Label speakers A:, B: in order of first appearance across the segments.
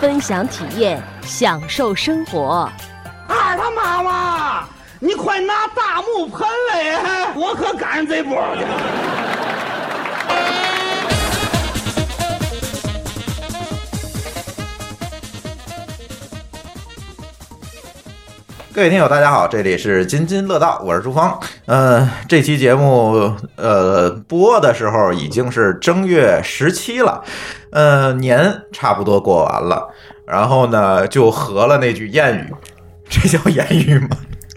A: 分享体验，享受生活。
B: 二他妈妈，啊你快拿大木盆来，我可赶上这波了。
C: 各位听友，大家好，这里是津津乐道，我是朱峰。呃，这期节目呃播的时候已经是正月十七了，呃，年差不多过完了，然后呢就合了那句谚语，这叫谚语吗？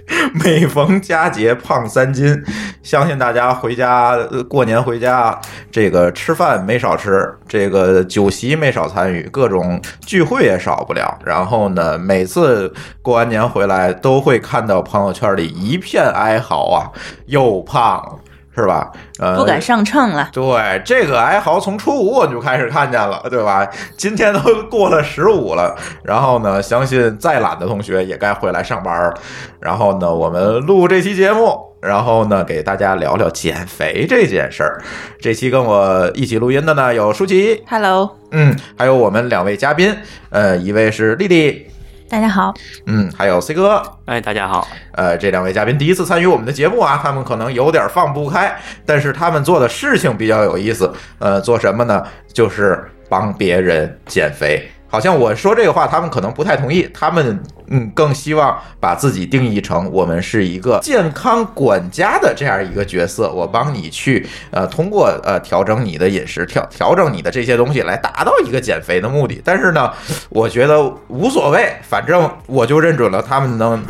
C: 每逢佳节胖三斤，相信大家回家呃过年回家，这个吃饭没少吃，这个酒席没少参与，各种聚会也少不了。然后呢，每次过完年回来，都会看到朋友圈里一片哀嚎啊，又胖了，是吧？呃，
D: 不敢上秤了。
C: 对，这个哀嚎从初五我就开始看见了，对吧？今天都过了十五了，然后呢，相信再懒的同学也该回来上班了。然后呢，我们录这期节目。然后呢，给大家聊聊减肥这件事儿。这期跟我一起录音的呢有舒淇，
D: Hello，
C: 嗯，还有我们两位嘉宾，呃，一位是丽丽，
D: 大家好。
C: 嗯，还有 C 哥，
E: 哎，大家好，
C: 呃，这两位嘉宾第一次参与我们的节目啊，他们可能有点放不开，但是他们做的事情比较有意思。呃，做什么呢？就是帮别人减肥。好像我说这个话，他们可能不太同意。他们嗯，更希望把自己定义成我们是一个健康管家的这样一个角色，我帮你去呃，通过呃调整你的饮食，调调整你的这些东西来达到一个减肥的目的。但是呢，我觉得无所谓，反正我就认准了他们能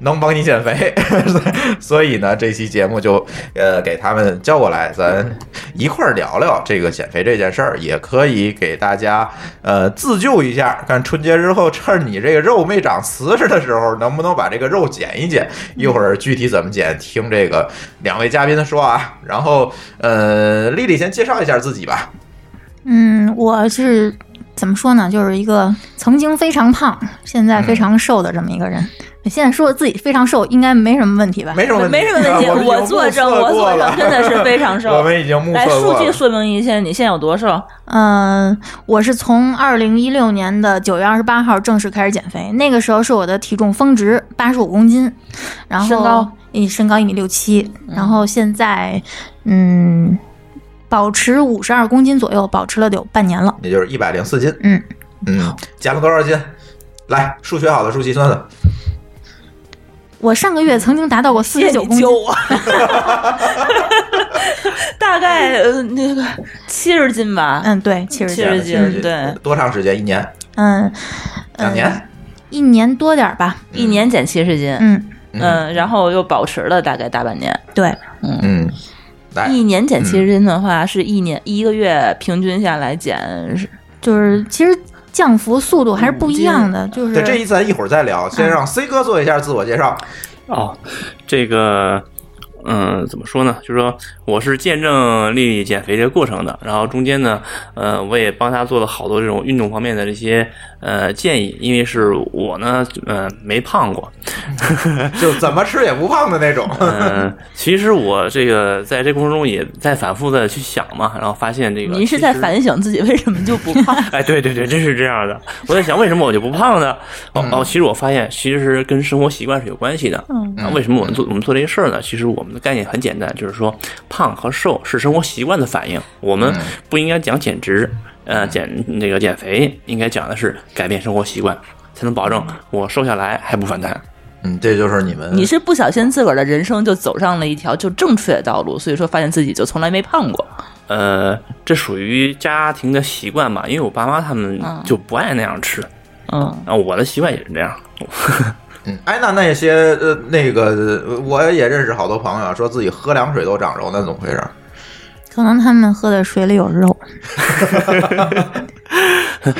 C: 能帮你减肥，所以呢，这期节目就呃给他们叫过来，咱一块儿聊聊这个减肥这件事儿，也可以给大家呃自救一下，看春节之后趁你这个肉没长瓷实的时候，能不能把这个肉减一减。一会儿具体怎么减，听这个两位嘉宾说啊。然后呃，丽丽先介绍一下自己吧。
F: 嗯，我是怎么说呢？就是一个曾经非常胖，现在非常瘦的这么一个人。现在说自己非常瘦，应该没什么问题吧？
C: 没什么问题，
D: 没什么问题，
C: 啊我
D: 我作证，我作证，真的是 非常
C: 我
D: 瘦。
C: 们已经目
D: 来，
C: 测过
D: 数
C: 了。
D: 据说明一下，你现在有多瘦？
F: 嗯、我是从二零一六年的九月二十八号正式开始减肥，那个时候是我的体重峰值八十五公斤，然后
D: 身高，嗯
F: 嗯，身高一米六七，然后现在嗯，保持五十二公斤左右，保持了得有半年了。
C: 也就是一百零四斤。
F: 嗯
C: 嗯，减了多少斤？来，数学好的舒淇算算，
F: 我上个月曾经达到过四十
D: 谢
F: 九
D: 谢
F: 公
D: 你
F: 斤
D: 救，我，大概呃那个七十斤吧。
F: 嗯，对，七十
D: 70 70
F: 斤，
C: 减了70
D: 对
C: 多长时间？一年、
F: 嗯，
C: 两年？
F: 一年多点儿吧，
D: 一年减七十斤，
F: 嗯，
D: 嗯，然后又保持了大概大半年。
F: 对，
C: 嗯，来，
D: 一年减七十斤的
C: 嗯
D: 话，是一年一个月平均下来减是
F: 就是其实降幅速度还是不一样的，就是
C: 嗯对，这一次咱一会儿再聊，先让 C 哥做一下自我介绍。
E: 哦，这个，嗯、怎么说呢？就是说，我是见证丽丽减肥这个过程的，然后中间呢，呃，我也帮她做了好多这种运动方面的这些呃建议，因为是我呢，呃，没胖过，
C: 就怎么吃也不胖的那种。
E: 嗯，其实我这个在这过程中也在反复的去想嘛，然后发现这个
D: 您是在
E: 其实
D: 反省自己为什么就不胖？
E: 哎，对对对，真是这样的。我在想，为什么我就不胖呢？哦哦，其实我发现，其实跟生活习惯是有关系的。嗯，啊、为什么我们做我们做这些事儿呢？其实我们的概念很简单，就是说，胖和瘦是生活习惯的反应。我们不应该讲减脂，呃，减那个减肥，应该讲的是改变生活习惯，才能保证我瘦下来还不反弹。
C: 嗯，这就是你们。
D: 你是不小心自个儿的人生就走上了一条就正确的道路，所以说发现自己就从来没胖过。
E: 呃，这属于家庭的习惯吧，因为我爸妈他们
D: 嗯
E: 就不爱那样吃，
D: 嗯，
E: 然后我的习惯也是这样。
C: 嗯，哎，那那些呃，那个呃我也认识好多朋友啊说自己喝凉水都长肉，那怎么回事？
F: 可能他们喝的水里有肉，
C: 嗯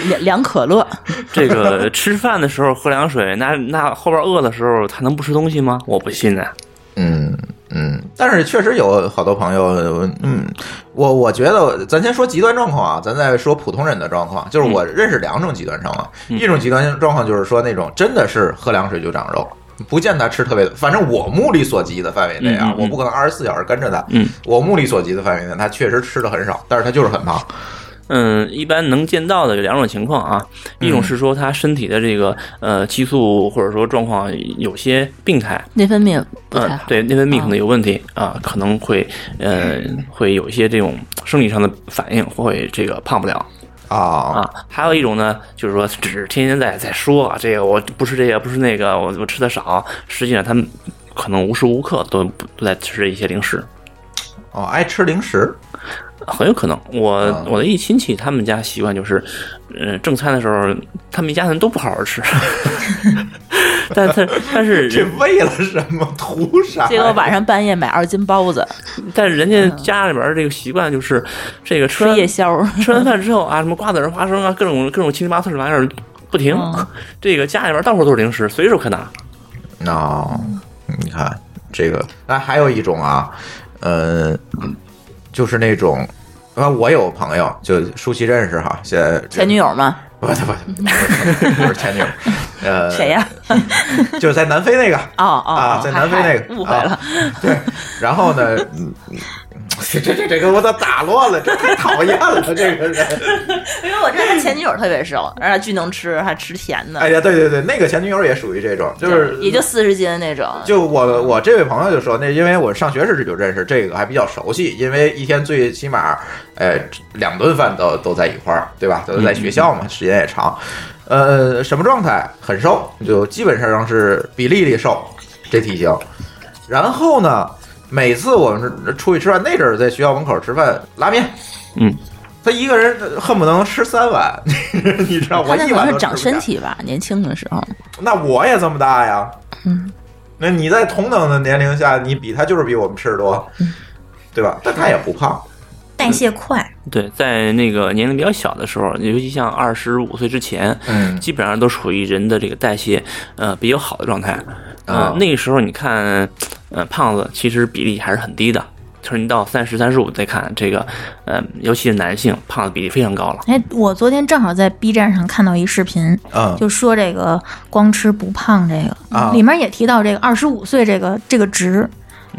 D: 两两可乐，
E: 这个吃饭的时候喝凉水，那那后边饿的时候他能不吃东西吗？我不信啊呢、
C: 嗯，嗯，但是确实有好多朋友，嗯，我我觉得咱先说极端状况啊，咱再说普通人的状况。就是我
E: 嗯
C: 认识两种极端状况，一种极端状况就是说那种真的是喝凉水就长肉，不见他吃特别，反正我目力所及的范围内啊，
E: 嗯嗯嗯
C: 我不可能二十四小时跟着他，
E: 嗯，
C: 我目力所及的范围内，他确实吃的很少，但是他就是很胖，
E: 嗯，一般能见到的有两种情况啊，一种是说他身体的这个呃激素或者说状况有些病态，
D: 内分泌不
E: 嗯、
D: 太好。嗯
E: 对内分泌可能有问题啊、可能会呃会有一些这种生理上的反应，会这个胖不了。
C: 啊，
E: 啊，还有一种呢，就是说只是天天在在说啊，这个我不吃这个，不吃那个，我我吃的少。实际上他们可能无时无刻都不都在吃一些零食，
C: 哦，爱吃零食，
E: 很有可能。我、
C: 啊
E: 我的一亲戚他们家习惯就是，呃，正餐的时候他们一家人都不好好吃， 但但但是
C: 这
E: 人
C: 为了什么？图啥？
D: 结果晚上半夜买二斤包子，
E: 但是人家家里边儿这个习惯就是这个吃
D: 吃
E: 完
D: 夜宵，
E: 吃完饭之后啊，什么瓜子儿、花生啊，各种各种七零八碎的玩意儿不停，
D: 嗯
E: 这个家里边儿到处都是零食，随手可拿。
C: 哦，你看这个，那还有一种啊，呃，就是那种啊，我有朋友就舒淇认识哈，现在
D: 前女友嘛，
C: 不不不不是前女友，呃，
D: 谁？呀？
C: 就是在南非那个。
D: 哦哦
C: 啊
D: 哦，
C: 在
D: 嗨
C: 南非
D: 嗨
C: 那个
D: 误会了
C: 啊，对，然后呢，嗯这这这这个我都打乱了，这太讨厌了，这个人。
D: 因为我知道他前女友特别瘦，而且巨能吃，还吃甜的
C: 哎，呀，对对对，那个前女友也属于这种，就是
D: 也就四十斤的那种，
C: 就我我这位朋友就说，那因为我上学时就认识这个，还比较熟悉，因为一天最起码，呃，两顿饭都都在一块儿，对吧？都
D: 嗯
C: 在学校嘛，时间也长。呃，什么状态？很瘦，就基本上是比例里瘦，这体型。然后呢，每次我们出去吃饭，那阵儿在学校门口吃饭，拉面，
E: 嗯，
C: 他一个人恨不能吃三碗， 你知道我
D: 他那
C: 一
D: 可
C: 碗
D: 能
C: 都
D: 是长
C: 吃不下
D: 身体吧，年轻的时候，
C: 那我也这么大呀。
D: 嗯，
C: 那你在同等的年龄下，你比他就是比我们吃的多，
D: 嗯
C: 对吧？但他也不胖。
F: 代谢快，
E: 对，在那个年龄比较小的时候，尤其像二十五岁之前，
C: 嗯
E: 基本上都处于人的这个代谢呃比较好的状态。
C: 啊
E: 呃，
D: 哦
E: 那个时候你看，呃，胖子其实比例还是很低的。就是你到三十、三十五再看这个，呃，尤其是男性，胖子比例非常高了。
F: 哎，我昨天正好在 B 站上看到一视频，
C: 嗯
F: 就说这个光吃不胖这个，
C: 啊
F: 里面也提到这个二十五岁这个这个值。
C: 嗯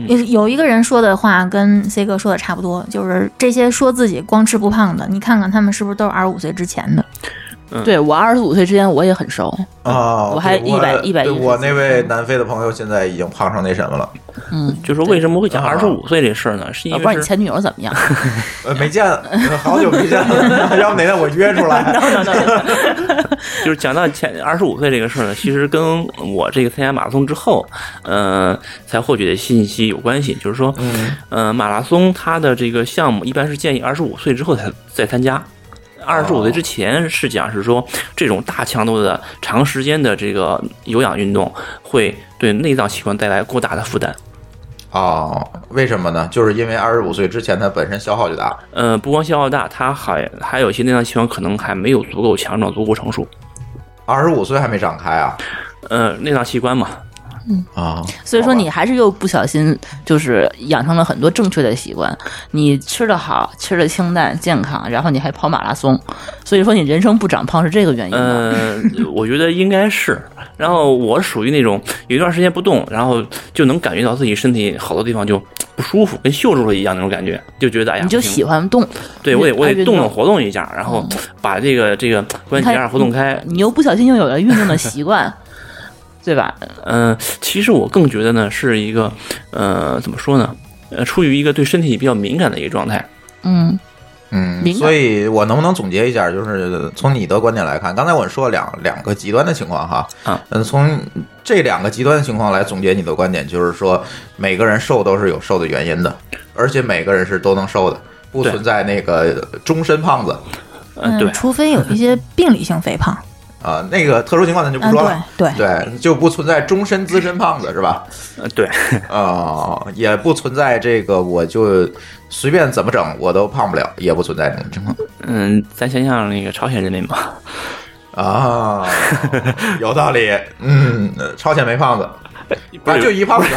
F: 有有一个人说的话跟 C 哥说的差不多，就是这些说自己光吃不胖的，你看看他们是不是都是二十五岁之前的？
C: 嗯
D: 对我二十五岁之前我也很瘦，
C: 啊，
D: 我还
C: 对
D: 100 110
C: 对我那位南非的朋友现在已经胖成那什么了，
E: 就是说为什么会讲
C: 啊
E: 二十五岁这事儿呢？是因
D: 我啊
E: 为
D: 不知道你
E: 是
D: 前女友怎么样。
C: 呃，没见了，好久没见 了，要不哪天我约出来
D: no, no, no.
E: 就是讲到前二十五岁这个事儿呢，其实跟我这个参加马拉松之后，呃，才获取的信息有关系。就是说，
D: 嗯
E: 呃，马拉松它的这个项目一般是建议二十五岁之后才再参加。二十五
D: 哦
E: 岁之前是讲是说，这种大强度的、长时间的这个有氧运动会对内脏器官带来过大的负担。
C: 哦，为什么呢？就是因为二十五岁之前他本身消耗就大
E: 呃，不光消耗大，它还还有一些内脏器官可能还没有足够强壮、足够成熟。
C: 二十五岁还没长开啊
E: 呃，内脏器官嘛，
C: 啊！
D: 所以说你还是又不小心，就是养成了很多正确的习惯。你吃的好，吃的清淡健康，然后你还跑马拉松，所以说你人生不长胖是这个原因吗。
E: 呃，
D: 嗯
E: 我觉得应该是。然后我属于那种有一段时间不动，然后就能感觉到自己身体好多地方就不舒服，跟锈住了一样那种感觉，就觉得
C: 呃
E: 哎呀，
D: 你就
E: 不行
D: 喜欢动，
E: 对我得我
D: 爱
E: 得
D: 运
E: 动动
D: 动
E: 活动一下，然后把这个这个关节啊活动开。
D: 你又不小心又有了运动的习惯， 对吧？
E: 嗯、其实我更觉得呢是一个呃怎么说呢？呃，处于一个对身体比较敏感的一个状态。
D: 嗯，
C: 嗯，
D: 敏感
C: 所以我能不能总结一下？就是从你的观点来看，刚才我说了两两个极端的情况哈，
E: 啊
C: 嗯，从这两个极端的情况来总结你的观点，就是说每个人瘦都是有瘦的原因的，而且每个人是都能瘦的，不
E: 对
C: 存在那个终身胖子。
E: 嗯、对
F: 除非有一些病理性肥胖，
C: 啊，那个特殊情况咱就 不
F: 嗯，
C: 说了
F: 对。对，
C: 对，就不存在终身资深胖子是吧？
E: 呃对，
C: 啊、也不存在这个我就随便怎么整我都胖不了，也不存在这种情况
E: 嗯，咱想想那个朝鲜人民吧，
C: 啊，有道理。嗯，朝鲜没胖子，
E: 不
C: 啊，
E: 是
C: 就一胖子，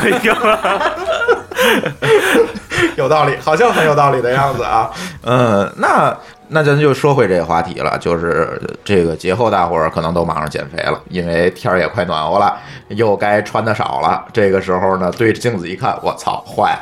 C: 有道理，好像很有道理的样子 啊。嗯，那那咱就说回这个话题了，就是这个节后大伙儿可能都忙着减肥了，因为天儿也快暖和了，又该穿的少了。这个时候呢，对着镜子一看，我操，坏，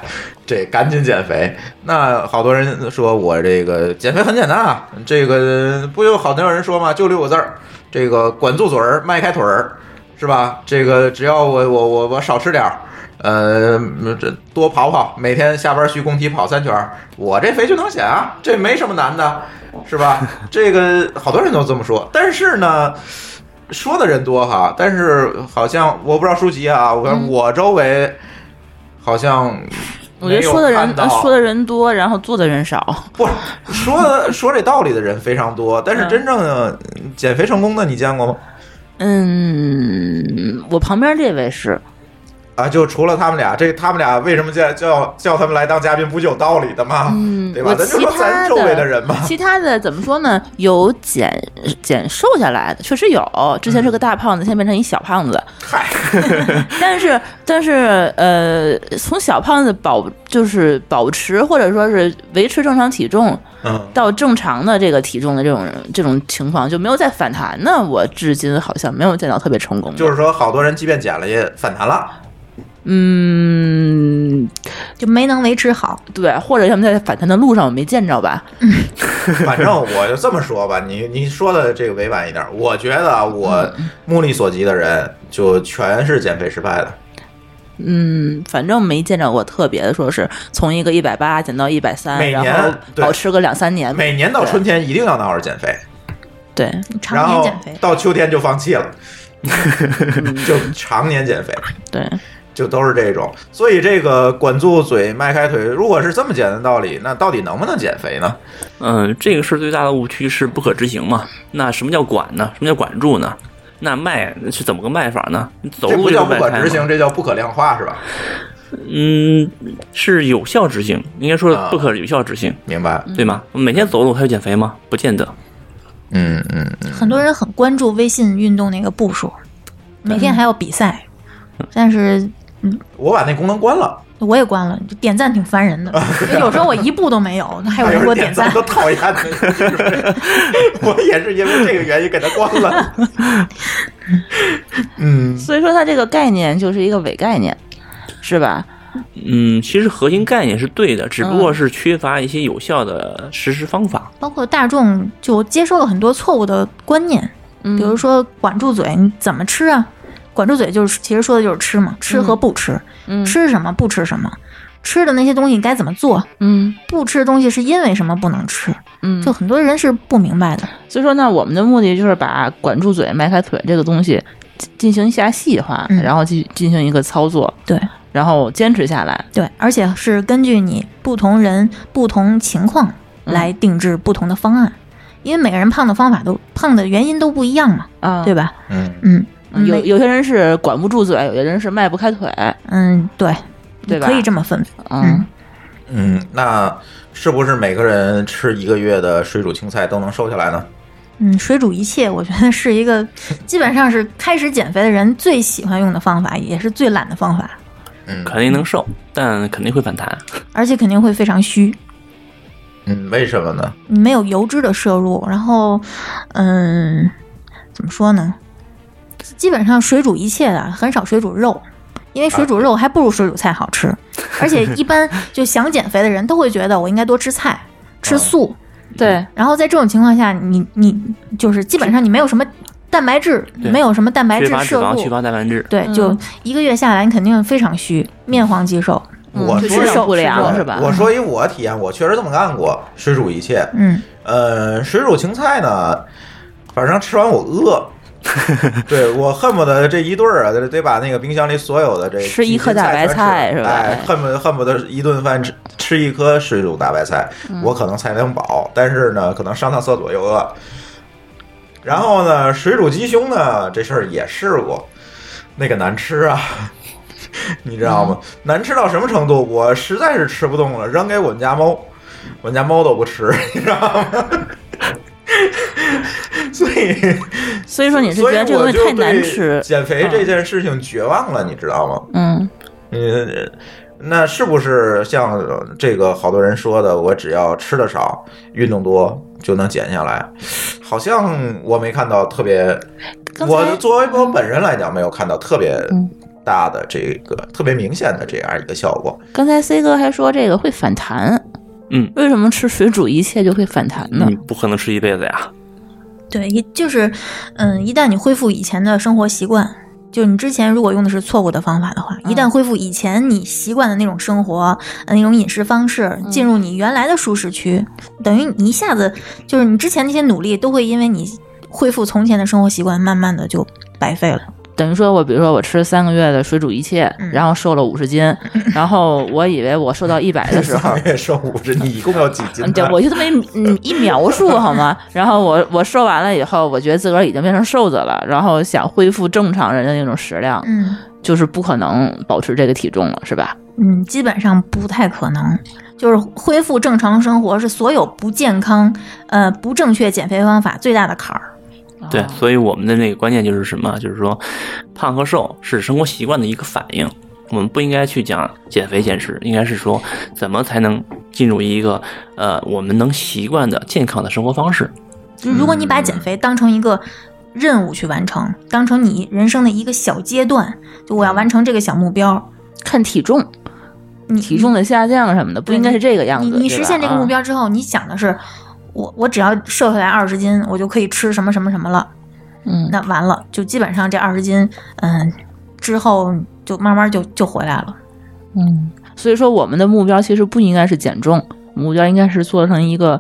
C: 这赶紧减肥。那好多人说我这个减肥很简单啊，这个不有好多人说嘛，就六个字儿，这个管住嘴儿，迈开腿儿。是吧？这个只要我我我我少吃点儿，呃，这多跑跑，每天下班去工体跑三圈儿，我这肥就能减啊，这没什么难的，是吧？这个好多人都这么说，但是呢。说的人多哈，但是好像我不知道舒淇啊，我看我周围好像
D: 我觉得
C: 没有
D: 说的人呃
C: 看到
D: 说的人多，然后做的人少。
C: 不是说的说这道理的人非常多，但是真正的减肥成功的你见过吗？
D: 嗯，我旁边这位是，
C: 啊，就除了他们俩，这他们俩为什么叫叫叫他们来当嘉宾，不就有道理的吗？
D: 嗯，
C: 对吧
D: 我？
C: 咱就
D: 其
C: 说
D: 他
C: 咱周围的人嘛。
D: 其他的怎么说呢？有减减瘦下来的，确实有。之前是个大胖子，现在变成一小胖子。
C: 嗯嗨，
D: 但是，但是，呃，从小胖子保就是保持或者说是维持正常体重
C: 嗯，
D: 到正常的这个体重的这种这种情况，就没有再反弹呢。我至今好像没有见到特别成功的。
C: 就是说，好多人即便减了也反弹了。
D: 嗯，
F: 就没能维持好。
D: 对，或者他们在反弹的路上我没见着吧？
C: 反正我就这么说吧，你你说的这个委婉一点，我觉得啊我目力所及的人就全是减肥失败的。
D: 嗯，反正没见着过特别的，说是从一个一百八减到一百三，
C: 每
D: 然
C: 年
D: 后
C: 对
D: 保持个两三年。
C: 每年到春天一定要闹着减肥，
D: 对，
C: 然
F: 常年
C: 后
F: 减肥，
C: 到秋天就放弃了，就常年减肥。
D: 对，
C: 就都是这种。所以这个管住嘴，迈开腿，如果是这么简单的道理，那到底能不能减肥呢？
E: 嗯，这个事儿最大的误区是不可执行嘛。那什么叫管呢？什么叫管住呢？那卖是怎么个卖法呢？走
C: 这
E: 路
C: 不
E: 就
C: 叫
E: 能
C: 不
E: 迈
C: 可
E: 开
C: 执
E: 吗
C: 行，这叫不可量化，是吧？
E: 嗯，是有效执行，应该说
C: 啊
E: 不可有效执行，
C: 明白？
E: 对吗？每天走路还有减肥吗？不见得。
C: 嗯嗯嗯，
F: 很多人很关注微信运动那个步数，每天还要比赛，但是
C: 我把那功能关了，
F: 我也关了，点赞挺烦人的，有时候我一步都没有，还
C: 有
F: 有人
C: 人
F: 给哎我
C: 点
F: 点赞
C: 都。讨厌 的。我也是因为这个原因给它关 了。嗯，
D: 所以说它这个概念就是一个伪概念，是吧？
E: 嗯，其实核心概念是对的，只不过是缺乏一些有效的实施方法。
F: 包括大众就接受了很多错误的观念，
D: 嗯
F: 比如说管住嘴，你怎么吃啊？管住嘴就是其实说的就是吃嘛，吃和不吃，
D: 嗯
F: 吃什么不吃什么，吃的那些东西该怎么做，
D: 嗯
F: 不吃的东西是因为什么不能吃，
D: 嗯
F: 就很多人是不明白的。
D: 所以说呢，我们的目的就是把管住嘴、迈开腿这个东西进进行一下细化，
F: 嗯
D: 然后进进行一个操作，
F: 对
D: 然后坚持下来。
F: 对，而且是根据你不同人不同情况
D: 嗯
F: 来定制不同的方案，因为每个人胖的方法都胖的原因都不一样嘛，
D: 啊
F: 对吧？
C: 嗯，
F: 嗯，
D: 有
F: 每
D: 有些人是管不住嘴，有些人是迈不开腿，
F: 嗯对，
D: 对吧
F: 可以这么分。
D: 嗯
F: 嗯
C: 嗯，那是不是每个人吃一个月的水煮青菜都能瘦下来呢？
F: 嗯，水煮一切，我觉得是一个基本上是开始减肥的人最喜欢用的方法，也是最懒的方法，
C: 嗯
E: 肯定能瘦，但肯定会反弹。
F: 而且肯定会非常虚，
C: 嗯，为什么呢？
F: 你没有油脂的摄入，然后，嗯，怎么说呢？基本上水煮一切的，很少水煮肉，因为水煮肉还不如水煮菜好吃。 而且一般就想减肥的人都会觉得我应该多吃菜，吃素。
D: 对，
F: 然后在这种情况下，你你就是基本上你没有什么蛋白质，
E: 对
F: 没有什么蛋白
E: 缺
F: 质
E: 乏脂
F: 摄
E: 肪，缺
F: 入，
E: 乏蛋嗯白质。
F: 对，就一个月下来，你肯定非常虚，面黄肌瘦。
D: 嗯
C: 我
D: 就
C: 说
D: 是
C: 要
D: 不良
C: 我
D: 是吧？
C: 我说以我体验，我确实这么干过，水煮一切。
F: 嗯，
C: 呃，水煮芹菜呢，反正吃完我饿。对我恨不得这一顿儿啊，得得把那个冰箱里所有的这
D: 吃一
C: 几
D: 颗
C: 斤
D: 大白
C: 全吃
D: 菜是吧
C: 哎，恨不得恨不得一顿饭吃吃一颗水
D: 嗯
C: 煮大白菜，我可能才能饱，但是呢，可能上趟厕所又饿。然后呢，水煮鸡胸呢，这事儿也试过，那个难吃啊， 你知道
D: 嗯
C: 吗？难吃到什么程度？我实在是吃不动了，扔给我们家猫，我们家猫都不吃，你知道吗？所以，
D: 所以说你是觉
C: 所以
D: 得这个
C: 我
D: 东西
C: 就
D: 太难
C: 对
D: 吃，
C: 减肥这件事情绝望了，你知道吗？
D: 嗯，
C: 嗯，那是不是像这个好多人说的，我只要吃的少，运动多就能减下来？好像我没看到特别，
D: 刚才
C: 我作为我本人来讲，没有看到特别
D: 嗯
C: 大的这个特别明显的这样一个效果。
D: 刚才 C 哥还说这个会反弹，
E: 嗯，
D: 为什么吃水煮一切就会反弹呢
E: 你？不可能吃一辈子呀。
F: 对，一就是，嗯，一旦你恢复以前的生活习惯，就是你之前如果用的是错误的方法的话，一旦恢复以前你习惯的那种生活、呃那种饮食方式，进入你原来的舒适区，等于你一下子就是你之前那些努力都会因为你恢复从前的生活习惯，慢慢的就白费了。
D: 等于说我比如说我吃三个月的水煮一切，
F: 嗯
D: 然后瘦了五十斤，然后我以为我瘦到一百的时 候
C: 上。月瘦五十，你一共要几斤呢？
D: 嗯，对，我就这么一嗯一描述好吗？然后我我瘦完了以后，我觉得自个儿已经变成瘦子了，然后想恢复正常人的那种食量，
F: 嗯
D: 就是不可能保持这个体重了，是吧？
F: 嗯，基本上不太可能。就是恢复正常生活是所有不健康、呃不正确减肥方法最大的坎儿。
E: 对，所以我们的那个观念就是什么？就是说，胖和瘦是生活习惯的一个反应。我们不应该去讲减肥减食，应该是说怎么才能进入一个呃我们能习惯的健康的生活方式。
F: 就是如果你把
D: 嗯
F: 减肥当成一个任务去完成，当成你人生的一个小阶段，就
D: 嗯
F: 我要完成这个小目标，
D: 看体重，
F: 你
D: 体重的下降什么的，不
F: 对
D: 应该是这个样
F: 你
D: 子。
F: 你
D: 对
F: 实
D: 吧
F: 现这个目
D: 啊
F: 标之后，你想的是，我我只要瘦下来二十斤，我就可以吃什么什么什么了。
D: 嗯，
F: 那完了，就基本上这二十斤，嗯，之后就慢慢就就回来了。
D: 嗯，所以说我们的目标其实不应该是减重，我们目标应该是做成一个，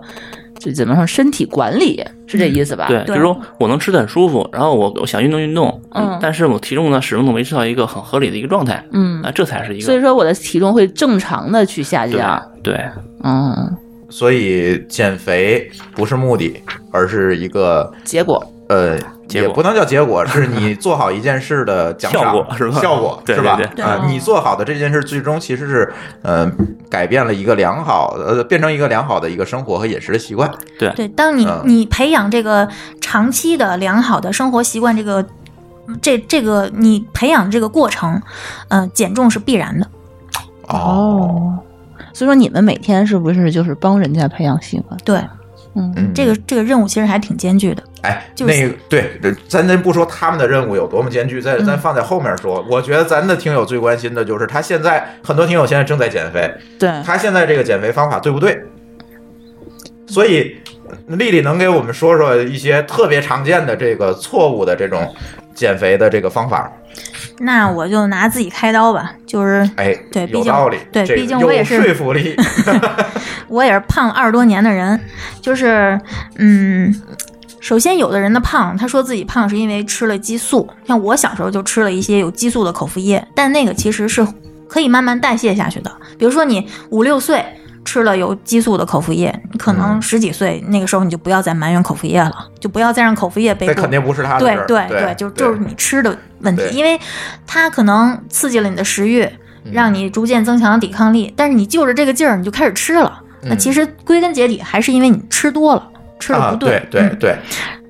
D: 就怎么说身体管理是这意思吧？
E: 对，就是说我能吃的很舒服，然后我我想运动运动，
D: 嗯
E: 但是我体重呢始终能维持到一个很合理的一个状态，
D: 嗯
E: 啊，，这才是一个。
D: 所以说我的体重会正常的去下
E: 对
D: 降。
E: 对，
D: 嗯，
C: 所以减肥不是目的，而是一个
D: 结果
C: 呃，
E: 结
C: 也
E: 果
C: 不能叫结果，是你做好一件事的奖赏
E: 效果 是吧
C: 效果
E: 对
C: 是吧
E: 对？
F: 对
C: 啊
F: 对，
C: 你做好的这件事，最终其实是呃，改变了一个良好呃，变成一个良好的一个生活和饮食的习惯。
F: 对，当你
C: 嗯
F: 你培养这个长期的良好的生活习惯，这个这这个你培养这个过程，嗯、减重是必然的。
D: 哦，所以说你们每天是不是就是帮人家培养习惯？
F: 对，
D: 嗯，
C: 嗯，
F: 这个这个任务其实还挺艰巨的。
C: 哎，
F: 就是嗯
C: 那个对，这咱咱不说他们的任务有多么艰巨，在咱放在后面说。我觉得咱的听友最关心的就是他现在很多听友现在正在减肥，
D: 对，
C: 他现在这个减肥方法对不对？所以，丽丽能给我们说说一些特别常见的这个错误的这种减肥的这个方法？
F: 那我就拿自己开刀吧，就是
C: 哎，
F: 对毕
C: 有
F: 竟
C: 道理，
F: 对
C: 这个
F: 毕竟我也是
C: 有说服力。
F: 我也是胖了二十多年的人，就是嗯，首先有的人的胖，他说自己胖是因为吃了激素，像我小时候就吃了一些有激素的口服液，但那个其实是可以慢慢代谢下去的。比如说你五六岁吃了有激素的口服液，可能
C: 嗯
F: 十几岁、那个时候你就不要再埋怨口服液了，就不要再让口服液背
C: 这
F: 负
C: 肯定不是他的
F: 对
C: 事儿，
F: 对
C: 对，
F: 就就是你吃的问题
C: 对，嗯
F: 因为它可能刺激了你的食欲，让你逐渐增强抵抗力，但是你就着这个劲儿你就开始吃了，那
C: 嗯
F: 其实归根结底还是因为你吃多了，吃的
C: 啊，
F: 不
C: 对对
F: 嗯
C: 对，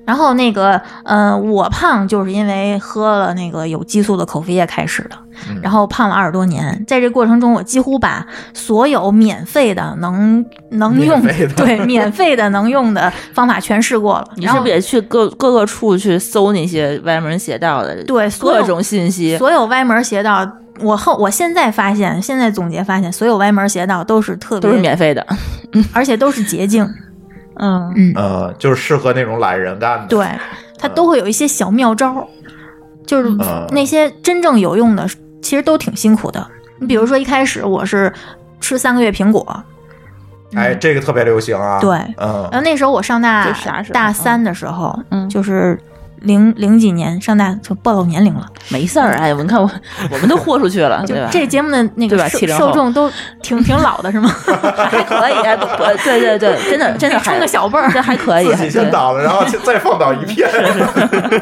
F: 然后那个，呃，我胖就是因为喝了那个有激素的口服液开始的，
C: 嗯
F: 然后胖了二十多年。在这过程中，我几乎把所有免费的能能用
C: 免费的
F: 对免费的能用的方法全试过了。
D: 你
F: 然
D: 是
F: 后
D: 不是也去各各个处去搜那些歪门邪道的
F: 对所有
D: 各种信息？
F: 所有歪门邪道，我后我现在发现，现在总结发现，所有歪门邪道都是特别，
D: 都是免费的，
F: 而且都是 捷径。
D: 嗯
F: 嗯，
C: 呃，就是适合那种懒人干的，
F: 对，它都会有一些小妙招儿，就是
C: 嗯
F: 那些真正有用的，其实都挺辛苦的。你比如说一开始我是吃三个月苹果，
C: 哎，这个特别流行啊，
F: 嗯对
C: 嗯
F: 然后那时候我上大
D: 这啥时候
F: 大三的时候，
D: 嗯
F: 就是零零几年上大就暴露年龄了，
D: 没事儿，哎，我看我我们都豁出去了，
F: 就
D: 对吧？
F: 这节目的那
D: 对
F: 个
D: 吧
F: 受
D: 70后
F: 受众都挺挺老的是吗？
D: 还可以，还不 不对对对，真的真的
F: 冲
D: 还
F: 个小辈儿，
D: 这还可以，
C: 自
D: 还
C: 己
D: 可以
C: 先倒了，然后再放倒一片。
F: 嗯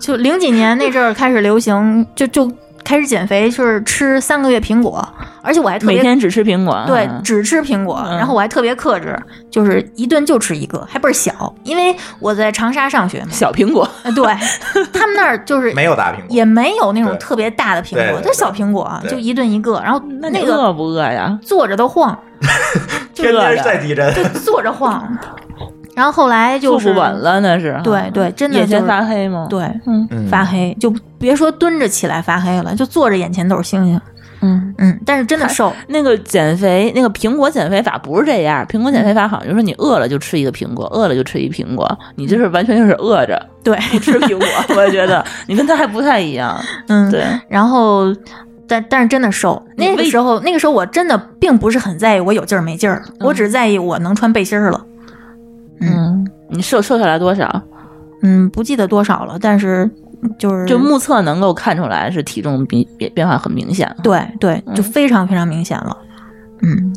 F: 就零几年那阵儿开始流行，就就开始减肥，就是吃三个月苹果，而且我还特
D: 每
F: 别
D: 天只吃苹果，
F: 对
D: 嗯
F: 只吃苹果，
D: 嗯
F: 然后我还特别克制，就是一顿就吃一个，还倍儿小，因为我在长沙 上学嘛，
D: 小苹果，
F: 呃对他们那儿就是
C: 没有大苹果，
F: 也没有那种
C: 对
F: 特别大的苹
C: 对
F: 果，
C: 对
F: 就小苹果，啊
C: 对
F: 就一顿一个，然后那
D: 你
F: 个
D: 饿不饿呀？
F: 坐着都晃，
C: 天天在地震。
F: 坐着晃， 然后后来就
D: 坐
F: 是
D: 不稳了，那是
F: 对对真的
D: 眼前
F: 就是
D: 发黑吗？
F: 对，
D: 嗯
C: 嗯
F: 发黑，就别说蹲着起来发黑了，就坐着眼前都是星星。
D: 嗯。
F: 嗯，但是真的瘦，
D: 那个减肥，那个苹果减肥法不是这样。苹果减肥法好像就是你饿了就吃一个苹果，饿了就吃一苹果，你就是完全就是饿 着
F: 对，
D: 吃苹果。 我觉得你跟他还不太一样，
F: 嗯，
D: 对。
F: 然后，但但是真的瘦。
D: 你
F: 那个
D: 胃
F: 时候，那个时候我真的并不是很在意我有劲儿没劲儿，我只在意我能穿背心儿了。
D: 嗯，你瘦瘦下来多少？
F: 嗯，不记得多少了，但是就是
D: 就目测能够看出来是体重变变变化很明显。
F: 对对，就
D: 嗯
F: 非常非常明显了。嗯，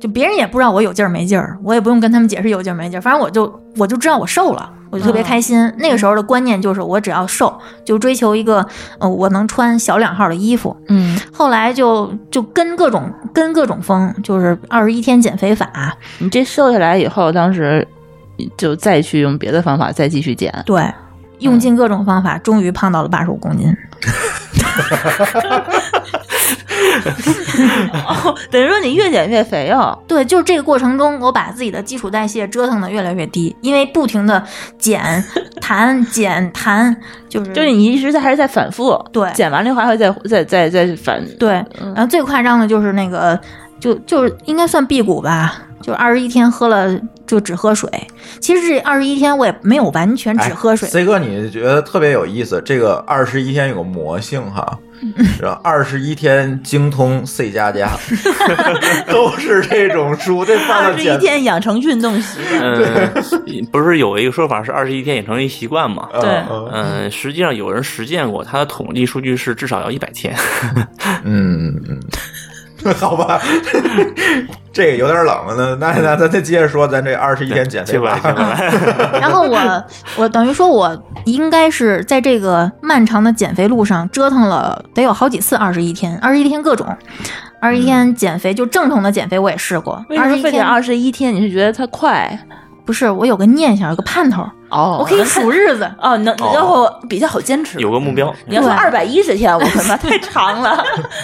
F: 就别人也不知道我有劲儿没劲儿，我也不用跟他们解释有劲儿没劲儿，反正我就我就知道我瘦了，我就特别开心。
D: 嗯
F: 那个时候的观念就是我只要瘦，就追求一个呃我能穿小两号的衣服。
D: 嗯，
F: 后来就就跟各种跟各种风，就是二十一天减肥法，
D: 你这瘦下来以后，当时就再去用别的方法再继续减。
F: 对，
D: 嗯
F: 用尽各种方法，终于胖到了八十五公斤。
D: 哦，等于说你越减越肥哦。
F: 对，就是这个过程中，我把自己的基础代谢折腾的越来越低，因为不停的 减弹减弹，就是
D: 就是你一直在还是在反复，
F: 对
D: 减完了以后还会再再再再反，
F: 对，
D: 嗯
F: 然后最夸张的就是那个就就是应该算辟谷吧，就二十一天喝了就只喝水，其实这二十一天我也没有完全
D: 哎
F: 只喝水，
C: 哎 C 哥，你觉得特别有意思，这个二十一天有个魔性哈，
F: 嗯
C: 然后二十一天精通 C 加加， 都是这种书，这放
D: 二
C: 到
D: 十一
C: 简。
D: 天养成运动习惯。
E: 嗯，不是有一个说法是二十一天养成一习惯嘛？
C: 嗯
D: 对
E: 嗯，实际上有人实践过，他的统计数据是至少要一百天。
C: 嗯嗯嗯，好吧， 这个有点冷了呢。那那咱再接着说，咱这二十一天减肥
E: 接过来，接过
C: 吧。
E: 来。
F: 然后我 我等于说我应该是在这个漫长的减肥路上折腾了得有好几次二十一天，二十一天各种。二十一天减肥，就正统的减肥我也试过。
D: 嗯为什么非得
F: 天
D: 二十一天？你是觉得它快
F: 不是，我有个念想，有个盼头，
D: 哦
F: 我可以数日子。
D: 哦，能
E: 哦
D: 然后比较好坚持。
E: 有个目标，
D: 你要说
F: 对
D: 二百一十天，我他妈太长了。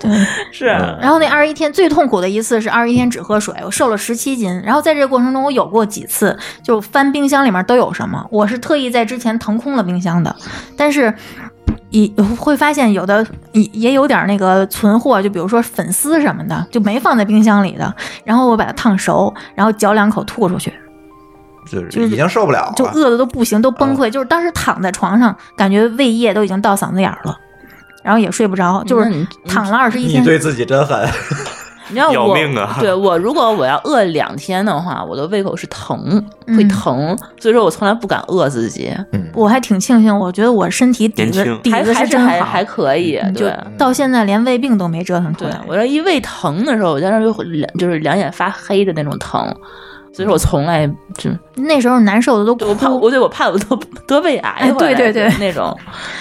F: 对，
D: 是，
E: 嗯
F: 然后那二十一天最痛苦的一次是二十一天只喝水，我瘦了十七斤。然后在这个过程中，我有过几次就翻冰箱里面都有什么，我是特意在之前腾空了冰箱的，但是。也会发现有的也也有点那个存货，就比如说粉丝什么的，就没放在冰箱里的。然后我把它烫熟，然后嚼两口吐出去，
C: 就是已经受不了
F: 就
C: 了。
F: 饿的都不行，都崩溃。就是当时躺在床上，感觉胃液都已经到嗓子眼儿了，然后也睡不着，就
D: 那你
F: 是躺了二十一
C: 你
F: 天。
C: 对自己真狠，
D: 你要
E: 要
D: 我
E: 命啊
D: 对我，如果我要饿两天的话，我的胃口是疼，会
F: 嗯
D: 疼，所以说我从来不敢饿自己，
F: 我还挺庆幸，我觉得我身体底子
E: 年轻
F: 底
D: 还
F: 子
D: 还
F: 真
D: 还
F: 好，嗯
D: 还可以，啊
F: 就
D: 对。
F: 到现在连胃病都没折腾出
D: 嗯对
F: 来。
D: 我要一胃疼的时候，我当时就会两就是两眼发黑的那种疼，所以说我从来就
F: 那时候难受的都
D: 我怕
F: 哭。
D: 嗯我对我怕我得得胃癌
F: 哎
D: 回来，
F: 对对对
D: 那种，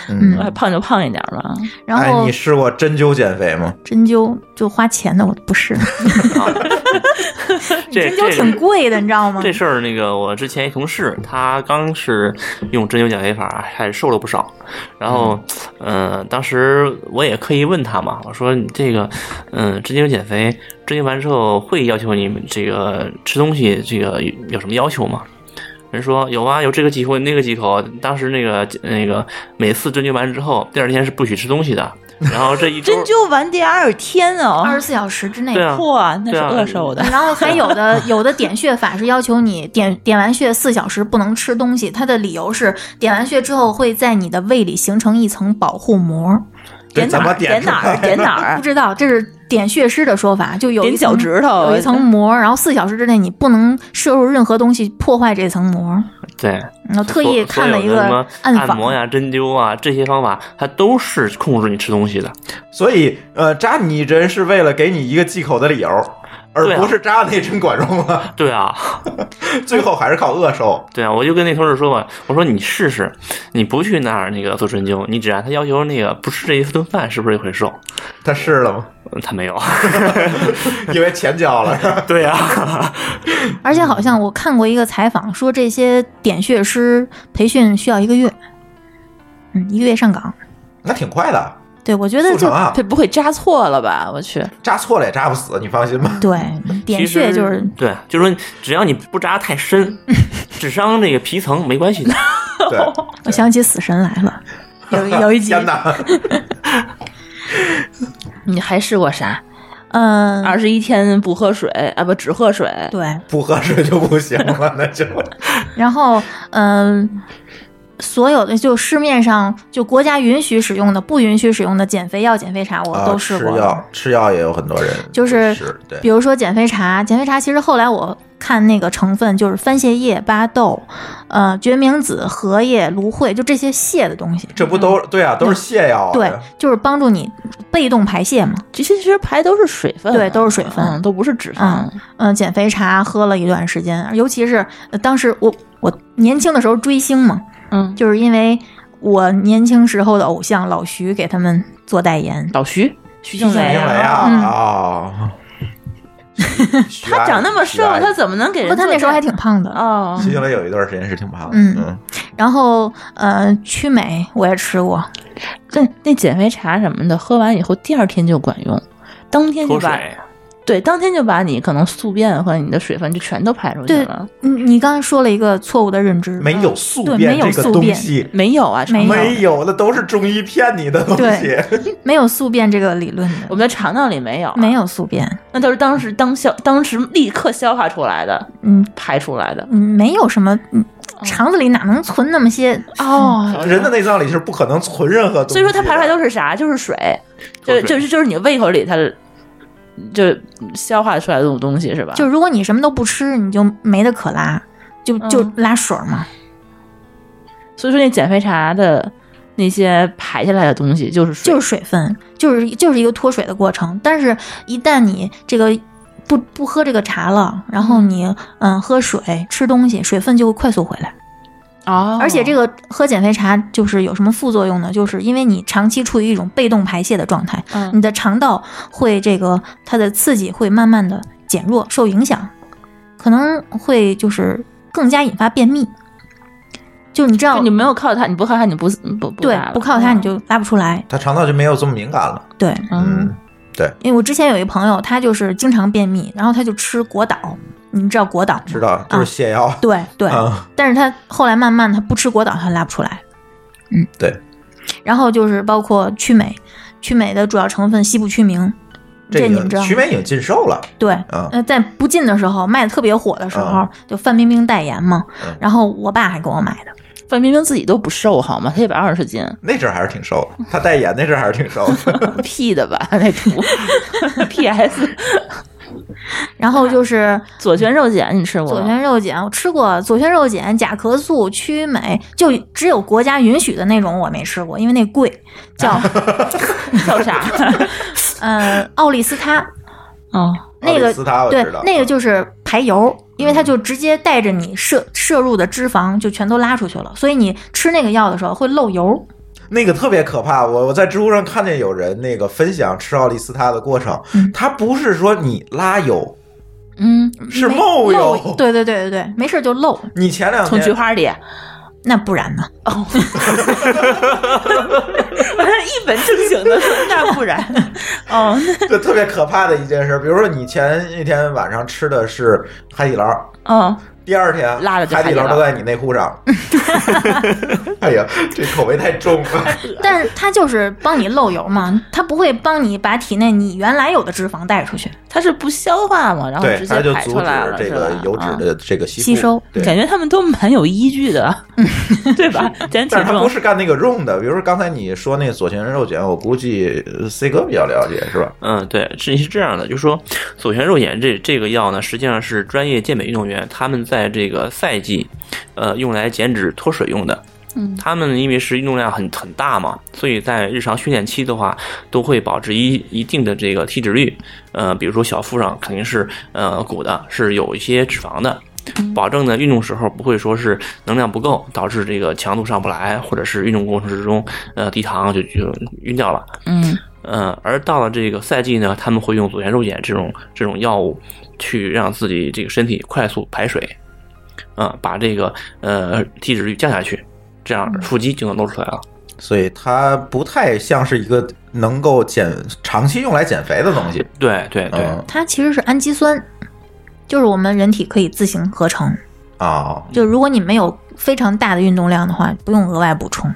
C: 嗯
D: 我还哎胖就胖一点吧。
F: 然
C: 哎，
F: 后
C: 你试过针灸减肥吗？
F: 针灸就花钱的，我 不是针灸
E: 这啊这
F: 挺贵的，你知道吗？
E: 这事儿，那个我之前一同事，他刚是用针灸减肥法，还瘦了不少。然后，呃，当时我也刻意问他嘛，我说你这个，嗯、针灸减肥，针灸完之后会要求你们这个吃东西，这个有有什么要求吗？人说有啊，有这个忌口，那个忌口。当时那个那个，每次针灸完之后，第二天是不许吃东西的。然后这一周
D: 针灸完第二天哦，
F: 二十四小时之内
E: 对。啊
D: 嚯，那是
E: 对啊
D: 饿瘦的。
F: 然后还有的有的点穴法是要求你点 点完穴四小时不能吃东西，它的理由是点完穴之后会在你的胃里形成一层保护膜，
C: 这
D: 点
C: 怎
D: 哪
C: 么
D: 儿？点
C: 出
D: 哪儿？
C: 来？
D: 点哪
F: 不
D: 儿？
F: 知道这是点穴师的说法，就有一
D: 哎点脚
F: 层
D: 趾
E: 哦
D: 头
F: 有一层膜，然后四小时之内你不能摄入任何东西破坏这层膜。
E: 对，
F: 然后特意
E: 所
F: 看了一
E: 所有的什
F: 个
E: 么
F: 暗
E: 按
F: 访，
E: 摩呀、针灸啊这些方法，它都是控制你吃东西的。
C: 所以，呃，扎你一针是为了给你一个忌口的理由，而
E: 对啊
C: 不是扎那针管用 了。
E: 对啊，
C: 最后还是靠饿瘦。
E: 对啊，我就跟那同事说吧，我说你试试，你不去那儿那个做针灸，你只按他要求那个不吃这一顿饭，是不是就会瘦？
C: 他试了 吗？
E: 嗯他没有。
C: 因为钱交了， 是吧
E: 对啊，
F: 而且好像我看过一个采访，说这些点穴师培训需要一个月，嗯，一个月上岗。
C: 那挺快的，
F: 对，我觉得
C: 速成
F: 就
C: 啊
D: 这！不会扎错了吧？我去，
C: 扎错了也扎不死，你放心 吧。
F: 对点
E: 其实
F: 穴就是
E: 对，就说只要你不扎太深， 只伤这个皮层没关系的。
C: 对，
F: 我想起死神来了，有有一集，
C: 天哪！
D: 你还试过啥？
F: 嗯，
D: 二十一天不喝水啊，不只喝水，
F: 对，
C: 不喝水就不行了， 那就
F: 然后嗯、所有的就市面上就国家允许使用的、不允许使用的减肥药、减肥茶，我
C: 啊
F: 都试
C: 吃
F: 过。
C: 药，吃药也有很多人
F: 就是
C: 是对
F: 比如说减肥茶，减肥茶其实后来我看那个成分就是番泻叶、巴豆、呃决明子、荷叶、芦荟，就这些泻的东西。
C: 这不都对啊，都是泻药啊。
F: 嗯对，就是帮助你被动排泄嘛。
D: 这些其实排都是水分啊，
F: 对都是水分
D: 嗯，都不是脂肪
F: 嗯。嗯，减肥茶喝了一段时间，尤其是、呃当时我我年轻的时候追星嘛，
D: 嗯，
F: 就是因为我年轻时候的偶像老徐给他们做代言。
D: 老徐，徐静
C: 因
D: 蕾
C: 为
D: 啊，
F: 嗯
C: 啊，哦
D: 他长那么
C: 徐
D: 瘦，
C: 安
D: 他怎么能给人
F: 不，
D: 做代？
F: 他那时候还挺胖的。
D: 哦
C: 徐，静蕾有一段时间是挺胖的，
F: 嗯
C: 嗯，
F: 然后，呃，曲美我也吃过，
D: 那那减肥茶什么的，喝完以后第二天就管用，当天就
E: 脱
D: 把
E: 水，
D: 对当天就把你可能宿便和你的水分就全都排出去
F: 对
D: 了。
F: 你你刚才说了一个错误的认知，
C: 没有宿
F: 对
C: 便
F: 没有
C: 这个
F: 宿
C: 东
F: 便
C: 西，
D: 没有啊，
F: 没
D: 肠道
C: 没有的都是中医骗你的东西
F: 对。没有宿便这个理论的，
D: 我们的肠道里没有、
F: 没，有宿便，
D: 那都是当时当消当时立刻消化出来的，
F: 嗯
D: 排出来的。
F: 嗯，没有什么，嗯肠子里哪能存那么些？
D: 哦
C: 人的内脏里是不可能存任何东西的，
D: 所以说它排出来都是啥？就是水，就
E: 脱水
D: 就是就是你胃口里它的就消化出来的东西是吧？
F: 就如果你什么都不吃，你就没得可拉，就就
D: 嗯
F: 拉水嘛。
D: 所以说那减肥茶的那些排下来的东西就是水，
F: 就是水分，就是就是一个脱水的过程。但是，一旦你这个不不喝这个茶了，然后你嗯喝水、吃东西，水分就会快速回来。
D: 哦
F: 而且这
D: 个
F: 个喝减肥茶就是有什么副作用呢？就是因为你长期处于一种被动排泄的状态，
D: 嗯
F: 你的肠道会这个它的刺激会慢慢的减弱，受影响，可能会就是更加引发便秘。就是你知道
D: 就你，没有靠它，你不靠它，你不不不
F: 对
D: 拉，了
F: 不靠它你就拉不出来。
C: 他肠道就没有这么敏感了。
F: 对，
D: 嗯，
F: 因为我之前有一朋友，他就是经常便秘，然后他就吃果导，你知道果导吗？
C: 知道就是泻药。
F: 对啊对，
C: 啊，
F: 但是他后来慢慢他不吃果导，他拉不出来。嗯，
C: 对。
F: 然后就是包括曲美，曲美的主要成分西部曲明，
C: 这
F: 你们知道
C: 个
F: 吗
C: 曲？美已经禁售了，
F: 对，
C: 嗯
F: 呃，在不进的时候卖的特别火的时候
C: 嗯，
F: 就范冰冰代言嘛
C: 嗯。
F: 然后我爸还给我买的，
D: 范冰冰自己都不瘦好吗？她一百二十斤，
C: 那阵儿还是挺瘦的。他代言那阵儿还是挺瘦的。
D: P 的吧 那图 ，PS
F: 然后
C: 嗯
F: 就是
D: 左旋肉碱你吃过吗？
F: 左旋肉碱，我吃过左旋肉碱、甲壳素、曲美，就只有国家允许的那种我没吃过，因为那贵， 叫
D: 叫啥？
F: 呃奥利司他，
D: 哦，
F: 那
C: 奥
F: 个
C: 利司他我
F: 对
C: 知道，嗯
F: 那个就是排油，因为它就直接带着你摄摄入的脂肪就全都拉出去了，所以你吃那个药的时候会漏油。
C: 那个特别可怕，我我在知乎上看见有人那个分享吃奥利司他的过程
F: 嗯，
C: 他不是说你拉油，
D: 嗯，
C: 是
F: 没
C: 冒
F: 漏
C: 油。
F: 对对对对对，没事就漏，
C: 你前两
D: 从菊
C: 天
D: 花 里，
F: 那不然呢？
D: 一本正经的说，那不然，哦，
C: 就特别可怕的一件事，比如说你前一天晚上吃的是海底捞，
F: 哦
D: 嗯，
C: 第二天
D: 拉了就
C: 海底捞
D: 海底捞
C: 都在你内裤 上。哎呀，这口味太重 了。
F: 但是它就是帮你漏油嘛，它不会帮你把体内你原来有的脂肪带出去。
D: 它是不消化嘛，然后
C: 对，
D: 直
C: 它
D: 接
C: 就
D: 排
C: 阻
D: 出来
C: 止
D: 了，
C: 这
D: 是
C: 个
D: 吧
C: 油脂
D: 嗯
C: 的这个吸
F: 吸收
C: 对
D: 感觉他们都蛮有依据的，对吧？咱挺
C: 但是它
D: 重
C: 不，是干那个用的，比如说刚才你说那左旋旋肉碱，我估计呃 C 哥比较了解，是吧？
E: 嗯，对，是是这样的，就是说左旋肉碱这这个药呢，实际上是专业健美运动员他们在这个赛季，呃，用来减脂脱水用的。
D: 嗯
E: 他们因为是运动量很很大嘛，所以在日常训练期的话，都会保持一一定的这个体脂率。呃，比如说小腹上肯定是呃鼓的，是有一些脂肪的，保证呢运动时候不会说是能量不够，导致这个强度上不来，或者是运动过程之中呃低糖就就晕掉了。
D: 嗯
E: 呃，而到了这个赛季呢，他们会用左旋肉碱这种这种药物，去让自己这个身体快速排水，啊、把这个呃体脂率降下去，这样
D: 嗯
E: 腹肌就能露出来了。
C: 所以它不太像是一个能够减长期用来减肥的东西。
E: 对对对，
C: 嗯
F: 它其实是氨基酸，就是我们人体可以自行合成。
C: 哦
F: 就如果你没有非常大的运动量的话，不用额外补充。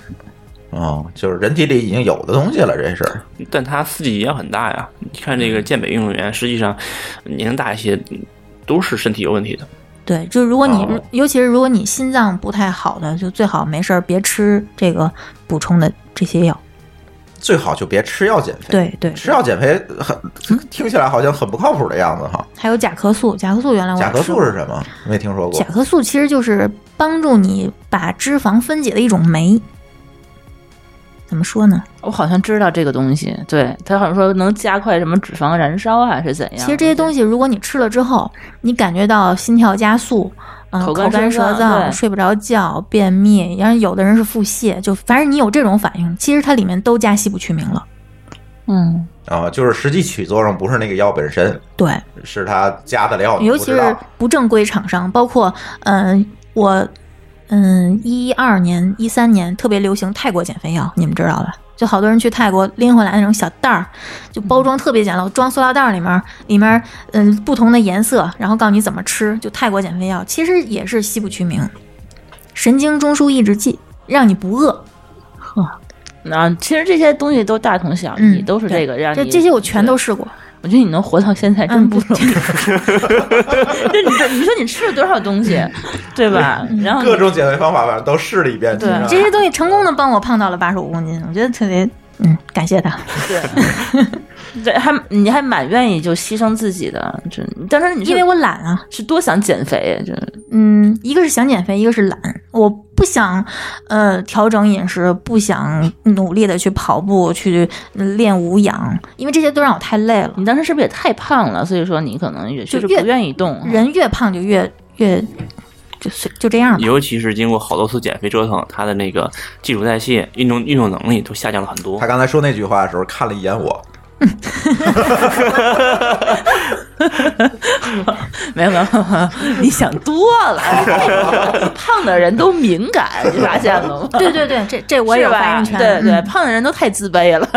C: 哦，就是人体里已经有的东西了，这是。
E: 但它刺激也很大呀。你看这个健美运动员，实际上年龄大一些，都是身体有问题的。
F: 对，就如果你，
C: 哦
F: 尤其是如果你心脏不太好的，就最好没事儿别吃这个补充的这些药。
C: 最好就别吃药减肥。，
F: 对对，
C: 吃药减肥很听起来好像很不靠谱的样子哈。
F: 还有甲壳素，甲壳素原来我
C: 甲壳
F: 吃
C: 素
F: 过
C: 是什么？没听说过
F: 嗯甲。壳素其实就是帮助你把脂肪分解的一种酶。怎么说呢？
D: 我好像知道这个东西，对他好像说能加快什么脂肪燃烧啊，还是怎样？
F: 其实这些东西，如果你吃了之后，你感觉到心跳加速，嗯、
D: 口
F: 口
D: 干
F: 干
D: 舌
F: 舌
D: 燥对
F: 燥，睡不着觉，便秘，然后有的人是腹泻，就反正你有这种反应，其实它里面都加西卜曲明了。
D: 嗯，
C: 啊，就是实际起作用不是那个药本身，
F: 对，
C: 是它加的料。
F: 尤其
C: 你不知
F: 是
C: 道
F: 不正规厂商，包括嗯、我嗯一二年、一三年特别流行泰国减肥药，你们知道吧？就好多人去泰国拎回来那种小袋儿，就包
C: 嗯
F: 装特别简陋，装塑料袋儿里面，里面嗯不同的颜色，然后告诉你怎么吃。就泰国减肥药其实也是西部曲明，神经中枢抑制剂，让你不饿。
D: 啊，其实这些东西都大同小异，
F: 嗯
D: 都是这个让
F: 这
D: 你
F: 这些我全都试过，
D: 我觉得你能活到现在真
F: 嗯
D: 不容易。 这你这你说你吃了多少东西，对吧？然
F: 嗯
D: 后你
C: 各种减肥方法，反正都试了一遍。
D: 对
C: 听着
F: 这些东西成功的帮我胖到了八十五公斤，我觉得特别嗯感谢他。
D: 对，对，还你还蛮愿意就牺牲自己的，这但是你是
F: 因为我懒啊，
D: 是多想减肥，这
F: 嗯，一个是想减肥，一个是懒。我不想，呃，调整饮食，不想努力的去跑步，去练无氧，因为这些都让我太累了。
D: 你当时是不是也太胖了？所以说你可能也确实
F: 就越
D: 不愿意动。
F: 人越胖就越越就随就这
D: 嗯
F: 样吧。
E: 尤其是经过好多次减肥折腾，他的那个基础代谢、运动运动能力都下降了很多
C: 他。刚才说那句话的时候，看了一眼我，
D: 没有没有， 没有你想多了。 胖的人都敏感，你发现了吗？
F: 对对对，这这 我也
D: 是
F: 有
D: 吧
F: 发言权。
D: 对对，
F: 嗯
D: 胖的人都太自卑了。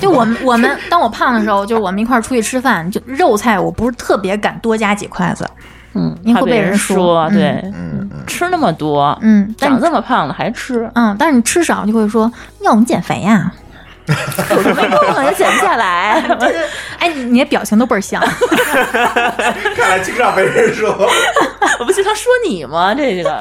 F: 就我们我们当我胖的时候，就是我们一块儿出去吃饭，就肉菜我不是特别敢多加几筷子。
D: 嗯，
F: 您
D: 怕
F: 会
D: 被
F: 被人
D: 说，
F: 说
D: 对，
C: 嗯嗯，
D: 吃那么多，
F: 嗯，但
D: 长
F: 是
D: 这么胖了还 吃，
F: 嗯，但是你吃少就会说，要我们减肥呀、
D: 有什么用啊？也减不下来。
F: 哎，你你的表情都倍儿像。
C: 看来经常被人说。
D: 我不经常说你吗？这 个，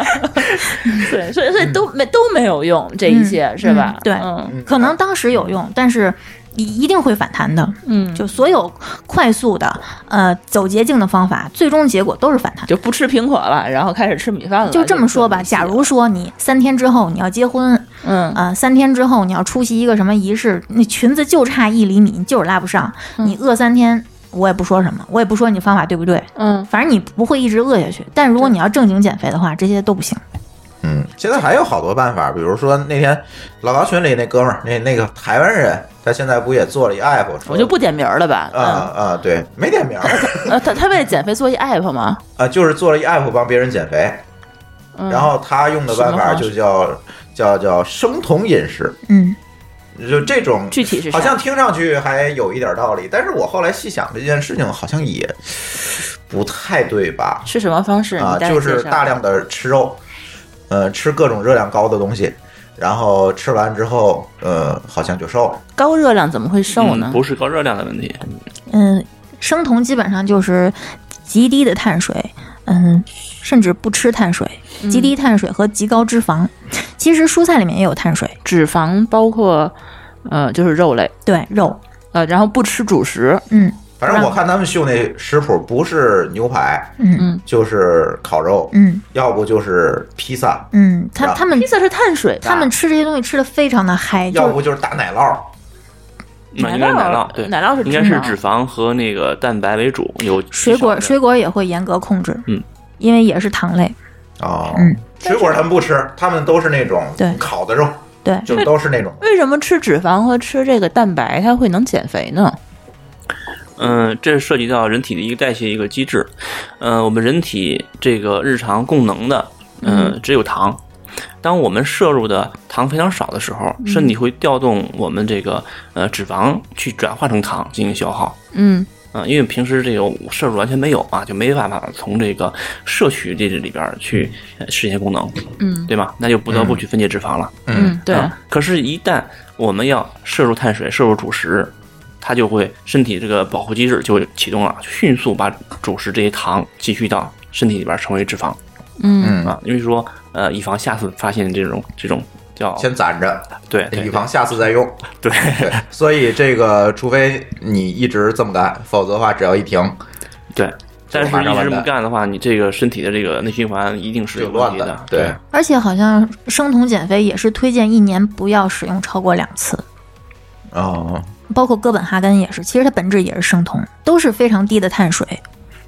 D: 对，所以所以都没都没有用，这一切
F: 嗯
D: 是吧
F: 嗯？对
D: 嗯
F: 可能当时有用，但是一一定会反弹的。
D: 嗯，就
F: 就所有快速的呃走捷径的方法，最终结果都是反弹。
D: 就不吃苹果了，然后开始吃米饭了。
F: 就这么说吧，
D: 就这么
F: 假如说你三天之后你要结婚，
D: 嗯，
F: 呃，三天之后你要出席一个什么仪式，那裙子就差一厘米，你就是拉不上，
D: 嗯
F: 你饿三天，我也不说什么，我也不说你方法对不对，
D: 嗯，
F: 反正你不会一直饿下去。但如果你要正经减肥的话，这些都不行。
C: 嗯，现在还有好多办法，比如说那天老高群里那哥们儿，那那个台湾人，他现在不也做了一 app？
D: 我就不点名儿了吧。
C: 啊啊，对，没点名儿
D: 嗯，呃，他他为了减肥做一 app 吗？
C: 啊，就是做了一 app 帮别人减肥，
D: 嗯
C: 然后他用的办法就叫叫叫生酮饮食，
F: 嗯，
C: 就这种
D: 具体是啥
C: 好像听上去还有一点道理，但是我后来细想这件事情好像也不太对吧？
D: 是什么方式？
C: 啊，
D: 你大概
C: 就是
D: 介绍
C: 大量的吃肉，呃，吃各种热量高的东西，然后吃完之后，呃，好像就瘦了。
D: 高热量怎么会瘦呢
E: 嗯？不是高热量的问题，
F: 嗯，生酮基本上就是极低的碳水，嗯，
D: 嗯
F: 甚至不吃碳水，极低碳水和极高脂肪。其实蔬菜里面也有碳水，
D: 脂肪包括呃就是肉类，
F: 对肉，
D: 呃，然后不吃主食，
F: 嗯
C: 反正我看他们秀那食谱，不是牛排
F: 嗯
C: 就是烤肉，
F: 嗯
C: 要不就是披萨，
F: 嗯，他
C: 啊
F: 他们
D: 披萨是碳水吧？
F: 他们吃这些东西吃的非常的嗨，
C: 要
F: 就
C: 不就是大奶酪。
E: 嗯那应该是奶酪，对，
D: 奶酪是
E: 应该
D: 脂
E: 是
D: 肪
E: 脂肪和那个蛋白为主，有
F: 水
E: 少
F: 果
E: 的
F: 水果也会严格控制，
E: 嗯，
F: 因为也是糖类，
C: 哦
F: 嗯，
C: 水果他们不吃，他们都是那种
F: 对
C: 烤的肉，
F: 对
C: 就都是那种
D: 为什么吃脂肪和吃这个蛋白它会能减肥呢？
E: 嗯，这涉及到人体的一个代谢一个机制。嗯、我们人体这个日常供能的，嗯，只有糖。当我们摄入的糖非常少的时候，
F: 嗯
E: 身体会调动我们这个呃脂肪去转化成糖进行消耗。
D: 嗯
E: 啊、因为平时这个摄入完全没有啊，就没办法从这个摄取这里边儿去呃实现功能，
D: 嗯
E: 对吧？那就不得不去分解脂肪了。
D: 嗯，对，
E: 啊可是，一旦我们要摄入碳水、摄入主食，它就会身体这个保护机制就会启动了，迅速把主食这些糖积蓄到身体里边成为脂肪
D: 嗯
C: 嗯，
E: 啊，因为说呃，以防下次发现这种这种叫
C: 先攒着，
E: 对对
C: 以防下次再用。
E: 对，
C: 对，所以这个，除非你一直这么干，否则的话，只要一停，
E: 对。但是
C: 马上
E: 一
C: 完
E: 直不
C: 蛋
E: 干的话，你这个身体的这个内循环一定是
C: 就
E: 有问
C: 乱
E: 题
C: 的
E: 的。。
C: 对，
F: 而且好像生酮减肥也是推荐一年不要使用超过两次，
C: 哦，
F: 包括哥本哈根也是，其实它本质也是生酮，都是非常低的碳水。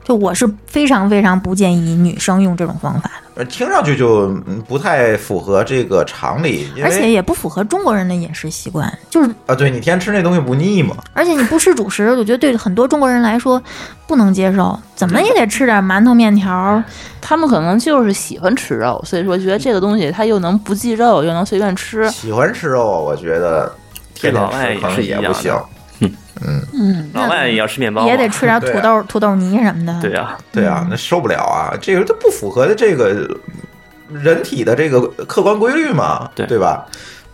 F: 就我是非常非常不建议女生用这种方法的，
C: 呃听上去就嗯不太符合这个常理，因
F: 而且
C: 为
F: 也不符合中国人的饮食习惯。就是，
C: 啊，对你天天吃那东西不腻嘛，
F: 而且你不吃主食，我觉得对很多中国人来说不能接受，怎么也得吃点馒头、面条。
D: 他们可能就是喜欢吃肉，所以说觉得这个东西它又能不忌肉，又能随便吃。
C: 喜欢吃肉，啊，我觉得天
E: 对
C: 天
E: 老外
C: 吃
E: 也
C: 可能
E: 是一
C: 也
E: 样
C: 不
E: 的
C: 行。
F: 嗯，
E: 老外也要吃面包嘛，
F: 也得吃点
C: 对
F: 土
C: 啊
F: 豆、土豆泥什么的。
E: 对啊，
C: 对
D: 嗯
C: 啊，那受不了啊！这个它不符合这个人体的这个客观规律嘛，
E: 对
C: 吧？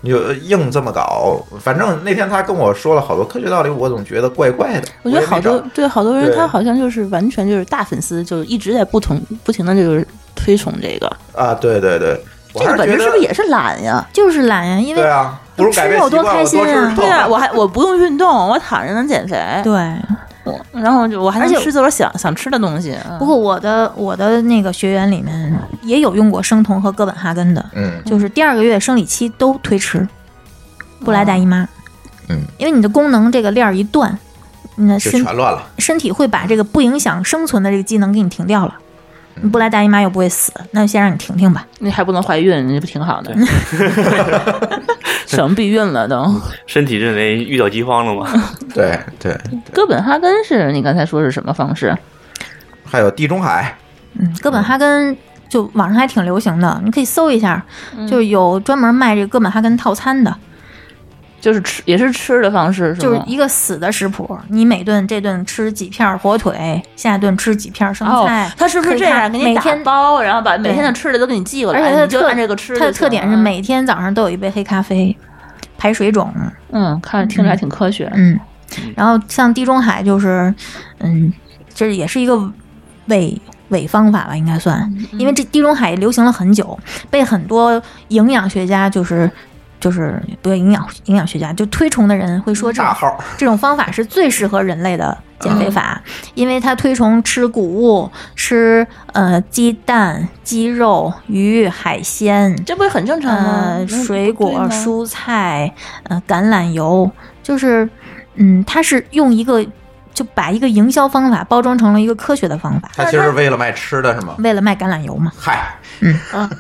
C: 你就硬这么搞，反正那天他跟我说了好多科学道理，我总觉得怪怪的。
D: 我觉
C: 也
D: 得
C: 没
D: 好多
C: 找
D: 对好多人，
C: 对
D: 他好像就是完全就是大粉丝，就一直在不同不停的就是推崇这个。
C: 啊，对对对，我
D: 这
C: 还
D: 个本
C: 觉
D: 质
C: 得
D: 是不是也是懒呀？
F: 就是懒呀，因为
C: 对啊？不如改变习惯，我多
F: 吃肉多开心啊
C: 吃
D: 对啊，
C: 呀，
D: 我还我不用运动，我躺着能减肥。
F: 对
D: 我，然后就我还能
F: 而且
D: 吃自个儿想想吃的东西。嗯
F: 不过我的我的那个学员里面也有用过生酮和哥本哈根的，
C: 嗯
F: 就是第二个月生理期都推迟，不来大姨妈。
C: 嗯，
F: 因为你的功能这个链儿一断，你的
C: 就
F: 身
C: 全乱了。
F: 身体会把这个不影响生存的这个机能给你停掉了。你
C: 嗯
F: 不来大姨妈又不会死，那就先让你停停吧。
D: 你还不能怀孕，你不挺好的？省避孕了都。
E: 身体认为遇到饥荒了嘛，
C: 对对，
D: 哥本哈根是你刚才说是什么方式？
C: 还有地中海，
F: 嗯，哥本哈根就网上还挺流行的，你可以搜一下，
D: 嗯
F: 就有专门卖这个哥本哈根套餐的，
D: 就是吃也是吃的方式，
F: 就是
D: 吗？
F: 一个死的食谱，你每顿这顿吃几片火腿，下顿吃几片生
D: 哦
F: 菜，，
D: 他是不
F: 可
D: 是
F: 以
D: 这
F: 看
D: 样给你
F: 每
D: 打
F: 天
D: 包，然后把每
F: 对
D: 天的吃的都给你寄过
F: 而
D: 来，
F: 且它的
D: 你就
F: 特
D: 按这个吃就行
F: 它
D: 了。啊
F: 的特点是每天早上都有一杯黑咖啡，排水肿。
D: 嗯，看着听着还挺科学。
F: 嗯，然后像地中海就是，嗯，这也是一个伪伪方法吧，应该算，
D: 嗯
F: 因为这地中海流行了很久，被很多营养学家就是。就是不是营养营养学家，就推崇的人会说这
D: 嗯
F: 种
C: 大号
F: 这种方法是最适合人类的减肥法，
D: 嗯
F: 因为它推崇吃谷物、吃呃鸡蛋、鸡肉、鱼、海鲜，
D: 这不是很正常吗？
F: 呃，
D: 那嗯不
F: 水
D: 对
F: 果、
D: 吗，
F: 蔬菜、呃，橄榄油，就是，嗯，它是用一个就把一个营销方法包装成了一个科学的方法，
C: 它其实是为了卖吃的，是吗？
F: 为了卖橄榄油嘛。
C: 嗨，
D: 嗯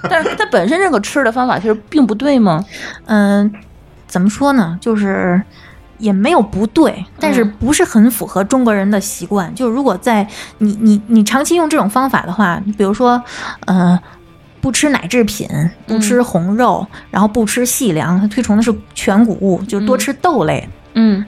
D: 但是它本身这个吃的方法其实并不对吗？
F: 嗯、怎么说呢？就是也没有不对，但是
D: 嗯
F: 不是很符合中国人的习惯。就如果在你你你长期用这种方法的话，比如说，呃。不吃奶制品，
D: 嗯
F: 不吃红肉，然后不吃细粮，它推崇的是全谷物，就
D: 嗯
F: 多吃豆类。
D: 嗯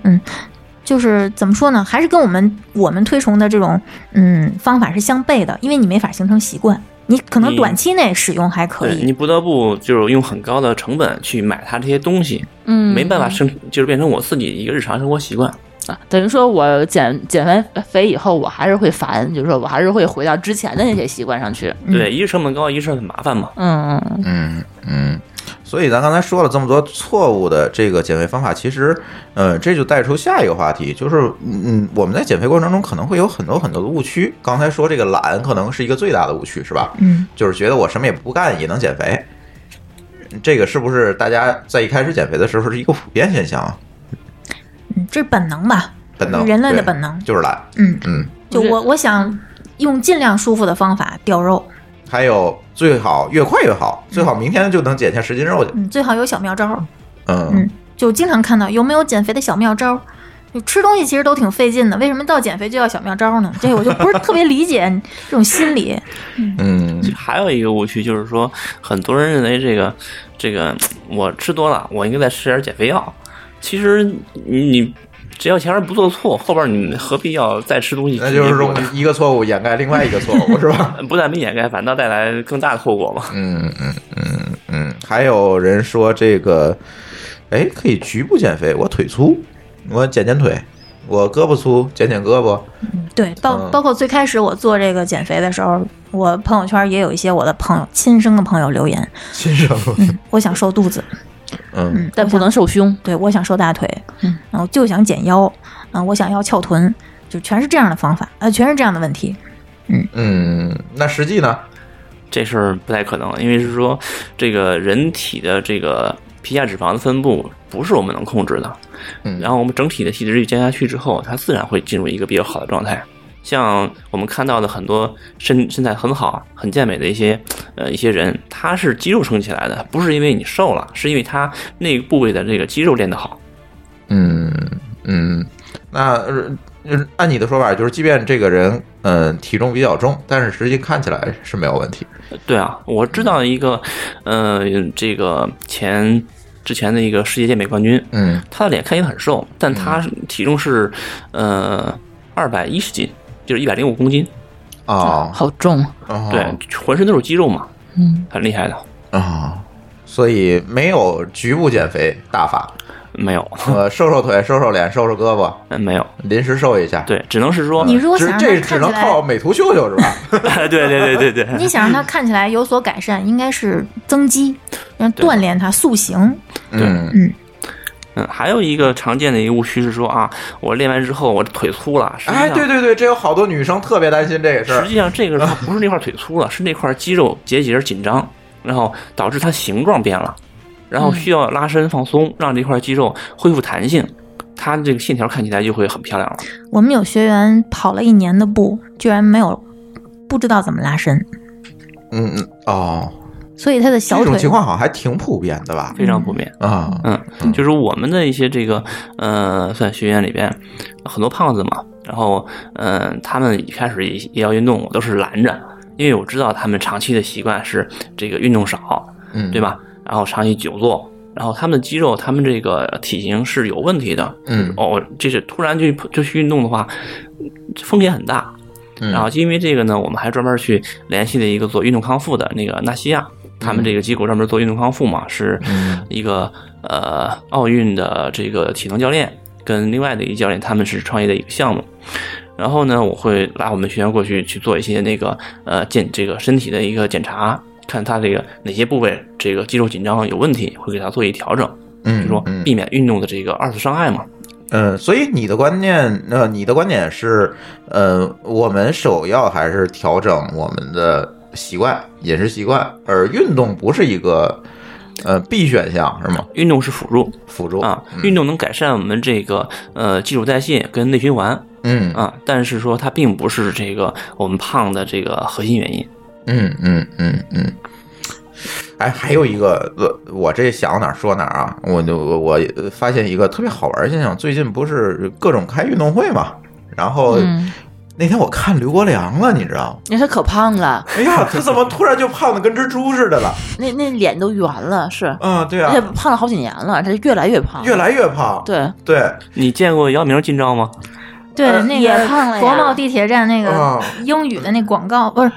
F: 就是怎么说呢，还是跟我们我们推崇的这种嗯方法是相悖的，因为你没法形成习惯，你可能
E: 你
F: 短期内使用还可
E: 对你
F: 以，
E: 不得不就是用很高的成本去买它这些东西，
D: 嗯，
E: 没办法生，就是变成我自己一个日常生活习惯。
D: 啊。等于说我减减完肥以后，我还是会烦，就是说我还是会回到之前的那些习惯上去。
F: 嗯
D: 啊
E: 对，一是成本高，一是成本麻烦嘛。
D: 嗯嗯，嗯
C: 嗯嗯，所以咱刚才说了这么多错误的这个减肥方法，其实，呃，这就带出下一个话题，就是，嗯嗯，我们在减肥过程中可能会有很多很多的误区。刚才说这个懒可能是一个最大的误区，是吧？
F: 嗯，
C: 就是觉得我什么也不干也能减肥，这个是不是大家在一开始减肥的时候是一个普遍现象啊？
F: 嗯这是本能吧？
C: 本能，
F: 人类的
C: 对
F: 本能
C: 就是懒。
F: 嗯，
C: 嗯，
F: 就
D: 不是
F: 我我想用尽量舒服的方法掉肉，
C: 还有最好越快越好，最好明天就能减下十斤肉去。
F: 嗯，最好有小妙招儿，
C: 嗯
F: 嗯，就经常看到有没有减肥的小妙招儿。就吃东西其实都挺费劲的，为什么到减肥就要小妙招儿呢？这我就不是特别理解这种心 理。
C: 嗯
E: 还有一个误区就是说，很多人认为这个这个我吃多了，我应该再吃点减肥药。其实你只要前面不做错，后边你何必要再吃东西？
C: 那就是说一个错误掩盖另外一个错误，是吧？
E: 不但没掩盖，反倒带来更大的后果嘛。
C: 嗯嗯嗯嗯，还有人说这个，哎，可以局部减肥。我腿粗，我减减腿；我胳膊粗，减减胳膊。
F: 对，包
C: 嗯
F: 包括最开始我做这个减肥的时候，我朋友圈也有一些我的朋友亲生的朋友留言，
C: 亲生，
F: 我想瘦肚子，
C: 嗯
F: 嗯，
D: 但不能瘦胸。
F: 对我想瘦大腿，嗯，然后就想减腰，啊，我想要翘臀，就全是这样的方法，呃，全是这样的问题。
C: 嗯，那实际呢？
E: 这事儿不太可能，因为是说这个人体的这个皮下脂肪的分布不是我们能控制的。
C: 嗯
E: 然后我们整体的体脂率降下去之后，它自然会进入一个比较好的状态。像我们看到的很多身身材很好、很健美的一些呃一些人，他是肌肉撑起来的，不是因为你瘦了，是因为他那个部位的这个肌肉练得好。
C: 嗯嗯，那呃呃按你的说法，就是即便这个人嗯、体重比较重，但是实际看起来是没有问题。
E: 对啊，我知道一个，呃，这个前之前的一个世界健美冠军，
C: 嗯
E: 他的脸看起来很瘦，但他是体重是呃二百一十斤，就是一百零五公斤，
C: 哦，
D: 好重，
C: 哦
E: 对，浑身都是肌肉嘛，
D: 嗯，
E: 很厉害的。
C: 啊、所以没有局部减肥大 法，
E: 没有，
C: 呃，瘦瘦腿，瘦瘦脸，瘦瘦胳膊，
E: 嗯没有，
C: 临时瘦一下。
E: 对，只能是说，
F: 你如
C: 啊
F: 果
C: 只
F: 想让
C: 这
F: 它
C: 只
F: 看
C: 能
F: 起
C: 靠
F: 来，
C: 美图秀秀是 吧？
E: 对对对对对，
F: 你想让它看起来有所改善，应该是增肌，让
E: 对
F: 锻炼它塑形。
C: 嗯
E: 嗯，还有一个常见的一个误区是说啊，我练完之后我腿粗了，实际上
C: 哎，对对对，这有好多女生特别担心这个事
E: 实
C: 儿。
E: 际上这个时候不是那块腿粗了，是那块肌肉结节紧张，然后导致它形状变了，然后需要拉伸放松，让这块肌肉恢复弹性，它这个线条看起来就会很漂亮了。
F: 我们有学员跑了一年的步，居然没有不知道怎么拉伸，
C: 嗯嗯哦，
F: 所以他的小
C: 这种
F: 腿
C: 情况好像还挺普遍的吧？
E: 非常普遍。
C: 啊，
E: 嗯，就是我们的一些这个呃，算学员里边很多胖子嘛，然后嗯、呃他们一开始也也要运动，我都是拦着，因为我知道他们长期的习惯是这个运动少，
C: 嗯，
E: 对？吧？然后长期久坐。然后他们的肌肉，他们这个体型是有问题的。
C: 嗯
E: 哦，这是突然就就去运动的话，风险很大。
C: 嗯
E: 然后因为这个呢，我们还专门去联系了一个做运动康复的那个纳西亚，他们这个机构专门做运动康复嘛，是
C: 嗯
E: 一个呃奥运的这个体能教练跟另外的一个教练，他们是创业的一个项目。然后呢，我会拉我们学员过去去做一些那个呃检这个身体的一个检查，看他这个哪些部位这个肌肉紧张有问题，会给他做一调整，就
C: 嗯，
E: 是说
C: 嗯
E: 避免运动的这个二次伤害嘛。
C: 嗯，所以你的观念，呃，你的观点是，呃，我们首要还是调整我们的习惯，饮食习惯，而运动不是一个呃必选项，是吗？
E: 运动是辅助
C: 辅助嗯
E: 啊，运，动能改善我们这个呃基础代谢跟内循环
C: 嗯嗯
E: 啊，但是说它并不是这个我们胖的这个核心原因。
C: 嗯嗯嗯嗯。哎，还有一个，呃，我这想哪儿说哪儿啊！我就我我呃发现一个特别好玩儿现象，最近不是各种开运动会嘛，然后、
D: 嗯，
C: 那天我看刘国梁了，你知道吗？
D: 那他可胖了，
C: 哎呀， 他怎么突然就胖的跟蜘蛛似的了？
D: 那那脸都圆了，是，
C: 嗯，对
D: 而
C: 啊
D: 且，胖了好几年了，他越来越胖，
C: 越来越胖。
D: 对，
C: 对，
E: 你见过姚明进账吗？
F: 对
C: 呃
F: 那
D: 也
F: 个
D: 胖了呀
F: 国贸地铁 站那
C: 啊
F: 个英语的那广告，不是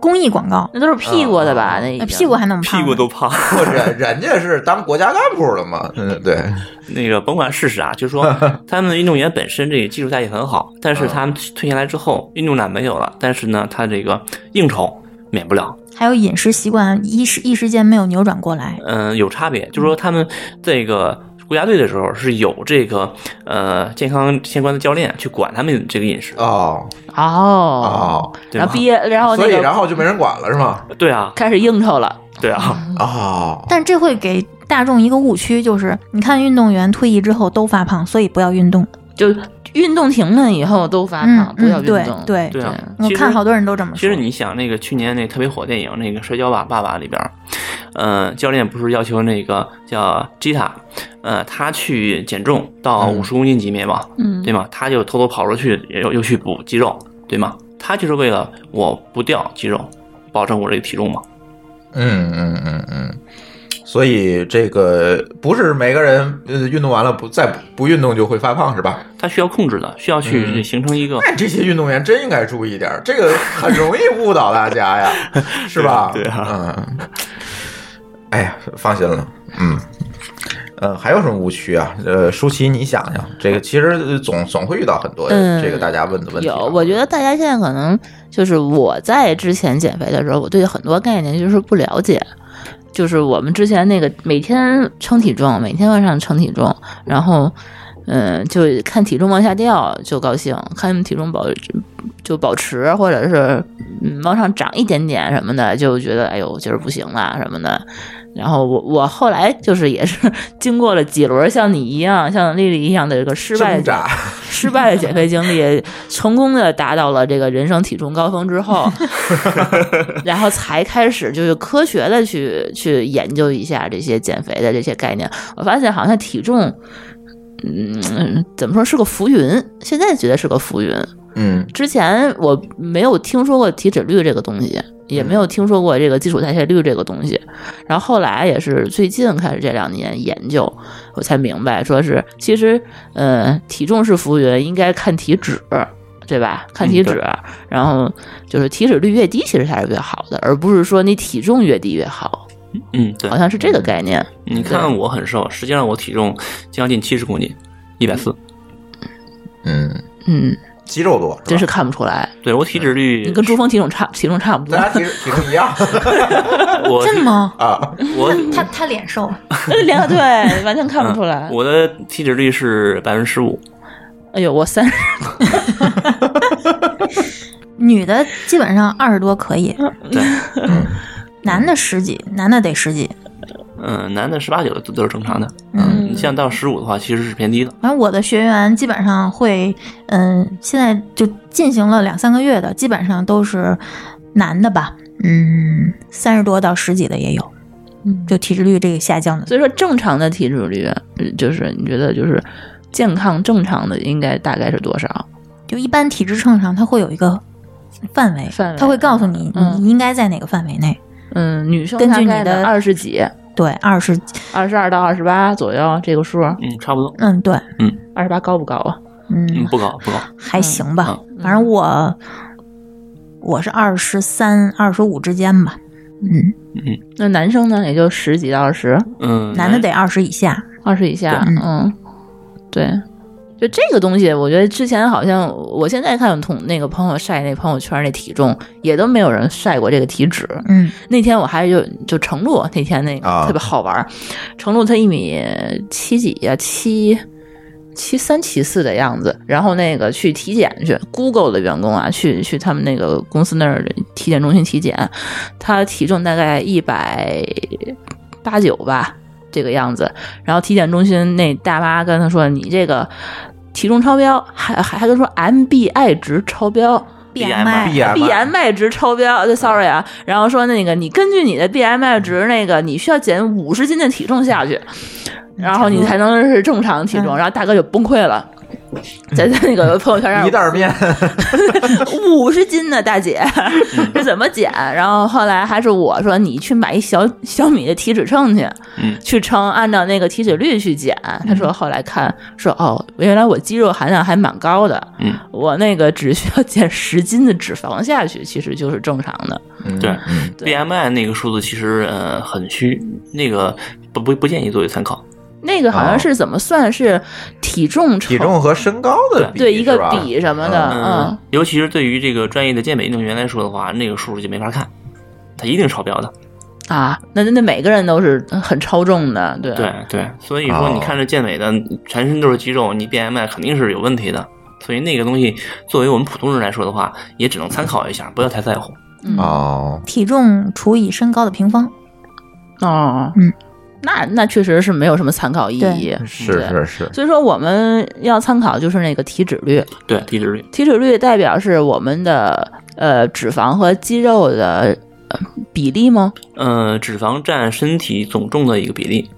F: 公益广告，
D: 那都是屁股
C: 嗯
D: 的吧？那已
F: 那
D: 经
F: 屁股还那么胖
E: 屁
F: 呢，
E: 股都胖。
C: 或者人家是当国家干部了嘛？嗯，对，
E: 那个甭管事实啊，就是说他们的运动员本身这个技术代谢很好，但是他们退下来之后，运动量没有了，但是呢，他这个应酬免不了，
F: 还有饮食习惯一时一时间没有扭转过来。
E: 嗯、有差别。就是说他们这个国家队的时候是有这个呃健康相关的教练去管他们这个饮食，
C: 哦
D: 哦，
C: 哦，
E: 对
D: 然
E: 吧
D: 后？毕业，然后那
C: 所以然
D: 个
C: 后就没人管了是吗？
E: 对啊，
D: 开始应酬了，
E: 对啊，
C: 哦，
F: 但这会给大众一个误区，就是你看运动员退役之后都发胖，所以不要运动。
D: 就运动停了以后都发
F: 嗯
D: 胖，，不要
F: 嗯
D: 运
F: 对
D: 动，
F: 对
E: 对啊。
F: 我
E: 其实
F: 看好多人都这么说。
E: 其实你想，那个去年那特别火电影那个《摔跤吧，爸爸》里边儿，呃，教练不是要求那个叫吉塔，呃，他去减重到
C: 嗯
E: 五十公斤级别嘛，
D: 嗯
E: 对吗？他就偷偷跑出去，又又去补肌肉，对吗？他就是为了我不掉肌肉，保证我这个体重嘛。
C: 嗯嗯嗯嗯，所以这个不是每个人呃运动完了不再不不运动就会发胖是吧？
E: 他需要控制的，需要去
C: 嗯
E: 形成一个，
C: 那这些运动员真应该注意点儿，这个很容易误导大家 呀，是吧？
E: 对啊对
C: 嗯，哎呀，放心了，嗯。呃，还有什么误区啊？呃，舒淇，你想想，这个其实呃总总会遇到很多
D: 嗯
C: 这个大家问的问题啊、
D: 有，我觉得大家现在可能就是我在之前减肥的时候，我对很多概念就是不了解。就是我们之前那个每天称体重，每天晚上称体重，然后，嗯，就看体重往下掉就高兴，看体重保就保持，或者是嗯往上涨一点点什么的，就觉得哎呦今儿不行了什么的。然后我我后来就是也是 经过了几轮像你一样，像丽丽一样的这个失败
C: 挣
D: 的
C: 扎，
D: 失败的减肥经历，成功的达到了这个人生体重高峰之后，然后才开始就是科学的去去研究一下这些减肥的这些概念。我发现好像体重，嗯，怎么说是个浮云，现在觉得是个浮云。
C: 嗯，
D: 之前我没有听说过体脂率这个东西，也没有听说过这个基础代谢率这个东西。然后后来也是最近开始这两年研究，我才明白，说是其实呃体重是浮云，应该看体脂。对吧？看体
E: 嗯对
D: 脂，然后就是体脂率越低，其实才是越好的，而不是说你体重越低越好，
E: 嗯，对
D: 好。像是这个概念。
E: 你看我很瘦，实际上我体重将近七十公斤，一百四。
C: 嗯，
D: 嗯，
C: 肌肉多，
D: 真
C: 是
D: 是
C: 吧
D: 看不出来，
E: 对我体脂率
D: 你，跟朱峰体重差体重差不多
C: 大，家体体重一 样
E: 我嗯
F: 真的吗？
C: 啊，
E: 我
F: 他他脸瘦，
D: 两个对，完全看不出来
E: 嗯。我的体脂率是百分之 十五，
D: 哎呦，我三十，
F: 女的基本上二十多可以，
E: 对，
C: 嗯
F: 男的十几，男的得十几。
E: 嗯，男的十八九的都都是正常的，
F: 嗯
E: 你像到十五的话，其实是偏低的，
F: 反正我的学员基本上会，嗯，现在就进行了两三个月的，基本上都是男的吧，嗯，三十多到十几的也有，
D: 嗯
F: 就体脂率这个下降的。
D: 所以说正常的体脂率，呃就是你觉得就是健康正常的应该大概是多少？
F: 就一般体脂秤上它会有一个范围，
D: 范围
F: 它会告诉你、
D: 嗯
F: 你应该在哪个范围内。
D: 嗯，女生
F: 根据
D: 大概
F: 你的
D: 二十几，
F: 对，二十，
D: 二十二到二十八左右这个数，
E: 嗯，差不多，
F: 嗯，对，
D: 二十八高不高啊？
E: 嗯，
F: 嗯，
E: 不高不高，
F: 还行吧，
D: 嗯
F: 反正我我是二十三、二十五之间吧，嗯，
D: 那男生呢，也就十几到二十，
E: 嗯，
F: 男
D: 哎
F: 的得二十以下，
D: 二十以下，
F: 对
D: 嗯，对。就这个东西，我觉得之前好像，我现在看同那个朋友晒那朋友圈那体重，也都没有人晒过这个体脂。
F: 嗯
D: 那天我还就就程璐那天那个
C: 啊
D: 特别好玩儿，程璐她一米七几呀、七七三七四的样子，然后那个去体检去，Google 的员工啊，去去他们那个公司那儿的体检中心体检，她体重大概一百八九吧这个样子，然后体检中心那大妈跟她说：“你这个体重超标，还还还跟她说 MBI 值超标。”啊
E: BMI
F: 啊
C: BMI
D: BMI 值超标，对，sorry 啊。然后说那个你根据你的 BMI 值，那个你需要减五十斤的体重下去，然后你才能是正常体重。
F: 嗯
D: 然后大哥就崩溃了。在在那个朋友
E: 哎
D: 圈上
C: 一袋面，
D: 五十斤呢，大姐，
C: 嗯
D: 这怎么减？然后后来还是我说你去买一小小米的体脂秤去，
E: 嗯
D: 去称，按照那个体脂率去减。
C: 嗯
D: 他说后来看说哦，原来我肌肉含量还蛮高的，
E: 嗯，
D: 我那个只需要减十斤的脂肪下去，其实就是正常的。
C: 嗯
E: 对
C: 嗯
D: 对
E: BMI 那个数字其实呃很虚，那个不不不建议作为参考，
D: 那个好像是怎么算是体重乘
C: 哦体重和身高的比
D: 对一个
C: 是吧
D: 比什么的，嗯，
E: 尤其是对于这个专业的健美运动员来说的话，那个数就没法看，它一定超标的。
D: 啊，那那每个人都是很超重的，对
E: 对对，所以说
C: 哦
E: 你看这健美的，全身都是肌肉，你 BMI 肯定是有问题的。所以那个东西，作为我们普通人来说的话，也只能参考一下，不要太在乎。
C: 哦，
F: 嗯体重除以身高的平方。
D: 哦，
F: 嗯，
D: 那那确实是没有什么参考意义，嗯
C: 是
D: 对。
C: 是是，
D: 所以说，我们要参考就是那个体脂率，
E: 对，体脂率，
D: 体脂率代表是我们的呃脂肪和肌肉的、呃比例吗？
E: 呃，脂肪占身体总重的一个比例。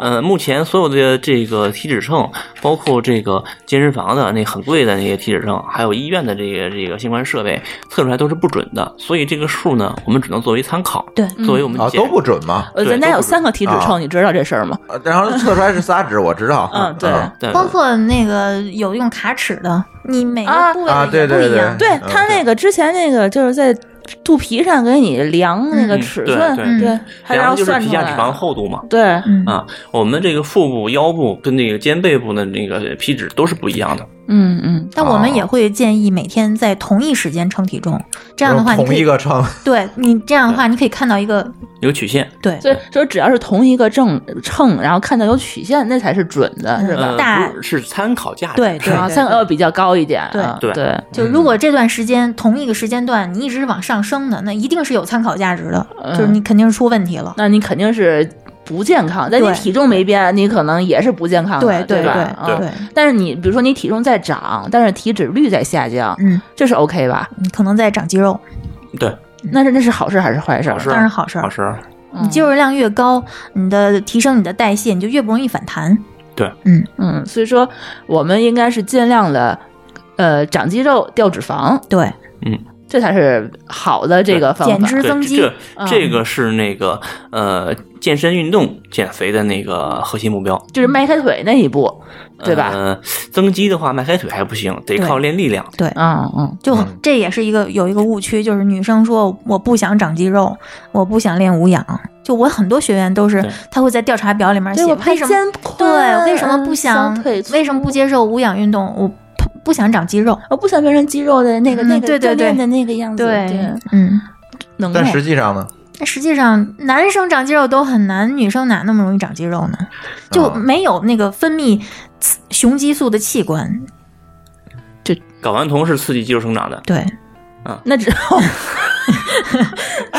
E: 呃，目前所有的这个体脂秤，包括这个健身房的那很贵的那些体脂秤，还有医院的这个这个相关设备，测出来都是不准的。所以这个数呢，我们只能作为参考，
F: 对，
D: 嗯
E: 作为我们
C: 啊
E: 检
C: 都不准吗？
D: 呃，
E: 对
D: 咱家
E: 都
D: 有
E: 不是
D: 三个体脂秤，
C: 啊
D: 你知道这事儿吗？
C: 呃然后测出来是仨指，我知道。
E: 啊
C: 啊
D: 嗯对
E: 对
F: 包括那个有用卡尺的，你每
D: 啊
F: 个部位
C: 啊对
F: 也不
C: 对
F: 一
C: 对
F: 样。
E: 嗯
D: 对他那个之前那个就是在肚皮上给你量那个
E: 嗯
D: 尺
E: 对
D: 寸，
E: 对
D: 对，还
E: 然
D: 要
E: 后就是
D: 算
E: 皮
D: 出
E: 下
D: 来，
E: 脂肪厚度嘛。
D: 对，
F: 嗯
E: 啊，我们这个腹部、腰部跟那个肩背部的那个皮脂都是不一样的。
D: 嗯嗯，
F: 但我们也
C: 哦
F: 会建议每天在同一时间称体重，这样的话你
C: 同
F: 可
C: 一
F: 以嗯
C: 个称，
F: 对你这样的话你可以看到一个
E: 有曲线，
F: 对
D: 所以就是只要是同一个正秤，然后看到有曲线，那才是准的，是吧？
E: 呃，
F: 大
E: 不是是参考价值。
F: 对对
D: 然后
F: 对
D: 三个要比较高一点啊，
E: 对
D: 对，
F: 就如果这段时间同一个时间段你一直是往上升的，那一定是有参考价值的，
D: 嗯
F: 就是你肯定是出问题了。
D: 那你肯定是不健康。但你
F: 对
D: 体重没变，你可能也是不健康的，
F: 对
D: 对
F: 对
D: 吧？
F: 对
D: 嗯
F: 对
D: 但是你比如说你体重在涨，但是体脂率在下降，
F: 嗯，
D: 这是 OK 吧？
F: 你可能在长肌肉，
E: 对，
F: 嗯
D: 那是那是好事还是坏事？啊
E: 好事
F: 当然啊好事
E: 老
F: 儿。
E: 师，
D: 嗯
F: 你肌肉量越高，你的提升你的代谢，你就越不容易反弹。
D: 嗯，所以说我们应该是尽量的，呃，长肌肉掉脂肪，
F: 对，
D: 这才是好的这个方法。
F: 减脂
E: 对
F: 增肌
E: 这
D: 嗯
E: 这个是那个呃健身运动减肥的那个核心目标，
D: 就是迈开腿那一步，对吧？
E: 呃，增肌的话，迈开腿还不行，
F: 对
E: 得靠练力量。
D: 嗯嗯，
F: 就
C: 嗯
F: 这也是一个有一个误区，就是女生说我不想长肌肉，我不想练无氧。就我很多学员都是
E: 对，
F: 他会在调查表里面写为什么对我为什么不
D: 嗯
F: 想为什么不接受无氧运动，我不不想长肌肉。
D: 我哦不想变成肌肉的那个
F: 嗯
D: 那个
F: 对对
D: 锻炼的
F: 对
D: 那个样子，对，
F: 嗯，
D: 能
C: 但
D: 耐
C: 实际上呢，
F: 那实际上男生长肌肉都很难，女生哪那么容易长肌肉呢？就
C: 啊
F: 没有那个分泌雌雄激素的器官。
E: 睾丸酮是刺激肌肉生长的，
F: 对，
D: 那 只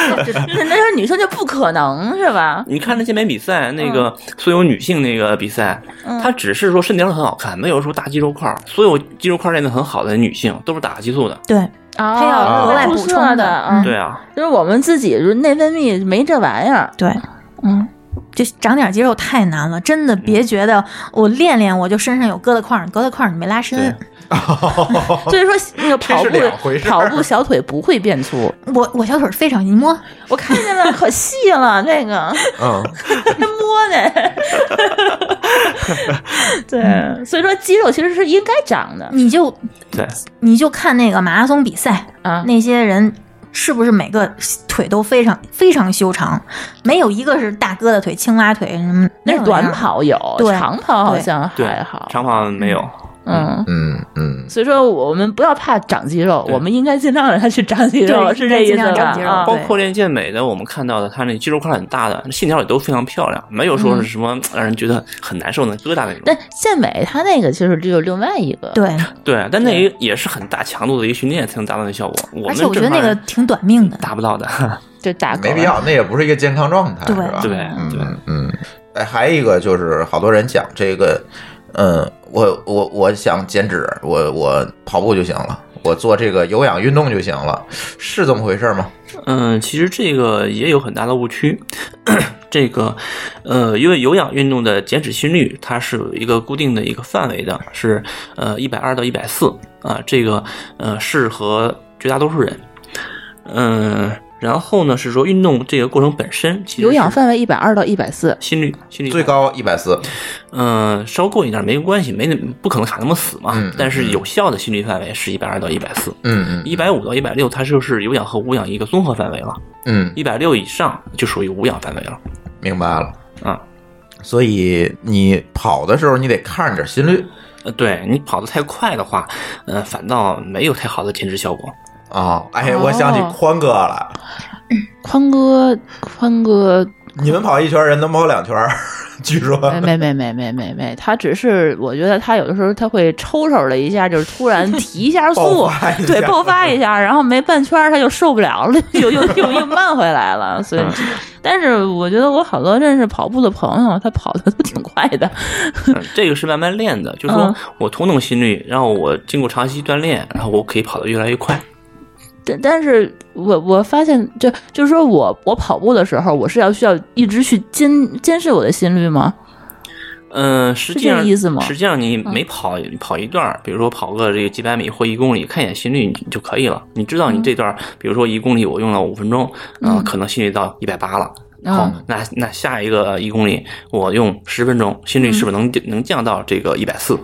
D: 那只那说女生就不可能是吧？
E: 你看那健美比赛，那个所有女性那个比赛，
D: 嗯
E: 她只是说身条很好看，没有说大肌肉块儿。所有肌肉块儿练得很好的女性都是打激素的。
F: 对，
D: 啊
F: 她要
C: 额外
F: 补充的
D: 的，
F: 嗯
D: 啊，
E: 对啊，
D: 就是我们自己就是内分泌没这玩意儿，
F: 对，
D: 嗯，
F: 就长点肌肉太难了，真的别觉得我练练我就身上有疙瘩块儿，疙瘩块儿你没拉伸。
D: 所以说那个跑
C: 这是两回
D: 步
C: 事儿
D: 跑步小腿不会变粗，
F: 我我小腿儿非常，你摸
D: 我看见了，可细了，那个
C: 嗯，
D: 摸呢， 对，所以说肌肉其实是应该长的
F: 你就
E: 对，
F: 你就看那个马拉松比赛，
D: 啊，
F: 那些人是不是每个腿都非常非常修长，没有一个是大疙瘩腿、青蛙腿什么，没
D: 那
F: 有
D: 是
F: 那
D: 短
F: 样的。
D: 跑有，
F: 对
D: 长跑好
F: 对
D: 像
E: 对
D: 还好，
E: 长跑没有。
D: 嗯。
C: 嗯嗯，
D: 所以说，我们不要怕长肌肉，
E: 对
D: 我们应该尽量让他去长肌肉，
F: 对
D: 是这意思
F: 应该尽量
D: 吧
F: 长肌？肉
D: 啊
E: 包
F: 对
E: 括练健美的，我们看到的，她那肌肉块很大的，线条也都非常漂亮，没有说是什么让人觉得很难受的疙瘩那种。
D: 嗯但健美它那个就是只有另外一个，
F: 对，
E: 对，但那也也是很大强度的一个训练才能达到那效果。我
F: 而
E: 们
F: 且我觉得
E: 正
F: 那
E: 常
F: 个
E: 人
F: 挺短命的。
E: 达 不到的。
D: 就打
C: 没必要，那也不是一个健康状态，
F: 对
C: 是吧？
E: 对对，
C: 嗯嗯，哎，还有一个就是好多人讲这个，嗯，我我我想减脂，我我跑步就行了，我做这个有氧运动就行了，是这么回事吗？
E: 嗯，其实这个也有很大的误区。 这个，呃，因为有氧运动的减脂心率，它是有一个固定的一个范围的，是呃一百二到一百四啊，这个呃适合绝大多数人。嗯、然后呢是说运动这个过程本身，其实
D: 有氧
E: 是
D: 范围一百二到一百四，
E: 心率心率
C: 最高一百四，
E: 嗯、稍过一点没关系，没那不可能卡那么死嘛。
C: 嗯嗯
E: 但是
C: 嗯
E: 有效的心率范围是一百二到一百四，
C: 嗯嗯
E: 一百五到一百六，它就是有氧和无氧一个综合范围了。
C: 嗯，
E: 一百六以上就属于无氧范围了。
C: 明白了
E: 啊。
C: 所以你跑的时候，你得看着点心率
E: 呃，对你跑得太快的话，呃，反倒没有太好的减脂效果。
C: 哦，哎，我想起宽哥了，
D: 宽哥，宽哥，
C: 你们跑一圈，人能跑两圈， 据说。
E: 嗯
D: 没没没没没没没，他只是我觉得他有的时候他会抽手了一下，就是突 然提一下速
C: 爆发一下，
D: 对，爆发一下，然后没半圈儿他就受不了了，又又又又慢回来了。所以，
C: 嗯
D: 但是我觉得我好多认识跑步的朋友，他跑的都挺快的。
E: 嗯这个是慢慢练的，就是说
D: 嗯
E: 我同等心率，然后我经过长期锻炼，然后我可以跑得越来越快。
D: 但但是我我发现，就就是说我我跑步的时候，我是要需要一直去监监视我的心率吗？
E: 嗯，实际
D: 是这
E: 上
D: 个意思吗嗯
E: 实际上你每跑、跑一段儿，比如说跑个这个几百米或一公里，看一眼心率你就可以了。你知道你
D: 嗯
E: 这段儿，比如说一公里我用了五分钟，啊、可能心率到一百八了。
D: 嗯
E: 好，那那下一个一公里我用十分钟，心率是不是能、能降到这个一百四，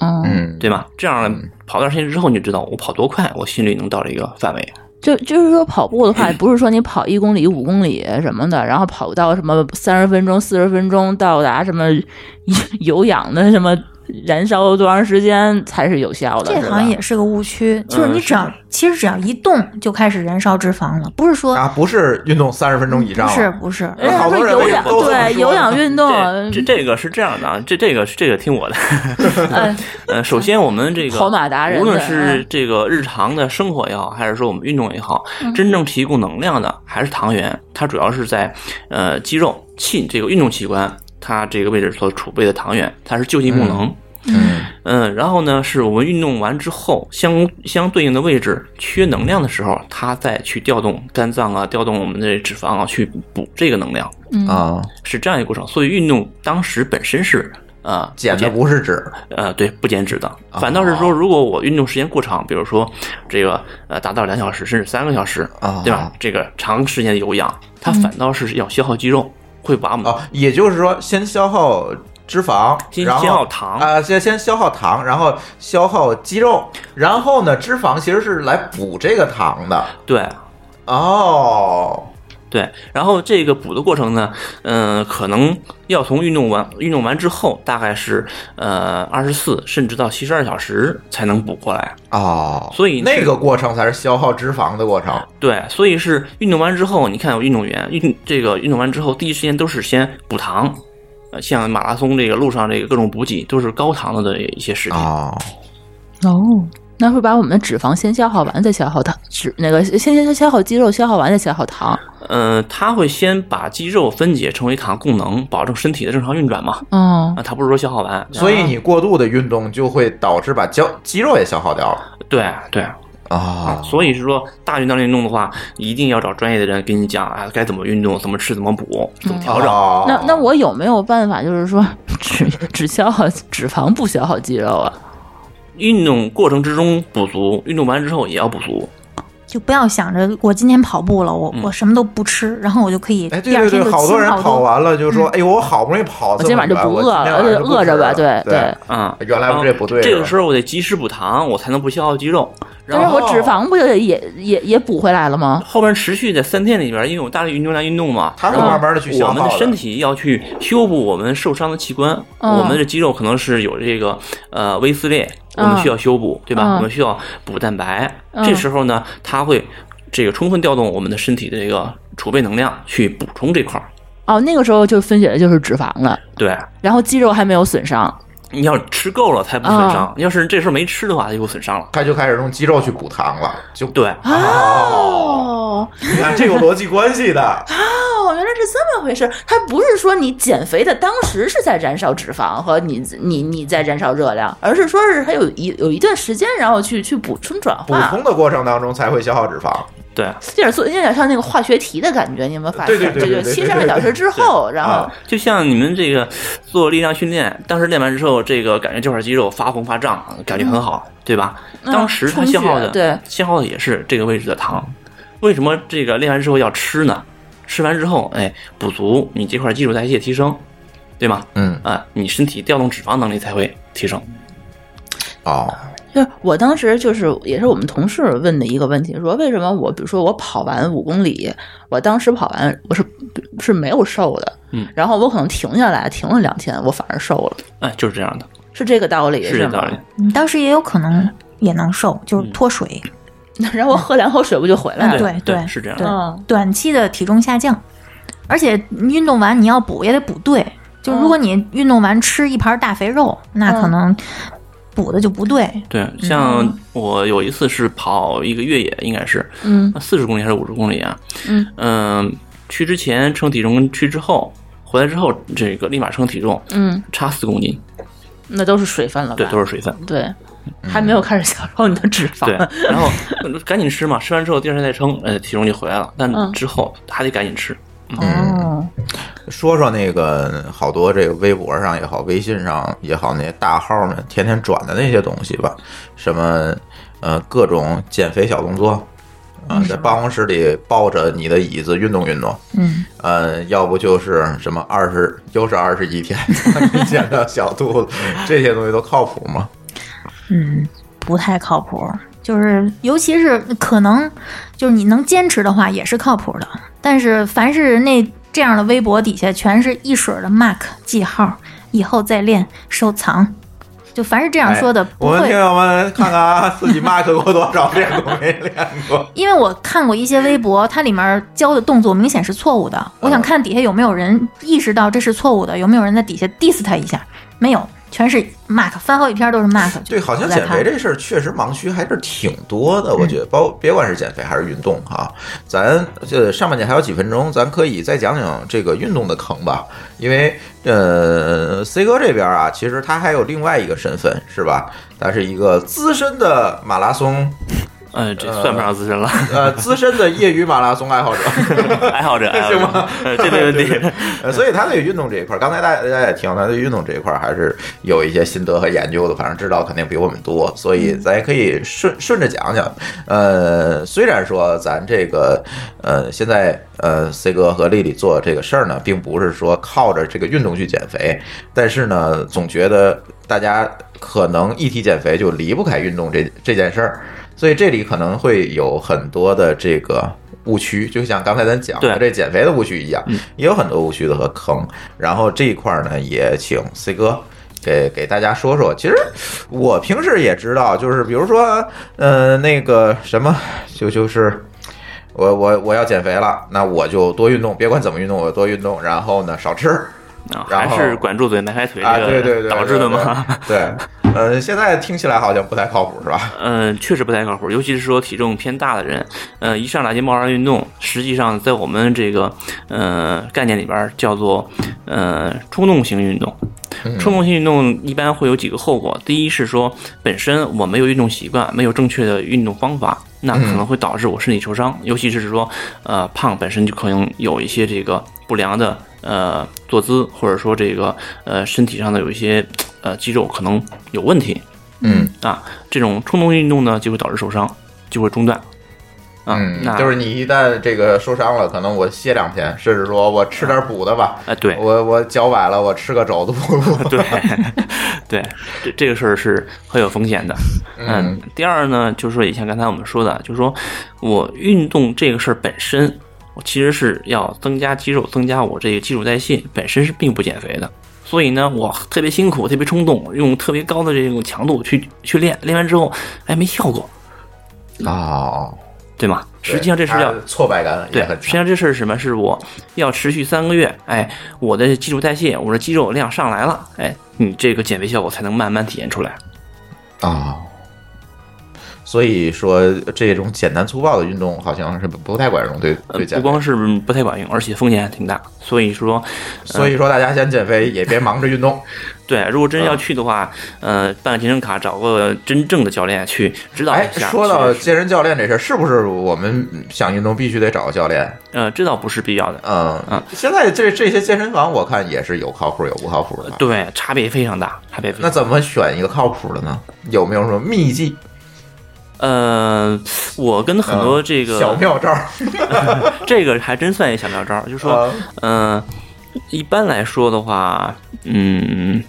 D: 嗯，
C: 嗯，
E: 对吗？这样跑段时间之后，你就知道我跑多快，我心率能到这个范围。
D: 就就是说跑步的话，不是说你跑一公里、五公里什么的，然后跑到什么三十分钟、四十分钟到达什么有氧的什么燃烧多长时间才是有效的？
F: 这
D: 是
F: 好
D: 吧
F: 像也是个误区，就是
E: 嗯
F: 你只要
E: 是
F: 其实只要一动就开始燃烧脂肪了，不是说
C: 啊，不是运动三十分钟以上
F: 不
C: 了，
F: 是不是，
C: 哎好
D: 说
C: 多人
D: 有
C: 也
D: 氧
C: 都这么
D: 对
C: 说
D: 有氧运动，
E: 这这这个是这样的啊，这这个是这个 听我的。
D: 嗯
E: 呃，首先我们这个
D: 跑马达人的
E: 无论是
D: 嗯
E: 这个日常的生活也好，还是说我们运动也好，真正提供能量的还是糖原，它主要是在呃肌肉、气这个运动器官它这个位置所储备的糖原，它是救济功能。
C: 嗯，
E: 嗯，然后呢，是我们运动完之后相相对应的位置缺能量的时候，它再去调动肝脏啊，调动我们的脂肪啊，去补这个能量，
C: 啊，
E: 是这样一个过程。所以运动当时本身是啊、呃、
C: 减的不是脂，
E: 呃，对，不减脂的，反倒是
C: 哦
E: 说，如果我运动时间过长，比如说这个呃达到两小时甚至三个小时
C: 哦，
E: 对吧？这个长时间的有氧，它反倒是要消耗肌肉，会把我们
C: 哦，也就是说先消耗脂肪，
E: 先
C: 然后
E: 消耗糖
C: 啊，先先消耗糖，然后消耗肌肉，然后呢，脂肪其实是来补这个糖的。
E: 对
C: 哦，
E: 对，然后这个补的过程呢，嗯、可能要从运动完运动完之后，大概是呃二十四甚至到七十二小时才能补过来。
C: 哦，
E: 所以
C: 那
E: 是
C: 个过程才是消耗脂肪的过程。
E: 对，所以是运动完之后，你看有运动员运这个运动完之后，第一时间都是先补糖，呃，像马拉松这个路上这个各种补给都是高糖的一些食品。
C: 哦，
D: 哦，那会把我们的脂肪先消耗完，再消耗糖，脂那个先先消耗肌肉，消耗完再消耗糖。
E: 嗯、它会先把肌肉分解成为糖供能，保证身体的正常运转嘛。
D: 嗯
E: 啊，它不是说消耗完，
C: 所以你过度的运动就会导致把胶肌肉也消耗掉了。
E: 对对，
C: 啊
E: 所以是说大运动量运动的话，一定要找专业的人给你讲啊，该怎么运动，怎么吃，怎么补，怎么调整。
C: 哦
D: 那那我有没有办法，就是说 只只消耗脂肪，不消耗肌肉啊？
E: 运动过程之中补足，运动完之后也要补足。
F: 就不要想着我今天跑步了，我
E: 嗯
F: 我什么都不吃，然后我就可以
C: 哎，
F: 第
C: 对
F: 二
C: 对
F: 天就
C: 对，好
F: 轻
C: 多人
F: 好
C: 跑
F: 多。
C: 完了就说：“哎呦，我好不容易跑
D: 嗯我
C: 这
D: 今
C: 么远，
D: 晚就不
C: 我
D: 饿
C: 今天
D: 了，
C: 晚
D: 就
C: 上就不
D: 饿着
C: 吃
D: 吧，
C: 了
D: 对
C: 对。哎
E: 啊、
C: 原来不这不对
E: 这
C: 是
E: 个
C: 吧
E: 时候我得及时补糖，我才能不消耗肌肉。然
D: 但是
E: 后
D: 我脂肪不就也也也补回来了吗？
E: 后边持续在三天里边，因为我大力运动量运动嘛，
C: 它会
D: 嗯
E: 然后
C: 慢慢地去消
E: 我
C: 耗的
E: 们的身体要去修补我们受伤的器官，
D: 嗯
E: 我们的肌肉可能是有这个呃微撕裂，我
D: 嗯
E: 们需要修补，对吧？
D: 嗯
E: 我们需要补蛋白。
D: 嗯
E: 这时候呢，它会这个充分调动我们的身体的这个储备能量去补充这块儿。
D: 哦，那个时候就分解的就是脂肪了，
E: 对，
D: 然后肌肉还没有损伤。
E: 你要吃够了才不损伤，
D: 嗯
E: 要是这时候没吃的话，它就损伤了。
C: 他就开始用肌肉去补糖了，就
E: 对，
C: 哦，
D: 哦
C: 你看这有逻辑关 系的，
D: 哦，原来是这么回事。它不是说你减肥的当时是在燃烧脂肪和你你你在燃烧热量，而是说是它有一有一段时间，然后去去补充转
C: 补
D: 化，
C: 充的过程当中才会消耗脂肪。
E: 对。
D: 有点做有点像那个化学题的感觉，你有没有发现？
C: 对对对对
D: 这
C: 对
D: 就
C: 对
D: 七十
C: 对
D: 二
C: 对
D: 小时之后，然后
C: 啊
E: 就像你们这个做力量训练，当时练完之后，这个感觉这块肌肉发红发胀，感觉很好，对吧？
D: 嗯
E: 当时它
D: 充血
E: 消耗的，
D: 对
E: 消耗的也是这个位置的糖。为什么这个练完之后要吃呢？吃完之后，哎，补足你这块基础代谢提升，对吗？
C: 嗯，
E: 啊，你身体调动脂肪能力才会提升。
C: 哦，
D: 就是我当时就是也是我们同事问的一个问题，说为什么我比如说我跑完五公里，我当时跑完我是是没有瘦的，
E: 嗯，
D: 然后我可能停下来停了两天，我反而瘦了，
E: 哎，就是这样的，
D: 是这个道理
E: 是这
D: 吗
F: 嗯
E: 道理。。
F: 你当时也有可能也能瘦，就是脱水，
D: 然后喝两口水不就回来了？
F: 对
E: 嗯对，是这样的。
D: 嗯，
F: 短期的体重下降，而且你运动完你要补也得补对。就如果你运动完吃一盘大肥肉，那可能补的就不对。
E: 对，
D: 嗯
E: 像我有一次是跑一个越野，应该是，
D: 嗯，
E: 四十公里还是五十公里啊？
D: 嗯
E: 去之前称体重，跟去之后，回来之后，这个立马称体重，
D: 嗯，
E: 差四公斤，
D: 那都是水分了吧？
E: 对，都是水分。
D: 对还没有开始消瘦你的脂肪。
E: 对，然后呃赶紧吃嘛，吃完之后第二天再称，呃，体重就回来了。但
D: 嗯
E: 之后还得赶紧吃，嗯
D: 哦，
C: 说说那个好多这个微博上也好，微信上也好，那些大号们天天转的那些东西吧，什么呃各种减肥小动作啊、在办公室里抱着你的椅子运动运动，
F: 嗯，
C: 呃，要不就是什么二十又是二十一天 减到小肚子，这些东西都靠谱吗？
F: 嗯，不太靠谱。就是，尤其是可能，就是你能坚持的话，也是靠谱的。但是，凡是那这样的微博底下，全是一水儿的 mark 记号，以后再练收藏。就凡是这样说的，
C: 哎
F: 不
C: 我们
F: 会
C: 听友们看看啊，自己 mark 过多少练过没练过？
F: 因为我看过一些微博，它里面教的动作明显是错误的。
C: 嗯
F: 我想看底下有没有人意识到这是错误的，有没有人在底下 diss 他一下？没有，全是 mark，翻好几篇都是 mark 就。
C: 对，好像
F: 不再嗯
C: 减肥
F: 看
C: 这事儿确实盲区还是挺多的，我觉得，包别管是减肥还是运动哈、咱这上半年还有几分钟，咱可以再讲讲这个运动的坑吧，因为呃，C 哥这边啊，其实他还有另外一个身份是吧？他是一个资深的马拉松，
E: 呃，这算不上资深了，
C: 呃，资深的业余马拉松爱好者。
E: 爱好 者，
C: 行吗
E: 呃这 没问题。
C: 呃，所以他对运动这一块儿，刚才大家大家也听，他对运动这一块儿还是有一些心得和研究的，反正知道肯定比我们多，所以咱也可以顺顺着讲讲。呃，虽然说咱这个呃现在呃 C 哥和丽丽做这个事儿呢，并不是说靠着这个运动去减肥，但是呢，总觉得大家可能一提减肥就离不开运动这这件事儿，所以这里可能会有很多的这个。误区就像刚才咱讲的
E: 对
C: 这减肥的误区一样，也有很多误区的和坑。然后这一块儿呢，也请 C 哥给给大家说说。其实我平时也知道，就是比如说，呃，那个什么，就就是。我我我要减肥了，那我就多运动，别管怎么运动，我多运动，然后呢少吃，
E: 啊
C: 然
E: 还
C: 后
E: 是管住嘴迈开腿
C: 啊，对
E: 这
C: 对
E: 个
C: 对，
E: 导致的
C: 吗
E: 嘛。？
C: 对，呃，现在听起来好像不太靠谱，是吧？
E: 嗯，确实不太靠谱，尤其是说体重偏大的人，呃，一上来就贸然运动，实际上在我们这个呃概念里边儿叫做呃冲动型运动。冲动性运动一般会有几个后果，第一是说本身我没有运动习惯，没有正确的运动方法，那可能会导致我身体受伤，尤其是说呃胖本身就可能有一些这个不良的呃坐姿，或者说这个呃身体上的有一些呃肌肉可能有问题。
C: 嗯
E: 啊，这种冲动运动呢，就会导致受伤，就会中断。啊，
C: 嗯，
E: 那
C: 就是你一旦这个受伤了，可能我歇两天，甚至说我吃点补的吧。
E: 哎对
C: 我我脚崴了，我吃个肘子补补。
E: 对对，这这个事儿是很有风险的。 嗯，第二呢，就是说也像刚才我们说的，就是说我运动这个事儿本身，我其实是要增加肌肉，增加我这个基础代谢，本身是并不减肥的。所以呢，我特别辛苦，特别冲动，用特别高的这种强度去去练，练完之后，哎，没效果，
C: 哦，
E: 对吗？
C: 对
E: 实际上这是要
C: 它挫败感也
E: 对
C: 很，
E: 实际上
C: 强。
E: 这事儿是什么？是我要持续三个月，哎，我的基础代谢，我的肌肉量上来了，哎，你这个减肥效果才能慢慢体现出来。
C: 啊。所以说，这种简单粗暴的运动好像是不不太管用，对
E: 呃
C: 对，
E: 不
C: 减肥。
E: 光是不太管用，而且风险还挺大。所以说，
C: 所以说，大家先减肥也别忙着运
E: 嗯
C: 动。
E: 对，如果真
C: 嗯
E: 要去的话，呃，办个健身卡，找个真正的教练去指导
C: 哎
E: 一，下。
C: 说到
E: 其实
C: 健身教练这事儿，是不是我们想运动必须得找个教练？
E: 呃，这倒不是必要的，
C: 嗯
E: 嗯，
C: 现在这这些健身房我看也是有靠谱有不靠谱的。
E: 对，差别非常大，差别非常
C: 啊
E: 大
C: 那怎么选一个靠谱的呢？有没有什么秘籍？
E: 呃，我跟很多这个、
C: 嗯小妙招儿？
E: 这个还真算一小妙招，就是说
C: 啊，
E: 嗯、一般来说的话，嗯，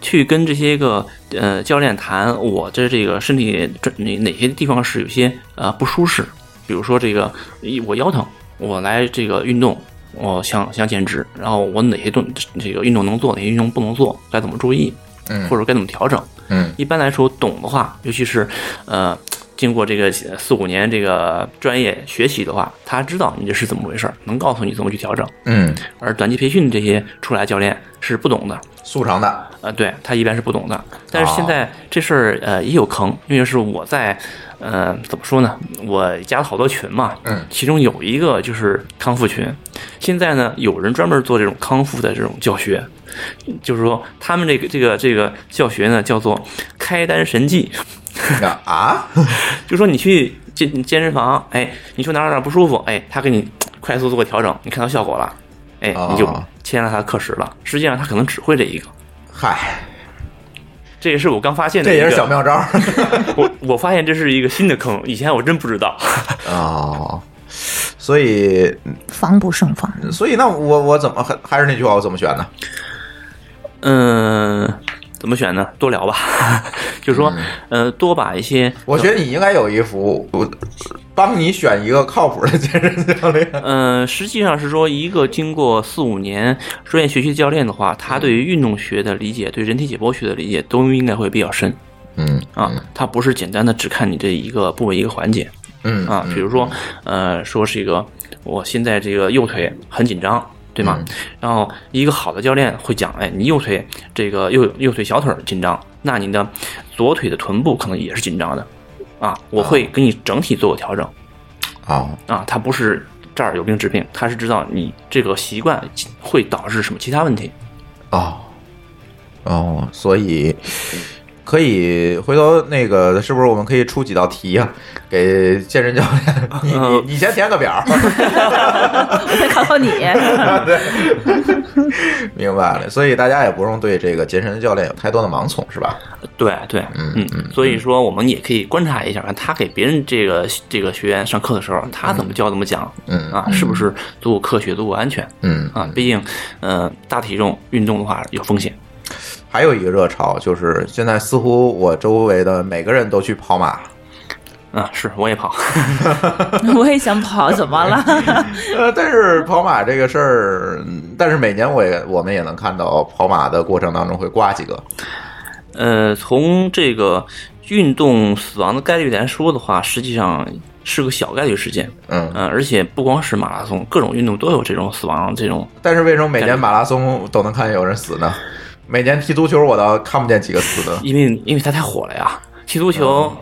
E: 去跟这些个呃教练谈我的这个身体这哪哪些地方是有些呃不舒适，比如说这个一我腰疼，我来这个运动。我想想减脂，然后我哪些动这个运动能做，哪些运动不能做，该怎么注意，
C: 嗯
E: 或者该怎么调整？
C: 嗯
E: 一般来说，懂的话，尤其是呃经过这个四五年这个专业学习的话，他知道你这是怎么回事儿，能告诉你怎么去调整。
C: 嗯，
E: 而短期培训这些出来教练是不懂的，
C: 速成 的，
E: 呃，对他一般是不懂的。但是现在这事儿呃也有坑，因为是我在呃怎么说呢，我加了好多群嘛，
C: 嗯
E: 其中有一个就是康复群，现在呢有人专门做这种康复的这种教学，就是说他们这个这个这个教学呢叫做开单神技，
C: 啊，
E: 就说你去健健身房，哎，你说哪哪哪不舒服，哎，他给你快速做个调整，你看到效果了，哎，
C: 哦
E: 你就签了他的课时了。实际上他可能只会这一个，
C: 嗨，
E: 这也是我刚发现的
C: 这
E: 一个。
C: 也是小妙招 儿
E: 我我发现这是一个新的坑，以前我真不知道。
C: 哦。所以，
F: 防不胜防。
C: 所以那我我怎么还还是那句话，我怎么选呢？
E: 嗯、怎么选呢？多聊吧， 就是说，
C: 嗯
E: 呃，多把一些，
C: 我觉得你应该有一服务，我帮你选一个靠谱的健身教练。
E: 呃，实际上是说，一个经过四五年专业学习的教练的话，
C: 嗯
E: 他对于运动学的理解、对人体解剖学的理解都应该会比较深。
C: 嗯
E: 啊，它不是简单的只看你这一个部位一个环节
C: 嗯
E: 啊，比如说，呃，说是一个我现在这个右腿很紧张，对吗？嗯然后一个好的教练会讲，哎，你右腿这个右右腿小腿儿紧张，那你的左腿的臀部可能也是紧张的，啊，我会给你整体做个调整
C: 哦，
E: 啊，它不是这儿有病治病，它是知道你这个习惯会导致什么其他问题。
C: 哦，哦，所以可以回头那个，是不是我们可以出几道题呀、啊给健身教练，你你你先填个表儿。
D: 我再考考你。
C: 明白了，所以大家也不用对这个健身教练有太多的盲从，是吧？
E: 对对，嗯嗯，所以说我们也可以观察一下，看他给别人这个这个学员上课的时候，他怎么教怎么讲，
C: 嗯
E: 啊，是不是足够科学、足够安全
C: 嗯，
E: 啊？毕竟，呃，大体重运动的话有风险，
C: 还有一个热潮就是现在似乎我周围的每个人都去跑马，
E: 啊，是我 也跑，
D: 我也想跑，怎么了？
C: 呃，但是跑马这个事儿，嗯但是每年我也我们也能看到跑马的过程当中会挂几个，
E: 呃，从这个运动死亡的概率来说的话，实际上是个小概率事件，
C: 嗯，
E: 呃，而且不光是马拉松，各种运动都有这种死亡这种
C: 但是为什么每年马拉松都能看见有人死呢？每年踢足球我倒看不见几个死 的。
E: 因为因为它太火了呀，踢足球，
C: 哦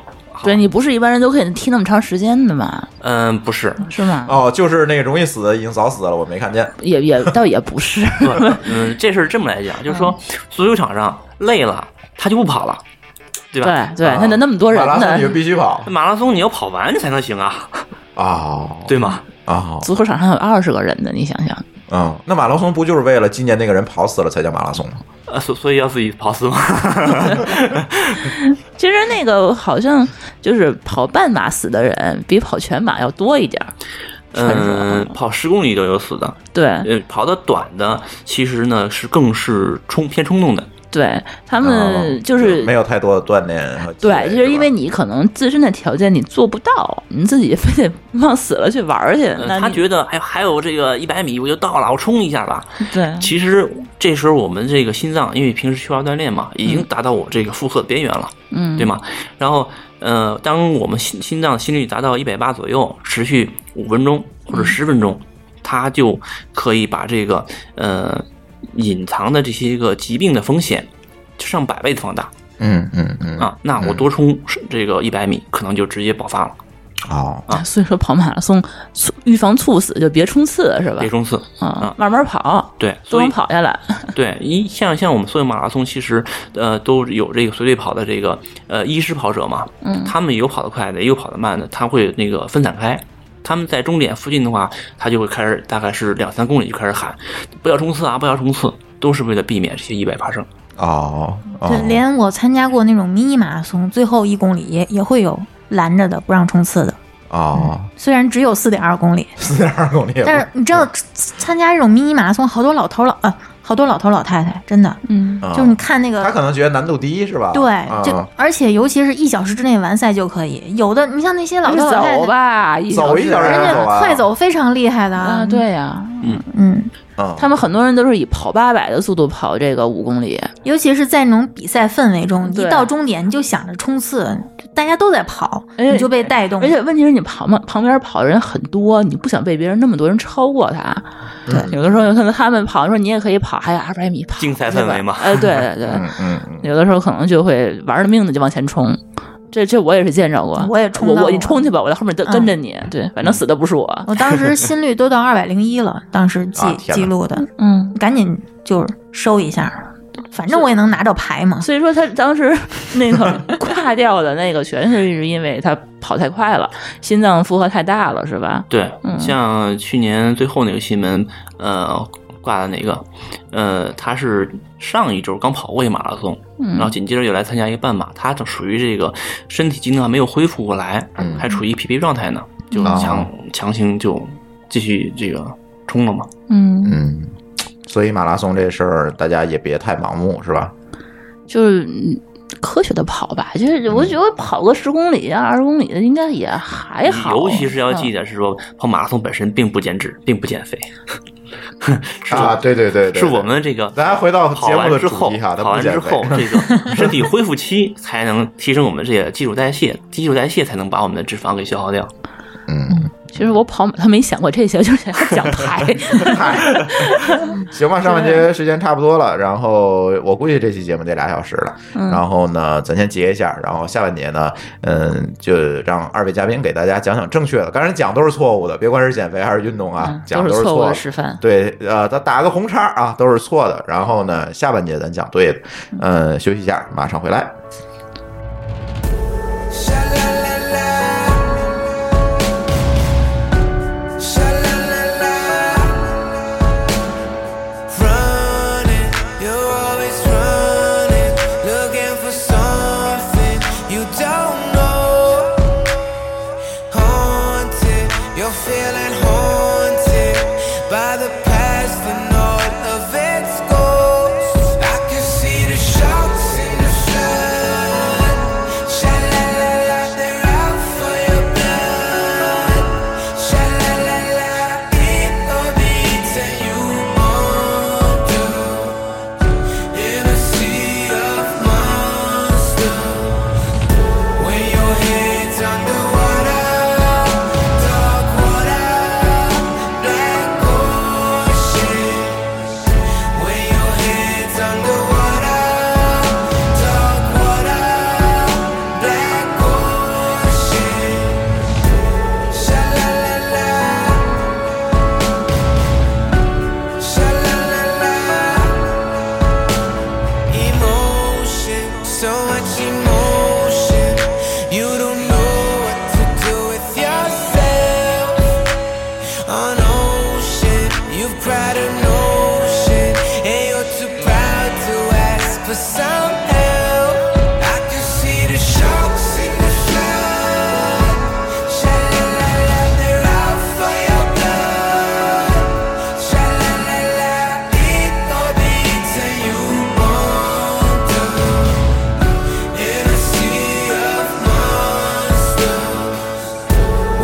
D: 对你不是一般人都可以踢那么长时间的嘛，
E: 嗯、不是，
D: 是吗？
C: 哦，就是那个容易死的已经早死了，我没看见。
D: 也也倒也不 是，
E: 嗯，这事儿这么来讲，就是说足球场上累了，他就不跑了，对吧？
D: 对对，他那那么多人
C: 啊马拉松你就
D: 呢，
C: 必须跑
E: 那马拉松你要跑完你才能行啊，
C: 哦，
E: 对吗？
C: 哦，
D: 足球场上有二十个人呢，你想想，
C: 嗯，那马拉松不就是为了纪念那个人跑死了才叫马拉松吗？
E: 呃，所所以要自己跑死吗？
D: 其实那个好像就是跑半马死的人比跑全马要多一点儿，传说
E: 嗯，跑十公里都有死的，
D: 对
E: 呃，跑的短的其实呢是更是冲偏冲动的，
D: 对，他
C: 哦
D: 们就是
C: 没有太多的锻炼和积累。
D: 对，就是因为你可能自身的条件你做不到，你自己非得往死了去玩儿去。
E: 呃
D: 嗯那
E: 他
D: 你
E: 觉得还还有这个一百米我就到了，我冲一下吧。
D: 对，
E: 其实这时候我们这个心脏，因为平时缺乏锻炼嘛，已经达到我这个负荷的边缘了，
D: 嗯，
E: 对吗？然后，呃，当我们心心脏心率达到一百八左右，持续五分钟或
C: 嗯
E: 者十分钟，它就可以把这个呃隐藏的这些个疾病的风险上百倍的放大
C: 嗯嗯嗯
E: 啊。那我多冲这个一百米，可能就直接爆发了，
C: 哦，
D: 啊所以说跑马拉松，猝预防猝死就别冲刺是吧
E: 别？冲刺。
D: 啊，慢慢跑，
E: 对，
D: 都
E: 所以
D: 能跑下来。
E: 对，一像像我们所有马拉松，其实呃都有这个随队跑的这个呃医师跑者嘛，嗯，他们有跑得快的，也有跑得慢的，他会那个分散开。他们在终点附近的话，他就会开始大概是两三公里就开始喊，不要冲刺啊，不要冲刺，都是为了避免这些意外发生。
C: 哦，哦
F: 对，连我参加过那种迷你马拉松，最后一公里也也会有拦着的，不让冲刺的。
C: 哦，
F: 虽然只有四点二公里，
C: 四点二公里，
F: 但是你知道，参加这种迷你马拉松，好多老头老呃，好多老头老太太，真的，
D: 嗯，
C: 啊
F: 就是你看那
C: 他
F: 个，
C: 可能觉得难度低是吧？啊
F: 对，就而且尤其是一小时之内完赛就可以，有的你像那些老头老太
D: 走
F: 太，
D: 吧，
C: 走一小时
F: 人
C: 就走
F: 家
C: 完
F: 快走非常厉害的
D: 啊，，对呀，
F: 嗯，
C: 嗯
D: 他们很多人都是以跑八百的速度跑这个五公里，
F: 尤其是在那种比赛氛围中，
D: 对
F: 一到终点你就想着冲刺，大家都在跑，
D: 而且
F: 你就被带动。
D: 哎而且问题是你旁边旁边跑的人很多，你不想被别人那么多人超过他。
C: 嗯
D: 有的时候可能他们跑，说你也可以跑，还哎有二百米跑，
E: 竞赛氛 围嘛
D: 对吧哎，对对对，
C: 嗯嗯嗯，
D: 有的时候可能就会玩了命的就往前冲。这这我也是见着过，
F: 我也冲
D: 我
F: 到
D: 我你
F: 过
D: 冲去吧，我在后面跟
F: 嗯
D: 跟着你，对，反正死的不是我，
F: 我当时心率都到二百零一 了，当时记、
C: 啊天哪
F: 记录的，
D: 嗯。
F: 赶紧就是收一下，反正我也能拿着牌嘛。
D: 所以说他当时那个挂掉的那个，全是因为他跑太快了，心脏负荷太大了，是吧？
E: 对，
D: 嗯
E: 像去年最后那个新闻，呃，挂的哪个？呃，他是上一周刚跑过一马拉松，
D: 嗯
E: 然后紧接着又来参加一个半马，他就属于这个身体机能还没有恢复过来，
C: 嗯哦
E: 还处于疲惫状态呢，就强、强行就继续这个冲了嘛。
D: 嗯，
C: 嗯，所以马拉松这事儿大家也别太盲目，是吧？
D: 就是嗯科学的跑吧，就是
E: 嗯
D: 我觉得跑个十公里啊、二十公里的应该也还哎好，嗯
E: 尤其是要记
D: 得，
E: 得是说，跑马拉松本身并不减脂，并不减肥， 是
C: 啊，对对对对，
E: 是我们这个
C: 咱回到
E: 跑
C: 节目
E: 完
C: 的
E: 之
C: 主
E: 后，
C: 题哈，它
E: 跑
C: 不
E: 完
C: 减
E: 之
C: 肥
E: 后，这 个身体恢复期才能提升我们这些基础代谢，基础代谢才能把我们的脂肪给消耗掉。
C: 嗯，
D: 其实我跑马他没想过这些，就是想要 奖牌。
C: 嗨，行吧，上半节时间差不多了，然后我估计这期节目得俩小时了，然后呢，咱先结一下，然后下半节呢，嗯，就让二位嘉宾给大家讲讲正确的，刚才讲都是错误的，别管是减肥还是运动啊，
D: 嗯
C: 讲
D: 都
C: 的
D: 是
C: 是
D: 错误
C: 错
D: 的
C: 的。
D: 示范。
C: 对，呃，咱打个红叉啊，都是错的。然后呢，下半节咱讲对的。嗯，休息一下，马上回来。
G: Running, you're always running, looking for something you don't know. Haunted, you're feeling haunted by the past and all of its ghosts. I can see the sharks in the flood. Sha la la la, they're out for your blood. Sha la la la, it will be till you wander in a sea of monsters. When your head's underwater, dark water, black ocean. When your head's underwater, dark water, black ocean. Sha la la la, sha la la la emotion, so much emotion. You don't know what to do with yourself. An ocean, you've cried an ocean, and you're too proud to ask for some help. I can see the sharks in the flood. Sha la la la, they're out for your blood. Sha la la la, it all beats and you wander in a sea of monsters.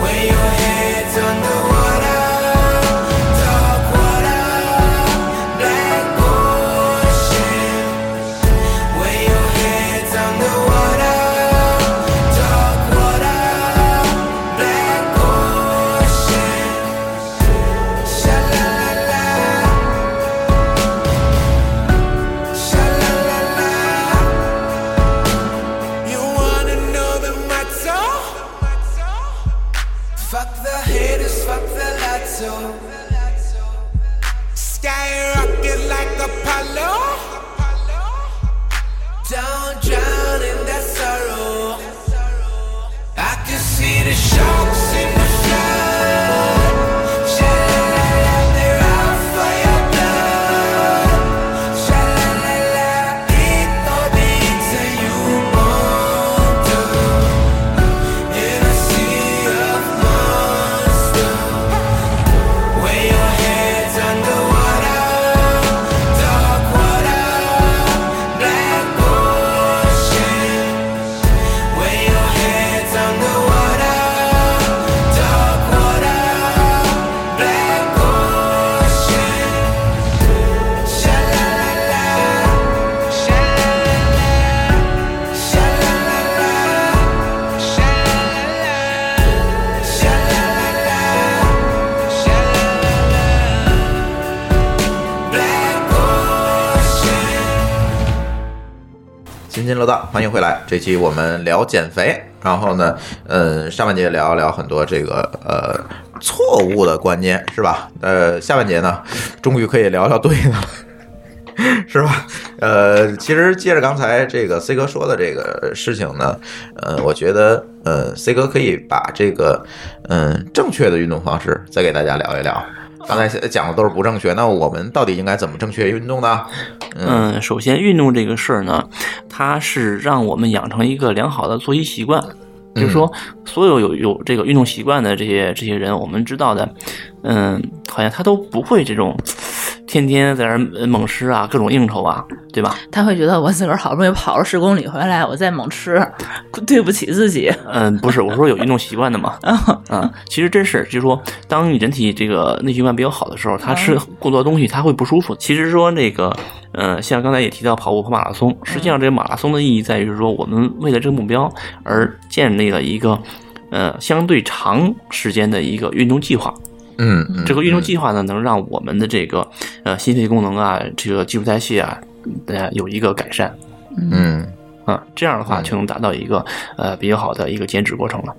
G: When your head's underwater, dark water, black ocean. When your head's underwater, dark water, black ocean. Sha la la la, sha la la la. You wanna know the motto? Fuck the haters, fuck the lotto. Skyrocket like Apollo. Don't drown in that sorrow. I can see the sharks in the flood. Sha la la la, they're out for your blood. Sha la la la, it all beats and you wander in a sea of monsters. When your head's underwater, dark water.
C: 津津乐道，欢迎回来。这期我们聊减肥，然后呢，呃，上半节聊一聊很多这个呃错误的观念，是吧？呃，下半节呢，终于可以聊聊对的了。 是吧？呃，其实接着刚才这个 C 哥说的这个事情呢，呃，我觉得呃，C 哥可以把这个嗯、正确的运动方式再给大家聊一聊。刚才讲的都是不正确，那我们到底应该怎么正确运动呢？
E: 嗯，首先运动这个事儿呢，它是让我们养成一个良好的作息习惯。
C: 嗯
E: 就是说，所有有有这个运动习惯的这些这些人，我们知道的，嗯，好像他都不会这种天天在那儿猛吃啊，各种应酬啊，对吧？
D: 他会觉得我自个儿好不容易跑了十公里回来，我再猛吃，对不起自己。
E: 嗯，不是，我说有运动习惯的嘛。啊，其实真是，就是说，当你人体这个内循环比较好的时候，它吃过多东西，它会不舒服。其实说那个，呃，像刚才也提到跑步和马拉松，实际上这个马拉松的意义在于是说，我们为了这个目标而建立了一个，呃，相对长时间的一个运动计划。
C: 嗯，嗯
E: 这个运动计划呢，能让我们的这个呃心肺功能啊，这个基础代谢啊，呃有一个改善
C: 嗯
E: 啊，这样的话
C: 嗯
E: 就能达到一个呃比较好的一个减脂过程了。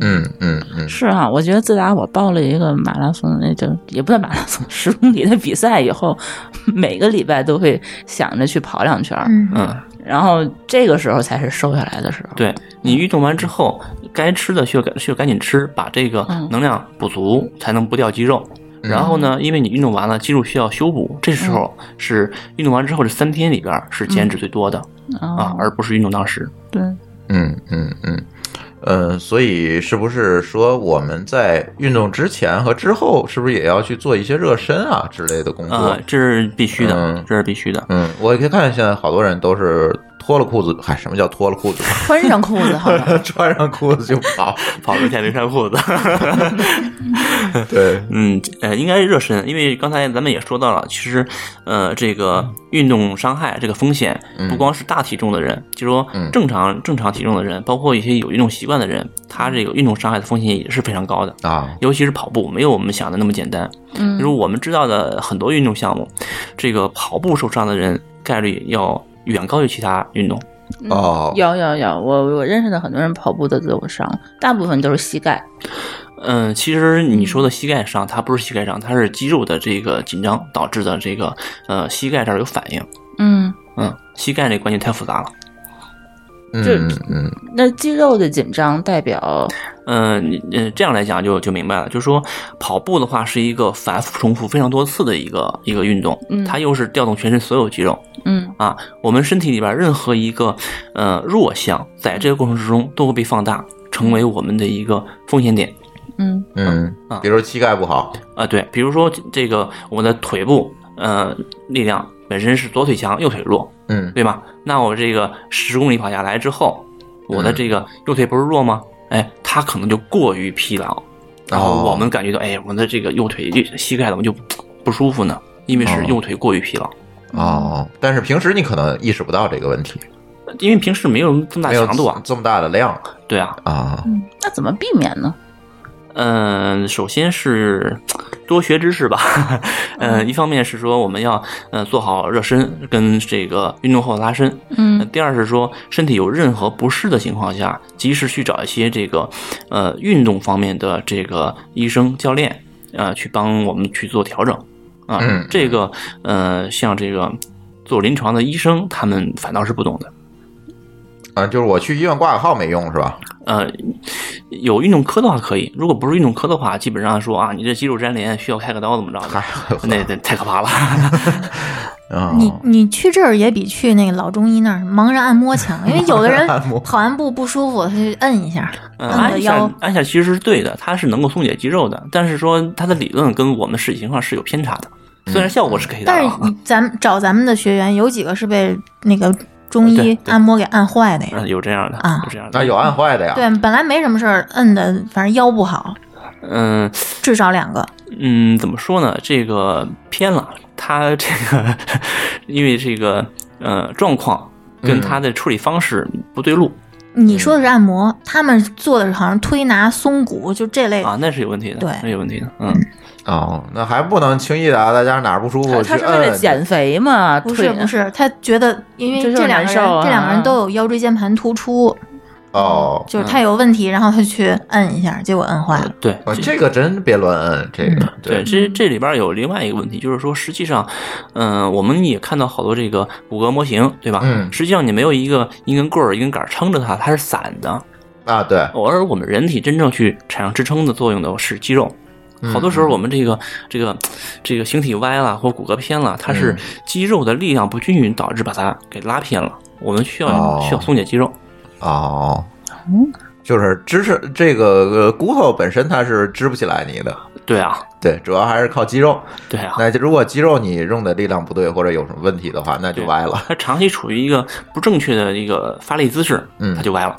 C: 嗯嗯嗯，
D: 是啊，我觉得自打我报了一个马拉松，那就也不算马拉松，十公里的比赛以后，每个礼拜都会想着去跑两圈儿，
F: 嗯
E: 嗯，
D: 然后这个时候才是瘦下来的时候。
E: 对你运动完之后，该吃的需要赶需要赶紧吃，把这个
D: 嗯
E: 能量补足，才能不掉肌肉。然后呢，因为你运动完了，肌肉需要修补，这时候是运动完之后这三天里边儿是减脂最多的啊
D: 啊，
E: 而不是运动当时。
D: 对，
C: 嗯嗯嗯，呃，所以是不是说我们在运动之前和之后，是不是也要去做一些热身啊之类的工作？
E: 啊，这是必须的
C: 嗯，
E: 这是必须的。
C: 嗯，我可以看现在好多人都是脱了裤子，嗨，什么叫脱了裤 子？
F: 穿上裤子好了。
C: 穿上裤子就跑。
E: 跑了一下没穿裤子。
C: 对，
E: 嗯，呃，应该热身，因为刚才咱们也说到了，其实，呃，这个运动伤害这个风险，不光是大体重的人，就说
C: 嗯
E: 正常正常体重的人，包括一些有运动习惯的人，他这个运动伤害的风险也是非常高的。
C: 啊，
E: 尤其是跑步，没有我们想的那么简单。
D: 嗯
E: 就是我们知道的很多运动项目，这个跑步受伤的人概率要远高于其他运动。
C: 哦，
D: 有有有，我我认识的很多人跑步都自我伤，大部分都是膝盖。
E: 嗯，其实你说的膝盖伤，它不是膝盖伤，它是肌肉的这个紧张导致的这个呃膝盖这儿有反应。
D: 嗯，
E: 嗯，膝盖这关节太复杂了。
D: 这
C: 嗯嗯
D: 那肌肉的紧张代表，
E: 嗯，你呃，这样来讲就就明白了，就是说跑步的话是一个反复重复非常多次的一个一个运动，
D: 嗯
E: 它又是调动全身所有肌肉
D: 嗯
E: 啊。我们身体里边任何一个呃弱项，在这个过程之中都会被放大，成为我们的一个风险点
D: 嗯
C: 嗯
E: 啊
C: 比如膝盖不好，
E: 啊。对，比如说这个我们的腿部呃力量本身是左腿强右腿弱，
C: 嗯
E: 对吧？那我这个十公里跑下来之后，我的这个右腿不是弱吗？哎，它可能就过于疲劳，然
C: 哦
E: 后我们感觉到，哎，我的这个右腿膝盖怎么就不舒服呢？因为是
C: 哦
E: 右腿过于疲劳，
C: 哦，但是平时你可能意识不到这个问题，
E: 因为平时没有这么大
C: 没有
E: 强度啊。
C: 这么大的量
E: 对啊，
C: 啊，
D: 那怎么避免呢？
E: 嗯、首先是多学知识吧。 嗯、一方面是说我们要呃做好热身跟这个运动后的拉伸，那
D: 嗯
E: 第二是说，身体有任何不适的情况下，及时去找一些这个呃运动方面的这个医生、教练啊、呃去帮我们去做调整啊。
C: 嗯
E: 这个呃，像这个做临床的医生，他们反倒是不懂的。
C: 啊，就是我去医院挂个号没用是吧？
E: 呃，有运动科的话可以，如果不是运动科的话，基本上说啊，你这肌肉粘连需要开个刀怎么着的
C: 嗨，，
E: 那那太可怕了。
C: 啊，
F: 你你去这儿也比去那个老中医那儿盲人按摩强，因为有的人
C: 盲人按摩
F: 跑完步不舒服，他就摁一下，
E: 嗯，
F: 摁你
E: 按
F: 的
E: 一下
F: 腰。
E: 按一下其实是对的，它是能够松解肌肉的，但是说它的理论跟我们实际情况是有偏差的。虽然效果是可以达
F: 但
E: 到
F: 是
E: 啊，
F: 你咱们找咱们的学员，有几个是被那个中
E: 哦对
F: 医
E: 对
F: 按摩给按坏的呀？
E: 嗯，有这样的
F: 啊
E: 有这样的
C: 那有按坏的呀，
F: 对，本来没什么事儿，摁的反正腰不好，
E: 嗯
F: 至少两个。
E: 嗯，怎么说呢？这个偏了，它这个 因为这个呃状况跟它的处理方式不对路、
F: 你说
E: 嗯
F: 的是按摩，他们做的是好像推拿、松骨，就这类的。
E: 啊，那是有问题的，
F: 对
E: 那是有问题的，嗯，
C: 哦，那还不能轻易的啊，大家哪儿不舒服
D: 他
C: 去
D: 他是为了
C: 摁。
D: 减肥嘛？啊
F: 不是
D: 退
F: 不，是，他觉得因为
D: 这就是
F: 这两个
D: 难
F: 人、
D: 受啊
F: 这两个人都有腰椎间盘突出，
C: 哦，
F: 就是他有问题，然后他去摁一下，结果摁坏了。
E: 嗯对，
C: 哦，
D: 嗯
C: 这个真别乱摁，这个
E: 嗯对，这这里边有另外一个问题，就是说，实际上，嗯、我们也看到好多这个骨骼模型，对吧？
C: 嗯
E: 实际上你没有一个一根棍儿、一根杆儿撑着它，它是散的。
C: 啊，对，
E: 而我们人体真正去产生支撑的作用的是肌肉。
C: 嗯
E: 好多时候，我们这个这个这个形体歪了或骨骼偏了，它是
C: 嗯
E: 肌肉的力量不均匀导致把它给拉偏了。我们需要、
C: 哦
E: 需要松解肌肉，
C: 哦，就是支撑这个呃骨头本身它是支不起来你的，
E: 对啊，
C: 对，主要还是靠肌肉。
E: 对啊。
C: 那如果肌肉你用的力量不对或者有什么问题的话，那就
E: 对
C: 歪了。
E: 它长期处于一个不正确的一个发力姿势，
C: 嗯
E: 它就歪了。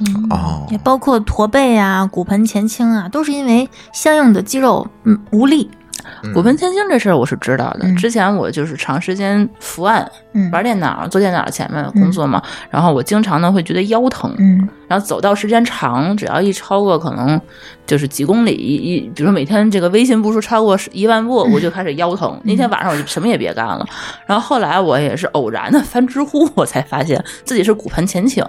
D: 嗯
C: 哦
F: 嗯也包括驼背啊、骨盆前倾啊，都是因为相应的肌肉嗯无力。
C: 嗯
D: 骨盆前倾这事儿我是知道的。
F: 嗯
D: 之前我就是长时间伏案
F: 嗯，
D: 玩电脑，坐电脑前面工作嘛，然后我经常呢会觉得腰疼，
F: 嗯
D: 然后走道时间长，只要一超过可能就是几公里，一一比如说每天这个微信步数超过10一万步，我就开始腰疼。那天晚上我就什么也别干了。然后后来我也是偶然的翻知乎，我才发现自己是骨盆前倾。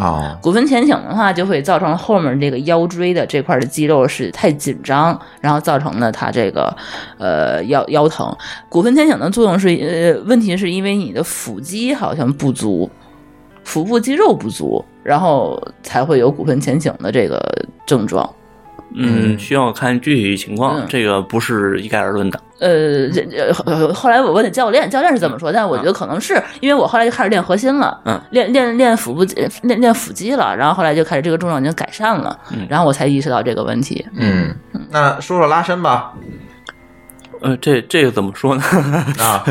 C: 哦，
D: 骨盆前倾的话，就会造成后面这个腰椎的这块的肌肉是太紧张，然后造成了它这个呃腰腰疼。骨盆前倾的作用是呃，问题是因为你的腹肌好像不足，腹部肌肉不足，然后才会有骨盆前倾的这个症状。
E: 嗯，
C: 嗯
E: 需要看具体情况，
D: 嗯
E: 这个不是一概而论的。
D: 呃，这这后后来我问的教练，教练是怎么说？但我觉得可能是因为我后来就开始练核心了，
E: 嗯，
D: 练练练腹部肌，练练腹肌了，然后后来就开始这个症状已经改善了，
E: 嗯
D: 然后我才意识到这个问题。
C: 嗯，那说说拉伸吧。
E: 呃，这这个怎么说呢？
C: 啊，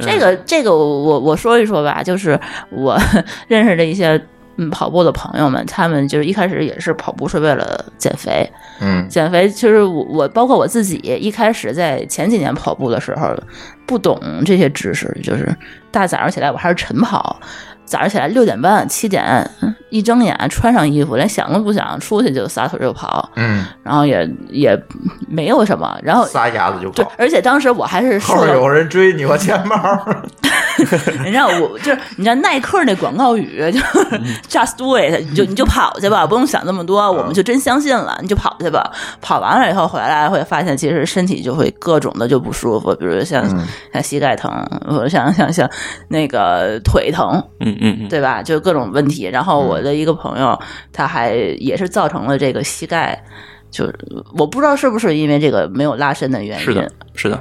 D: 这个这个我我我说一说吧，就是我 认识的一些嗯跑步的朋友们，他们就是一开始也是跑步是为了减肥，
C: 嗯
D: 减肥其实我我包括我自己，一开始在前几年跑步的时候，不懂这些知识，就是大早上起来我还是晨跑，早上起来六点半七点一睁眼穿上衣服，连想都不想出去就撒腿就跑，
C: 嗯，
D: 然后也也没有什么，然后
C: 撒丫子就
D: 哦对
C: 跑，，哎
D: 而且当时我还 是
C: 后
D: 瘦
C: 面
D: 的
C: 有，人追你，我钱包。
D: 你知道我就是你知道耐克那广告语就是
E: 嗯
D: just do it，你就你就跑去吧，不用想那么多，
E: 嗯
D: 我们就真相信了，你就跑去吧。跑完了以后回来会发现，其实身体就会各种的就不舒服，比如像、
E: 嗯
D: 像膝盖疼，或者像像像那个腿疼，
E: 嗯嗯嗯，
D: 对吧？就各种问题。然后我的一个朋友，他还也是造成了这个膝盖。就是我不知道是不是因为这个没有拉伸的原因，
E: 是的，是的，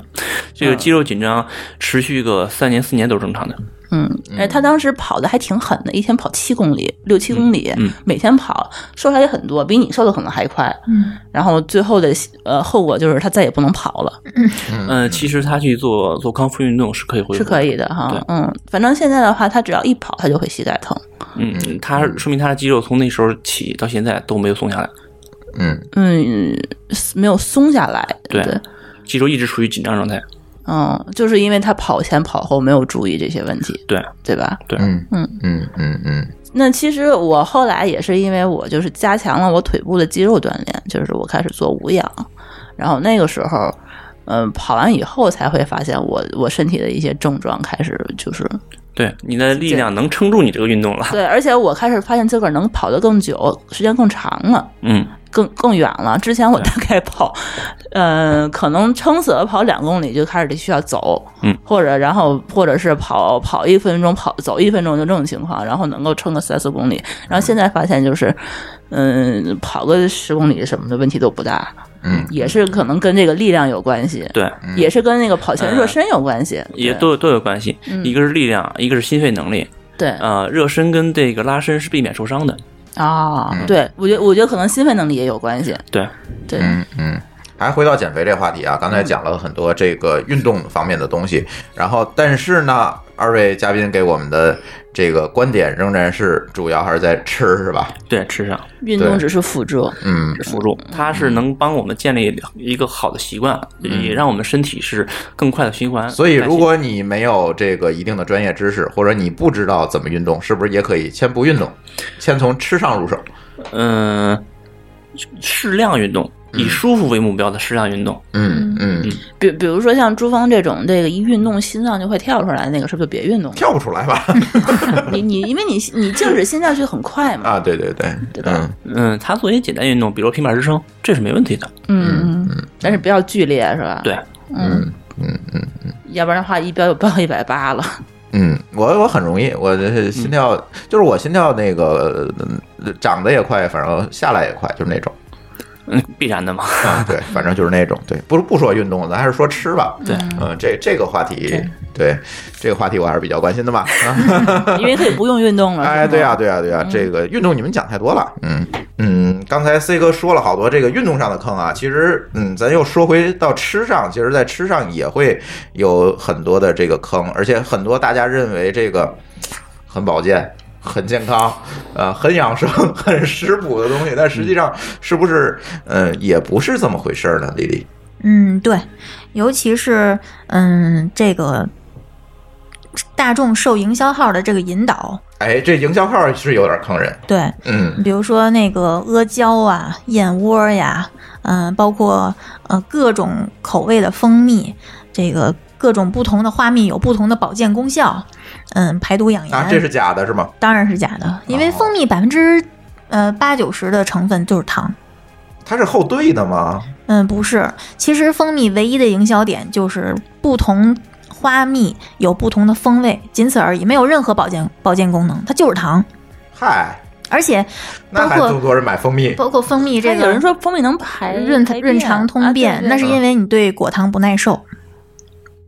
E: 这个肌肉紧张持续个三年四年都是正常的。
D: 嗯，哎，他当时跑的还挺狠的，一天跑七公里，六七公里，
E: 嗯
D: 每天跑，瘦下来也很多，比你瘦的可能还快。
F: 嗯，
D: 然后最后的呃后果就是他再也不能跑了，
E: 嗯，其实他去做做康复运动是可以恢复，
D: 是可以的哈
E: 对。
D: 嗯，反正现在的话，他只要一跑，他就会膝盖疼。
E: 嗯，他说明他的肌肉从那时候起到现在都没有松下来，
C: 嗯，
D: 嗯，没有松下来。
E: 对肌肉一直处于紧张状态。
D: 嗯，就是因为他跑前跑后没有注意这些问题，
E: 对，
D: 对吧？
E: 对，
C: 嗯嗯嗯嗯嗯，
D: 那其实我后来也是因为我就是加强了我腿部的肌肉锻炼，就是我开始做无氧，然后那个时候，嗯，跑完以后才会发现我我身体的一些症状开始就是
E: 对，你的力量能撑住你这个运动了。
D: 对，而且我开始发现自个儿能跑得更久，时间更长了。
E: 嗯，
D: 更更远了。之前我大概跑，呃，可能撑死了跑两公里就开始得需要走，
E: 嗯，
D: 或者然后或者是跑跑一分钟跑走一分钟就这种情况，然后能够撑个三四公里。然后现在发现就是，嗯、跑个十公里什么的问题都不大，
C: 嗯，
D: 也是可能跟这个力量有关系，
E: 对，
D: 也是跟那个跑前热身有关系，
E: 也
D: 嗯对嗯
E: 都有都有关系，一个是力量，一个是心肺能力。
D: 对
E: 呃，热身跟这个拉伸是避免受伤的。
D: 啊，对我觉得我觉得可能心肺能力也有关系，
E: 对，
D: 对，
C: 嗯嗯，还回到减肥这话题啊，刚才讲了很多这个运动方面的东西，然后但是呢，二位嘉宾给我们的这个观点仍然是主要还是在吃是吧？
E: 对，吃上
D: 运
C: 对
D: 动只是辅助，
C: 嗯
E: 辅助，它是能帮我们建立一个好的习惯，也让我们身体是更快的循环代
C: 嗯
E: 谢。
C: 所以，如果你没有这个一定的专业知识，或者你不知道怎么运动，是不是也可以先不运动，先从吃上入手？
E: 嗯、适量运动，以舒服为目标的适量运动。
C: 嗯嗯，
D: 比比如说像朱峰这种，这个一运动心脏就会跳出来，那个是不是就别运动 了？
C: 跳不出来吧？
D: 你你因为你你静止心跳就很快嘛。
C: 啊，对对对，
D: 对吧
C: 嗯，
E: 嗯，他做一些简单运动，比如平板支撑，这是没问题的。
D: 嗯，嗯，但是不要剧烈是吧？
E: 对，
C: 啊
D: 嗯
C: 嗯
D: 嗯嗯，要不然的话一标就标一百八了。
C: 嗯，我我很容易，我这心跳、就是我心跳那个呃涨得也快，反正下来也快，就是那种。
E: 嗯，必然的嘛。
C: 啊，对，反正就是那种。对，不不说运动，咱还是说吃吧。
E: 对
C: 嗯，这这个话题，对这个话题我还是比较关心的吧。啊
D: 因为可以不用运动了。是
C: 哎，
D: 吗
C: 对呀、，对呀、对呀、这个运动你们讲太多了。嗯嗯，刚才 C 哥说了好多这个运动上的坑啊，其实嗯，咱又说回到吃上，其实在吃上也会有很多的这个坑，而且很多大家认为这个很保健。很健康，呃，很养生、 很食补的东西，但实际上是不是，呃，也不是这么回事儿呢？丽丽，
F: 嗯，对，尤其是嗯这个大众受营销号的这个引导，
C: 哎，这营销号是有点坑人，
F: 对，
C: 嗯
F: 比如说那个阿胶啊、燕窝呀，嗯、包括呃各种口味的蜂蜜，这个各种不同的花蜜有不同的保健功效，嗯，排毒养颜，
C: 啊，这是哦假的是吗？
F: 当然是假的，因为蜂蜜百分之呃八九十的成分就是糖。
C: 它是后兑的吗？
F: 嗯，不是，其实蜂蜜唯一的营销点就是不同花蜜有不同的风味，仅此而已，没有任何保健保健功能，它就是糖。
C: 嗨，
F: 而且
C: 那
F: 包
C: 还这么
F: 括
C: 多人买蜂蜜，
F: 包括蜂蜜这
D: 但
F: 个，
D: 哎有人说蜂蜜能排
F: 润
D: 排
F: 润肠通便，
D: 啊对对
F: 那是因为你对果糖不耐受，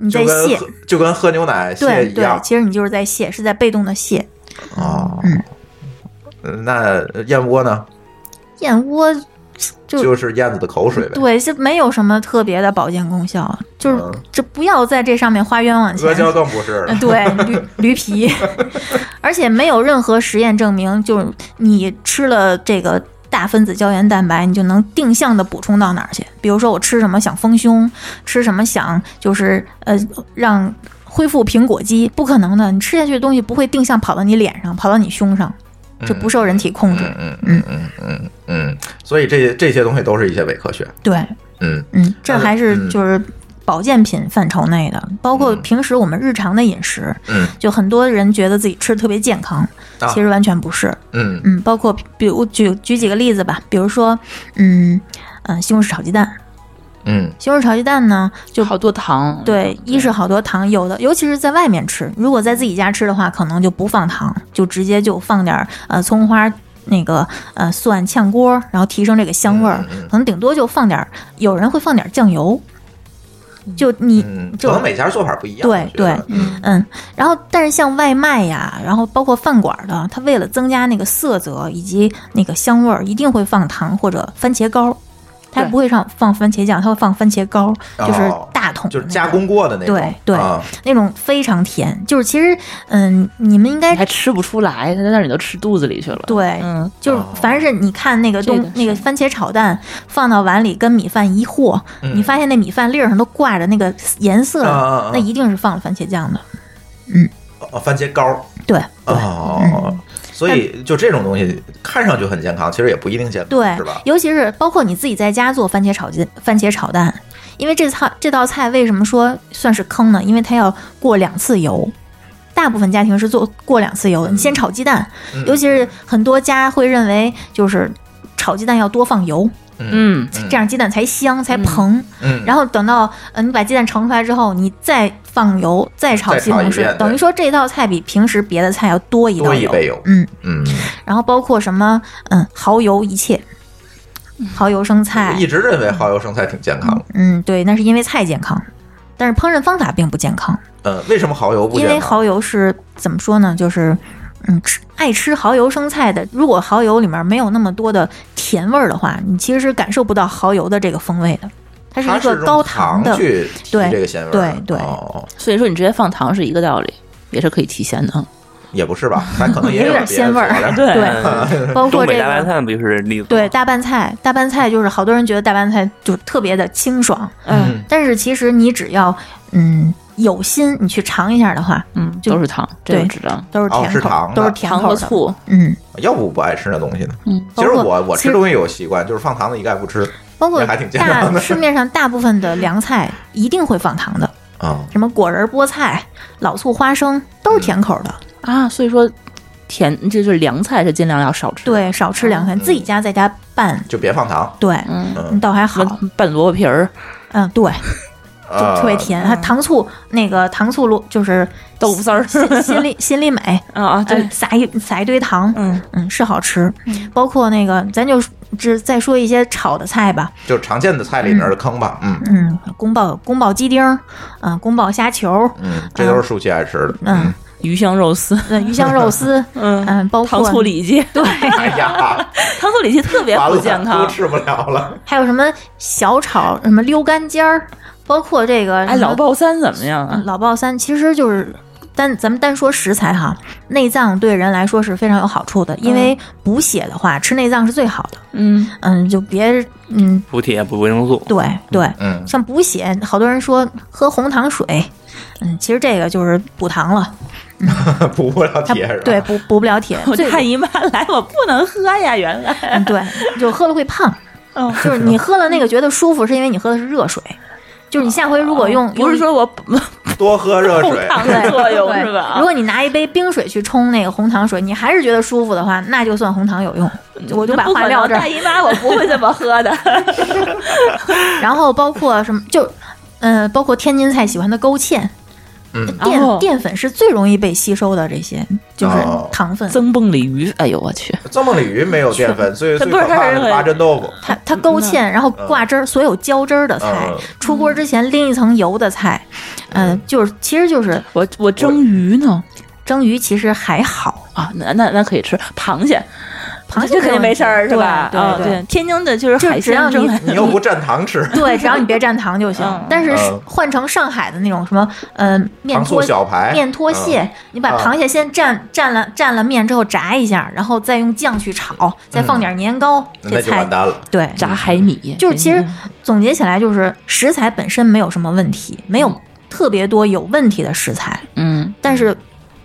F: 你在
C: 就跟
F: 泻。
C: 喝就跟喝牛奶泻
F: 对
C: 一
F: 对
C: 样，
F: 其实嗯你就是在泻，是在被动的泻。
C: 哦。呃那燕窝呢？
F: 燕窝就
C: 就是燕子的口水呗。
F: 对，就没有什么特别的保健功效，就是
C: 嗯
F: 这不要在这上面花冤枉
C: 阿
F: 钱。
C: 胶更不是了
F: 嗯，对，驴驴皮， 而且没有任何实验证明，就是你吃了这个大分子胶原蛋白，你就能定向的补充到哪儿去。比如说，我吃什么想丰胸，吃什么想就是呃让恢复苹果肌，不可能的。你吃下去的东西不会定向跑到你脸上，跑到你胸上，这不受人体控制。
C: 嗯嗯嗯嗯嗯，所以这这些东西都是一些伪科学。
F: 对，
C: 嗯
F: 嗯，这
C: 那
F: 还是
C: 嗯
F: 就是保健品范畴内的，包括
C: 嗯
F: 平时我们日常的饮食，
C: 嗯
F: 就很多人觉得自己吃的特别健康，
C: 啊
F: 其实完全不是。
C: 嗯
F: 嗯，包括比如举举几个例子吧，比如说，嗯嗯、呃西红柿炒鸡蛋，
C: 嗯
F: 西红柿炒鸡蛋呢，就
D: 好多糖。
F: 对，一是好多糖，有的尤其是在外面吃，如果在自己家吃的话，可能就不放糖，就直接就放点儿呃葱花。那个呃蒜炝锅，然后提升这个香味儿，
C: 嗯嗯嗯
F: 可能顶多就放点儿，有人会放点儿酱油，就你、
C: 嗯，
F: 就
C: 可能每家做法不一样。
F: 对
C: 我觉得
F: 对
C: 嗯
F: 嗯，然后但是像外卖呀，然后包括饭馆的，它为了增加那个色泽以及那个香味儿，一定会放糖或者番茄膏，它
D: 对
F: 不会上放番茄酱，它会放番茄膏，就是
C: 哦
F: 大桶的
C: 就是
F: 那
C: 加
F: 种
C: 工过的那种。
F: 对对
C: 啊
F: 那种非常甜，就是其实嗯，你们应
D: 你
F: 该
D: 还吃不出来，但是你都吃肚子里去了。，
F: 对。
D: 嗯，
F: 就是
C: 哦，
F: 凡是你看那个
D: 这
F: 东、
D: 个
F: 那个
D: 是
F: 番茄炒蛋放到碗里跟米饭一和，
C: 嗯
F: 你发现那米饭粒儿上都挂着那个颜色，
C: 啊啊啊
F: 那一定是放了番茄酱的。
C: 哦番茄膏。
F: 对，对，嗯
C: 哦，所以就这种东西看上去很健康，其实也不一定健康，
F: 对
C: 是吧，？
F: 尤其是包括你自己在家做番茄炒鸡、番茄炒蛋，因为这菜这道菜为什么说算是坑呢？因为它要过两次油。大部分家庭是做过两次油的，你先炒鸡蛋，
C: 嗯
F: 尤其是很多家会认为就是炒鸡蛋要多放油，
D: 嗯，
F: 这样鸡蛋才香才蓬。
C: 嗯，
F: 然后等到呃你把鸡蛋盛出来之后，你再放油，再炒
C: 再
F: 西
C: 炒一
F: 红柿
C: 遍，
F: 等于
C: 对
F: 说这道菜比平时别的菜要多一道
C: 多一倍油。
F: 嗯，
C: 嗯，
F: 然后包括什么嗯蚝油一切，蚝油生菜
C: 我一，直认为蚝油生菜挺健康的。
F: 嗯，对，那是因为菜健康，但是烹饪方法并不健康，
C: 嗯，为什么蚝油不
F: 因
C: 健
F: 为
C: 康？
F: 蚝油是怎么说呢？就是，嗯，吃爱吃蚝油生菜的，如果蚝油里面没有那么多的甜味儿的话，你其实是感受不到蚝油的这个风味的。它是
C: 它
F: 一
C: 是
F: 个
C: 用
F: 高
C: 糖
F: 的，
C: 去提
F: 对
C: 这个鲜味儿
F: 对
C: 的
F: 对
C: 哦，
D: 所以说你直接放糖是一个道理，也是可以提鲜的。
C: 也不是 吧？它可能也
F: 有
C: 有
F: 点
C: 别
F: 鲜
C: 的
F: 味儿
C: 佐料
D: 对
E: 嗯
F: 包括
E: 东
F: 这
E: 北大白
F: 个
E: 菜不就是例子？
F: 对，大拌菜，大拌菜就是好多人觉得大拌菜就特别的清爽，
D: 嗯
F: 但是其实你只要嗯有心，你去尝一下的话，
D: 嗯，
F: 就
D: 都是糖，这
F: 对
D: 个知道。
F: 都是
C: 哦
F: 甜
C: 是
F: 口
C: 糖
F: 儿，
C: 的
F: 都是甜
D: 糖
F: 口
D: 和
F: 儿的，
D: 醋，
F: 嗯。
C: 要不不爱吃那东西呢。
D: 嗯
C: 其实
F: 包括
C: 我我
F: 其
C: 吃
F: 实
C: 东西有习惯，就是放糖的一概不吃。
F: 包括
C: 那还挺健康
F: 大
C: 的
F: 市面上大部分的凉菜一定会放糖的，
C: 啊，
F: 什么果仁、菠菜、老醋、花生都是甜口的。
C: 嗯
D: 啊，所以说甜这就是凉菜是尽量要少吃，，
F: 对，少吃
D: 哦
F: 凉菜，自己家在家拌，
C: 就别放糖，
F: 对，
C: 嗯
F: 倒还好
D: 什。么拌萝卜皮儿、
F: 嗯，对，就
C: 啊，
F: 特别甜。它糖醋那个糖醋卤就是
D: 嗯豆腐丝儿
F: 心心里心里美，
D: 啊啊，对
F: 呃，撒一撒一堆糖，
D: 嗯
F: 嗯，是好吃。包括那个，咱就只再说一些炒的菜吧，
C: 就常见的菜里面的坑吧，嗯
F: 嗯，宫爆宫爆鸡丁，嗯、宫爆虾球，
C: 嗯，这都是舒淇爱吃的，
F: 嗯，
D: 鱼香肉丝，
F: 呃鱼香肉丝，
D: 嗯
F: 嗯，包括
D: 糖醋里脊，
F: 对，
C: 哎呀，
D: 糖醋里脊特别
C: 完
D: 不
C: 了，
D: 健
C: 都
D: 康。
C: 吃不了了，
F: 还有什么小炒什么溜干尖儿，包括这个
D: 哎，
F: 什么
D: 老爆三怎么样啊
F: 嗯？老爆三其实就是单咱们单说食材哈，内脏对人来说是非常有好处的，因为补血的话，吃内脏是最好的。
D: 嗯，
F: 嗯，就别嗯，
E: 补铁啊补维生素，
F: 对对，
C: 嗯
F: 像补血，好多人说喝红糖水，嗯，其实这个就是补糖了，
C: 补不了
F: 它
C: 铁是吧？
F: 对补补 不了铁，
D: 我
F: 最
D: 大姨妈来，我不能喝呀，原来。
F: 嗯 对，就喝了会胖。
D: 哦
F: 就是你喝了那个觉得舒服，是因为你喝的是热水。就是你下回如果用，
D: 哦不是
F: 用
D: 说我
F: 啊
C: 多喝热
D: 控
C: 水，
D: 糖
F: 对
D: 的作用
F: 对
D: 是吧？啊
F: 如果你拿一杯冰水去冲那个红糖水，你还是觉得舒服的话，那就算红糖有用。我就把
D: 嗯不可
F: 话
D: 能
F: 撂这儿
D: 大。姨妈，我不会这么喝 的。
F: 然后包括什么，就嗯、呃包括天津菜喜欢的勾芡，
C: 嗯
F: 淀
D: 哦
F: 淀粉是最容易被吸收的，这些就是
C: 哦
F: 糖分。
D: 增蹦鲤鱼，哎呦我去！
C: 蒸蹦鲤鱼没有淀 粉，最
D: 它
C: 最
D: 不是
C: 可
D: 它
C: 怕
D: 是
C: 的
D: 很
C: 是八珍豆腐，
F: 它它勾芡，然后挂汁儿，所有浇汁儿的菜
C: 嗯，
F: 出锅之前拎一层油的菜，嗯，就是其实就是
D: 我我蒸鱼呢
F: 蒸鱼，其实还好，
D: 啊，那那那可以吃螃蟹，
F: 螃蟹
D: 这肯定没事儿是吧？
F: 对
D: 啊
F: 对
D: 对，天津的就是
F: 就
D: 海
F: 只要
D: 鲜蒸
F: 你，
C: 你又不蘸糖吃，
F: 对，只要你别蘸糖就行
D: 嗯。
F: 但是是
C: 嗯
F: 换成上海的那种什么，呃，面
C: 糖醋
F: 拖
C: 小排，
F: 面拖蟹，你把
C: 嗯
F: 螃蟹先蘸蘸了蘸了面之后炸一下，然后再用酱去炒，再放点年糕，
C: 嗯，
F: 这
C: 那就
F: 菜
C: 完蛋了。
F: 对。
D: 炸嗯海米，
F: 就是其实总结起来，就是食材本身没有什么问题，没
C: 嗯
F: 有特别多有问题的食材，
D: 嗯，
F: 但是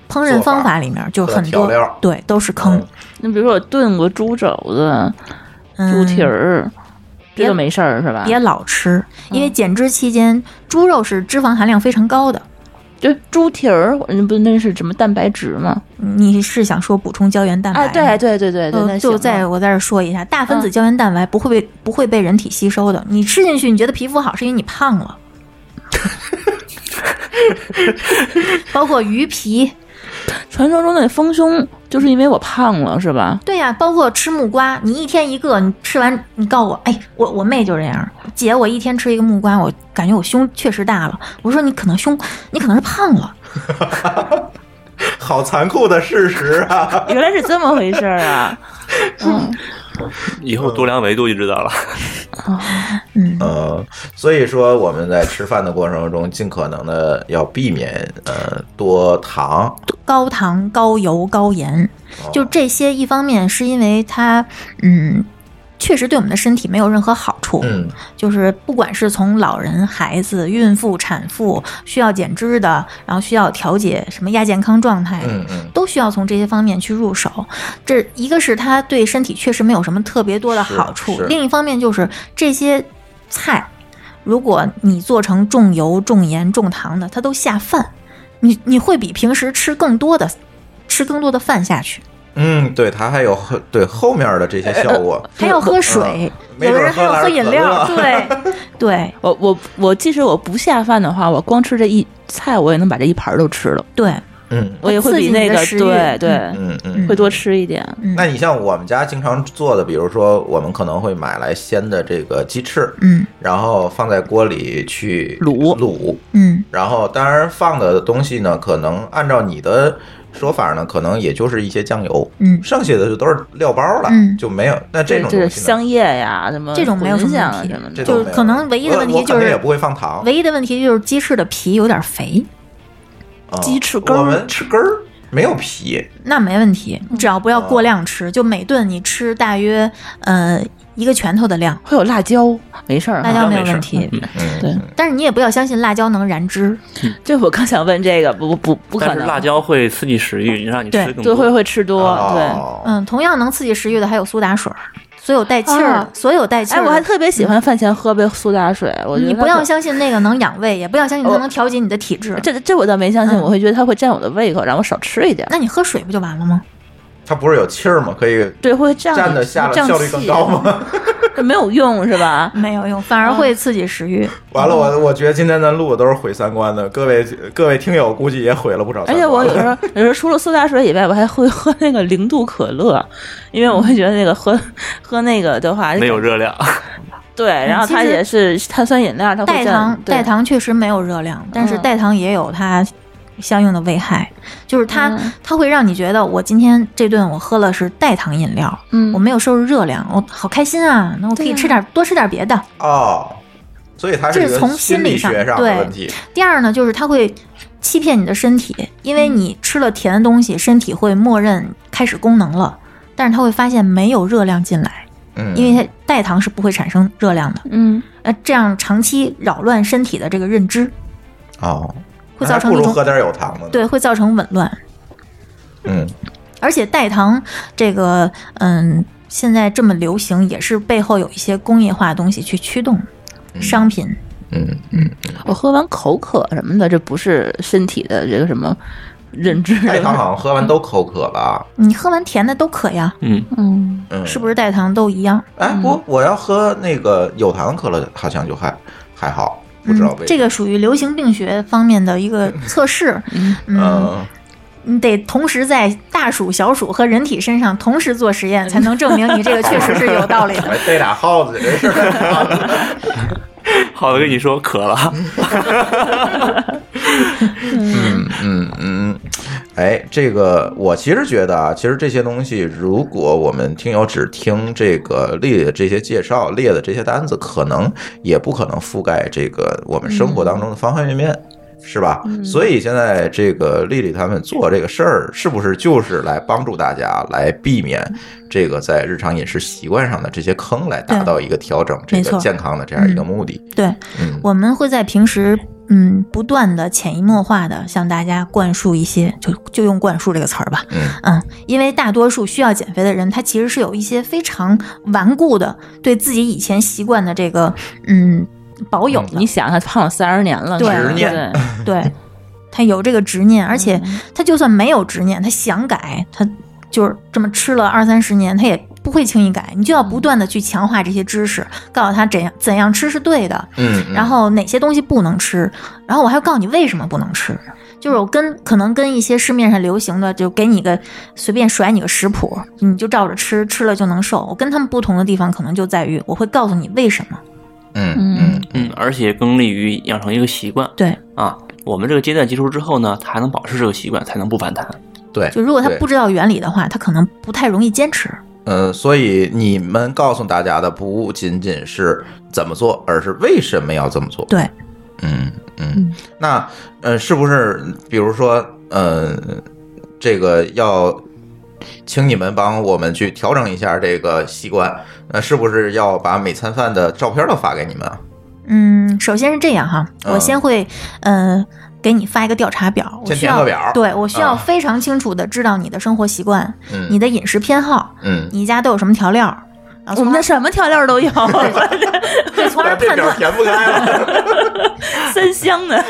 F: 烹饪方法里面就很
C: 做法
F: 多
C: 和调料
F: 对都是坑
C: 嗯，
D: 那比如说我炖过猪肘子、
F: 嗯
D: 猪蹄儿，啊这
F: 别
D: 就没事儿是吧？
F: 别老吃，因
D: 嗯
F: 为减脂期间猪肉是脂肪含量非常高的。
D: 就猪蹄儿，那不那是什么蛋白质吗？
F: 嗯你是想说补充胶原蛋白吗？
D: 啊，对对对对对，
A: 嗯
F: 呃
D: 那
F: 就
D: 行
F: 在
D: 了
F: 我在这儿说一下，大分子胶原蛋白不会被、不会被人体吸收的。
D: 嗯
F: 你吃进去，你觉得皮肤好，是因为你胖 了。包括鱼皮，
D: 传说中的丰胸，就是因为我胖了是 吧？
F: 对呀、包括吃木瓜，你一天一个，你吃完你告诉我，哎，我我妹就这样，姐，我一天吃一个木瓜，我感觉我胸确实大了。我说你可能胸，你可能是胖了。
C: 好残酷的事实啊！
D: 原来是这么回事儿啊！
E: 以后多量维度就知道了。
C: 嗯，所以说我们在吃饭的过程中，尽可能的要避免呃多糖，呃
F: 高糖、高油、高盐，
C: 哦
F: 就这些，一方面是因为它，嗯，确实对我们的身体没有任何好处，
C: 嗯
F: 就是不管是从老人、孩子、孕妇、产妇需要减脂的，然后需要调节什么亚健康状态，
C: 嗯嗯，
F: 都需要从这些方面去入手。这一个是它对身体确实没有什么特别多的好处
C: 是是，
F: 另一方面就是这些菜，如果你做成重油、重盐、重糖的，它都下饭，你你会比平时吃更多的吃更多的饭下去，
C: 嗯，对，它还有后对后面的这些效果，嗯
F: 还要喝 水，
C: 没
F: 有的
C: 准
F: 人还要
C: 喝
F: 啊喝饮料，
C: 可
F: 对 对
D: 我我我，即使我不下饭的话，我光吃这一菜，我也能把这一盘儿都吃了。
F: 对，
C: 嗯
D: 我也会比那个
F: 刺激你的食
D: 对
F: 欲
D: 对，
C: 嗯嗯。
D: 会多吃一点。
F: 嗯
C: 那你像我们家经常做的，比如说我们可能会买来鲜的这个鸡翅，
F: 嗯
C: 然后放在锅里去
D: 卤
C: 卤，
F: 嗯。
C: 然后当然放的东西呢，可能按照你的说法呢，可能也就是一些酱油，
F: 嗯
C: 剩下的就都是料包了，
F: 嗯
C: 就没有。那这种
D: 这
C: 东
D: 是
C: 西呢，
D: 香叶呀，什么
F: 这种没有什
D: 茴
F: 么
D: 香
F: 问
D: 啊
F: 题
D: 什么的
C: 这。种
F: 就是
C: 没有
F: 可能唯一的问题
C: 我我
F: 就是
C: 肯定也不会放糖，
F: 唯一的问题就是鸡翅的皮有点肥，
C: 啊
D: 鸡翅根儿
C: 我们吃根儿没有皮，
F: 那没问题，只要不要
D: 哦
F: 过量吃，就每顿你吃大约呃一个拳头的量，
D: 会有辣椒，啊没事儿啊哈。
F: 辣椒没有
E: 没事
F: 问题。
C: 嗯，
D: 对，
F: 但是你也不要相信辣椒能燃脂，
D: 对我刚想问这个，不不不不可
E: 但是
D: 能。
E: 辣椒会刺激食欲，让你
F: 对
E: 吃更
D: 对
E: 多。
D: 会会吃多，对。
C: 哦
F: 嗯，同样能刺激食欲的还有苏打水儿，所有带气儿
D: 啊
F: 的，所有带气
D: 哎，
F: 儿的。
D: 我还特别喜欢饭前喝杯苏打水，我觉得
F: 嗯你不
D: 它
F: 要
D: 可
F: 相信那个能养胃，也不要相信它
D: 我
F: 能调节你的体质。
D: 这这我倒没相信，
F: 嗯
D: 我会觉得它会占我的胃口，让我少吃一点。
F: 那你喝水不就完了吗？
C: 它不是有气儿吗？可以
D: 对，会这样
C: 站得下来，
D: 胀
C: 效率更高吗？
D: 气？ 没有用是吧？
F: 没有用，反而会刺激食欲。
C: 完了，我我觉得今天咱录的都是毁三观的，各位各位听友估计也毁了不少
D: 而
C: 三
D: 且
C: 观了。
D: 我有时候有时候除了苏打水以外，我还会喝那个零度可乐，因为我会觉得那个喝 喝那个的话
E: 没有热量，
D: 对，然后
F: 嗯其
D: 它
F: 实
D: 也是碳酸饮料，它会
F: 代
D: 占
F: 糖
D: 对
F: 代糖确实没有热量，但是
D: 嗯
F: 代糖也有它相应的危害，就是它、
D: 嗯
F: 它会让你觉得我今天这顿我喝了是代糖饮料，
D: 嗯
F: 我没有摄入热量，我好开心啊！那我可以吃点、多吃点别的。
C: 哦，所以它是一
F: 这
C: 个
F: 是从
C: 心
F: 心
C: 理
F: 理
C: 学
F: 上
C: 上的问题。
F: 第二呢，就是它会欺骗你的身体，因
D: 嗯
F: 为你吃了甜的东西，身体会默认开始功能了，但是它会发现没有热量进来，
C: 嗯，
F: 因为它代糖是不会产生热量的。
D: 嗯，
F: 呃，这样长期扰乱身体的这个认知，
C: 哦，
F: 会造成
C: 那还
F: 一
C: 不如
F: 种
C: 喝点有糖的呢。
F: 对，会造成紊乱。
C: 嗯，
F: 而且代糖这个，嗯，现在这么流行，也是背后有一些工业化的东西去驱动商品。
C: 嗯嗯，
D: 我喝完口渴什么的，这不是身体的这个什么认知，
C: 代糖好像喝完都口渴吧？
F: 你喝完甜的都渴呀，
E: 嗯，
D: 嗯，
C: 嗯，
F: 是不嗯是代糖都一样？
C: 哎，不，我要喝那个有糖可乐，好像就还还好，不知道为
F: 嗯、这
C: 个。
F: 个属于流行病学方面的一个测试。嗯，
C: 嗯，
F: 你得同时在大鼠、小鼠和人体身上同时做实验，才能证明你这个确实是有道理的。
C: 哎逮俩耗子，这是
E: 好的跟你说渴了，
C: 嗯嗯嗯，哎，这个我其实觉得啊，其实这些东西，如果我们听友只听这个列的这些介绍、列的这些单子，可能也不可能覆盖这个我们生活当中的方方面面。是吧？
F: 嗯
C: 所以现在这个丽丽他们做这个事儿，是不是就是来帮助大家来避免这个在日常饮食习惯上的这些坑，来达
F: 对
C: 到一个调整这
F: 嗯没
C: 个
F: 错
C: 健康的这样一个
F: 嗯
C: 目的？
F: 对，
C: 嗯，
F: 我们会在平时，嗯，不断的潜移默化的向大家灌输一些，就就用“灌输”这个词儿吧，
C: 嗯
F: 因为大多数需要减肥的人，他其实是有一些非常顽固的对自己以前习惯的这个，嗯，保有的，
D: 你想他胖了三十年了，
F: 对
D: 对
F: 执
D: 不
C: 念
D: 对，
F: 对，他有这个执念，而且他就算没有执念，他想改，他就是这么吃了二三十年，他也不会轻易改。你就要不断的去强化这些知识，告诉他怎样怎样吃是对的，
C: 嗯，嗯
F: 然后哪些东西不能吃，然后我还要告诉你为什么不能吃。就是我跟可能跟一些市面上流行的，就给你个随便甩你个食谱，你就照着吃，吃了就能瘦。我跟他们不同的地方可能就在于，我会告诉你为什么。
C: 嗯嗯
E: 嗯，而且更利于养成一个习惯
F: 对，
E: 啊。我们这个阶段接触之后呢，他还能保持这个习惯，才能不反弹。
C: 对，
F: 就如果他
C: 哎对
F: 不知道原理的话，他可能不太容易坚持。
C: 嗯，所以你们告诉大家的不仅仅是怎么做，而是为什么要这么做。
F: 对，
C: 嗯嗯，那呃，是不是比如说，呃，这个要请你们帮我们去调整一下这个习惯？那是不是要把每餐饭的照片都发给你们啊？
F: 嗯，首先是这样哈，
C: 嗯
F: 我先会，嗯。给你发一个调查表，我
C: 先
F: 需
C: 填
F: 要
C: 个表
F: 对我需要
C: 啊
F: 非常清楚的知道你的生活习惯、
C: 嗯
F: 你的饮食偏好、
C: 嗯，
F: 你家都有什么调料，然后
D: 我
F: 从
D: 们
F: 而
D: 的什么调料都 有，
F: 对从 而判断，
C: 填不开了。
D: 三香的，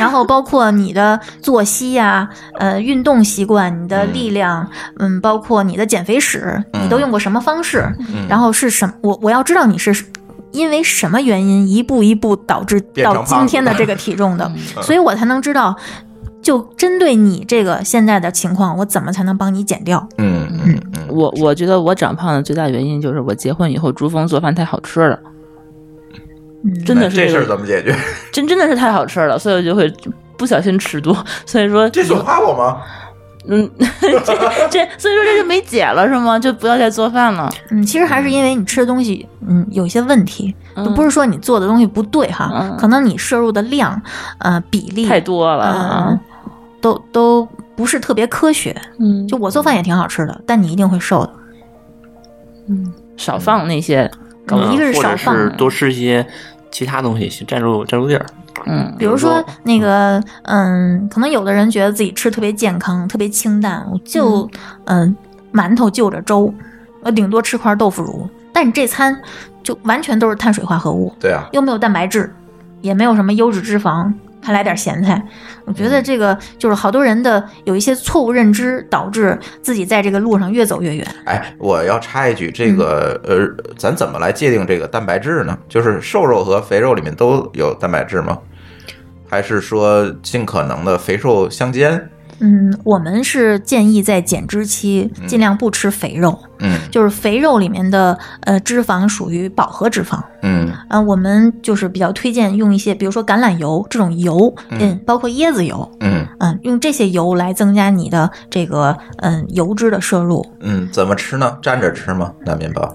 F: 然后包括你的作息呀、呃，运动习惯、你的力量，嗯，包括你的减肥史，
C: 嗯
F: 你都用过什么方式，
C: 嗯
F: 然后是什么？我我要知道你是因为什么原因一步一步导致
C: 变成
F: 到
C: 胖
F: 今
C: 子嗯
F: 天的这个 体重的，所以我才能知道，就针对你这个现在的情况，我怎么才能帮你减掉？
C: 嗯嗯嗯，
D: 我我觉得我长胖的最大原因就是我结婚以后，珠峰做饭太好吃了，
F: 嗯
D: 真的是
C: 这事
D: 个
C: 儿怎么解决？
D: 真真的是太好吃了，所以我就会不小心吃多， 所以说
C: 这损害我吗？
D: 嗯，这这所以说这就没解了是吗？就不要再做饭了，
F: 嗯，其实还是因为你吃的东西，嗯，有一些问题，
D: 嗯
F: 就不是说你做的东西不对哈，
D: 嗯
F: 可能你摄入的量，呃，比例
D: 太多了
F: 嗯
D: 啊，
F: 都都不是特别科学。
D: 嗯
F: 就我做饭也挺好吃的，但你一定会瘦的。
D: 少放那些，
F: 嗯一个是
E: 或
F: 少
E: 者
F: 放
E: 是多吃一些其他东西，去占住占住地儿。
D: 嗯
F: 比如
E: 比
F: 说
E: 如说
F: 那个，嗯，可能有的人觉呃得自己吃特别健康、特别清淡，我就嗯、馒头就着粥，呃，顶多吃块豆腐乳，但你这餐就完全都是碳水化合物，
C: 对啊，
F: 又没有蛋白质，也没有什么优质脂肪，还来点咸菜。我觉得
C: 嗯
F: 这个就是好多人的有一些错误认知，导致自己在这个路上越走越远。
C: 哎，我要插一句，这个
F: 嗯
C: 呃，咱怎么来界定这个蛋白质呢？就是瘦肉和肥肉里面都有蛋白质吗？还是说尽可能的肥瘦相间？
F: 嗯，我们是建议在减脂期尽量不吃肥肉，
C: 嗯
F: 就是肥肉里面的呃脂肪属于饱和脂肪。
C: 嗯
F: 啊，我们就是比较推荐用一些，比如说橄榄油这种油，
C: 嗯
F: 嗯，包括椰子油，
C: 嗯
F: 嗯，用这些油来增加你的这个嗯油脂的摄入，
C: 嗯，怎么吃呢？蘸着吃吗？南面包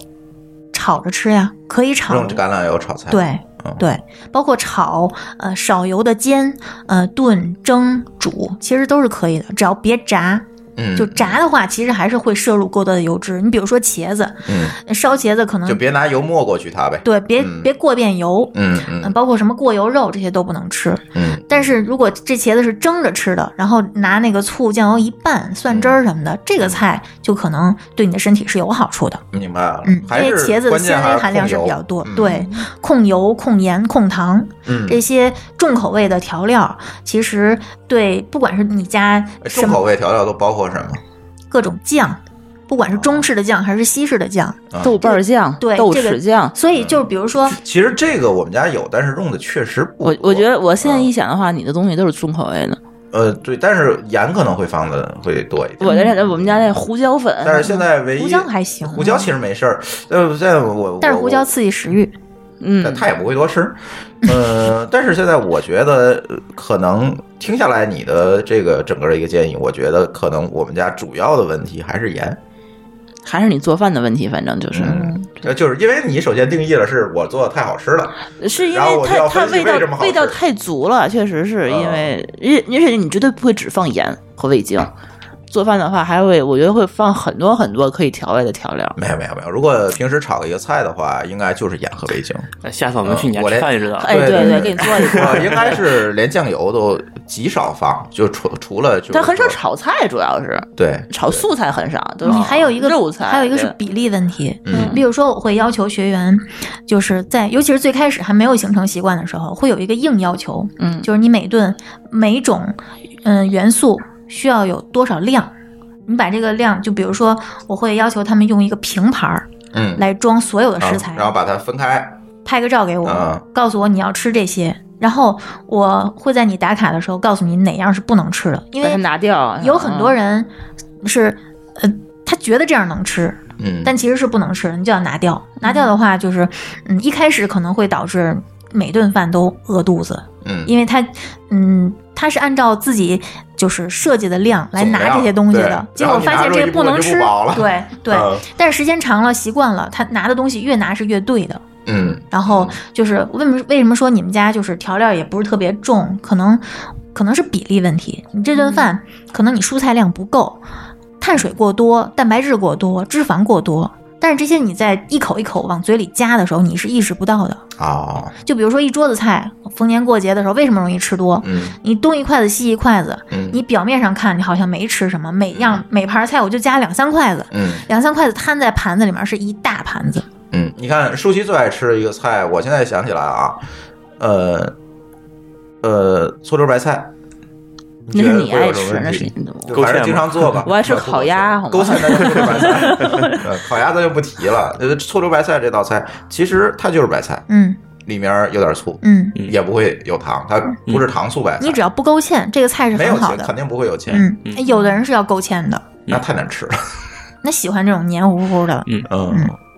F: 炒着吃呀，可以炒
C: 用，橄榄油炒菜？
F: 对
C: 嗯，
F: 对，包括炒，呃，少油的煎，呃，炖、蒸、煮，其实都是可以的，只要别炸。
C: 嗯，
F: 就炸的话，其实还是会摄入过多的油脂。你比如说茄子，
C: 嗯，
F: 烧茄子可能
C: 就别拿油没过去它呗。
F: 对，别
C: 嗯
F: 别过遍油，
C: 嗯
F: 嗯，
C: 嗯
F: 包括什么过油肉这些都不能吃。
C: 嗯
F: 但是如果这茄子是蒸着吃的，然后拿那个醋、酱油一拌，蒜汁儿什么
C: 嗯
F: 的，这个菜就可能对你的身体是有好处的。
C: 明白了。
F: 嗯，因
C: 还
F: 为
C: 是
F: 茄子的
C: 关键
F: 纤
C: 还
F: 维含量是
C: 控
F: 比
C: 油
F: 较多，
C: 嗯
F: 对，控油、控盐、控糖
C: 嗯，
F: 这些重口味的调料，其实对不管是你加
C: 哎
F: 什
C: 重
F: 么
C: 口味调料都包括什么？
F: 各种酱，不管是中式的酱还是西式的酱，
D: 豆瓣儿酱、
F: 对
D: 豆
F: 这个
D: 豉酱。
F: 所以就是比如说，
C: 嗯啊其实这个我们家有，但是用的确实不
D: 我
C: 多
D: 我觉得我
F: 嗯
D: 现在一想的话，你的东西都是重口味的。
C: 呃，对，但是盐可能会放的会多一点。
D: 我
F: 嗯
D: 的我们家那胡椒粉，
C: 但是现在唯一
F: 呃胡椒还行啊
C: 胡椒其实没事儿。呃，现在我
F: 但是
C: 我
F: 胡椒刺激食欲，
D: 嗯
C: 但，他也不会多吃。呃，但是现在我觉得呃可能听下来你的这个整个的一个建议，我觉得可能我们家主要的问题还是盐。
D: 还是你做饭的问题，反正就是，
C: 嗯，呃就是因为你首先定义了是我做的太好吃了，
D: 是因
C: 然后我
D: 为
C: 就要
D: 它它
C: 分析
D: 味
C: 为什么
D: 道
C: 好
D: 味道
C: 吃嗯
D: 太足了，确实是因为，因为而且你绝对不会只放盐和味精。做饭的话，还会我觉得会放很多很多可以调味的调料。
C: 没有没有没有。如果平时炒一个菜的话，应该就是盐和味 精。
E: 哎下次我们去你家
C: 啊我
E: 吃
C: 连
E: 饭就知道了。
D: 哎，
C: 对
D: 对
C: 对
D: 给你做一
C: 我
D: 个。
C: 呃应该是连酱油都极少放，就除除了就是
D: 但很少
C: 说
D: 炒菜，主要是
C: 对
D: 炒素菜很少，都是
F: 你还有一个
D: 肉菜，
F: 还有一个是
D: 对
F: 比例问题。
C: 嗯
F: 比如说，我会要求学员，就是在尤其是最开始还没有形成习惯的时候，会有一个硬要求，
D: 嗯
F: 就是你每顿每种嗯、元素需要有多少量。你把这个量，就比如说，我会要求他们用一个平盘儿
C: 嗯
F: 来装所有的
C: 啊
F: 食材，
C: 然后把它分开。
F: 拍个照给我，
C: 啊
F: 告诉我你要吃这些，然后我会在你打卡的时候告诉你哪样是不能吃的，因
D: 把它
F: 为
D: 拿掉。啊
F: 有很
C: 嗯
F: 多
D: 人
F: 人是呃他觉得这样能吃，
C: 嗯，
F: 但其实是不能吃的，你就要拿掉。拿掉的话，就是嗯，一开始可能会导致每顿饭都饿肚子，
C: 嗯
F: 因为它嗯，它是按照自己就是设计的量来拿这些东西
C: 总
F: 的
C: 量，对
F: 结果发现这个不能吃
C: 然后你拿着一部分就不饱了，
F: 对对
C: 嗯。
F: 但是时间长了习惯了，他拿的东西越拿是越对的。
C: 嗯
F: 然后就是为什么为什么说你们家就是调料也不是特别重，可能可能是比例问题。你这
C: 嗯
F: 顿饭、可能你蔬菜量不够，碳水过多，蛋白质过多，脂肪过多。但是这些你在一口一口往嘴里夹的时候，你是意识不到的。
C: 哦
F: 就比如说一桌子菜，逢年过节的时候为什么容易吃多？
C: 嗯
F: 你东一筷子西一筷子，
C: 嗯
F: 你表面上看你好像没吃什么，每样每盘菜我就夹两三筷子，
C: 嗯
F: 两三筷子摊在盘子里面是一大盘子。
C: 嗯，你看舒淇最爱吃的一个菜，我现在想起来啊，呃呃，醋溜白菜，
D: 那是你
C: 觉得会
D: 爱
C: 有什么
D: 吃，
C: 问
D: 那是
C: 题
D: 你的。
C: 就反正经常做吧。
D: 我爱吃烤鸭
C: 勾芡那就是白 菜，呃烤鸭咱就不提了。呃醋溜白菜这道菜，其实它就是白菜，
F: 嗯
C: 里面有点醋，
F: 嗯，
C: 也不会有糖，它不是糖醋白菜。
F: 你只要不勾芡，这个菜是
C: 没有
F: 很好
C: 钱，
F: 的。
C: 肯定不会有钱，
F: 嗯，有的人是要勾芡的，
C: 那太难吃了。
F: 那喜欢这种黏糊糊的，
C: 嗯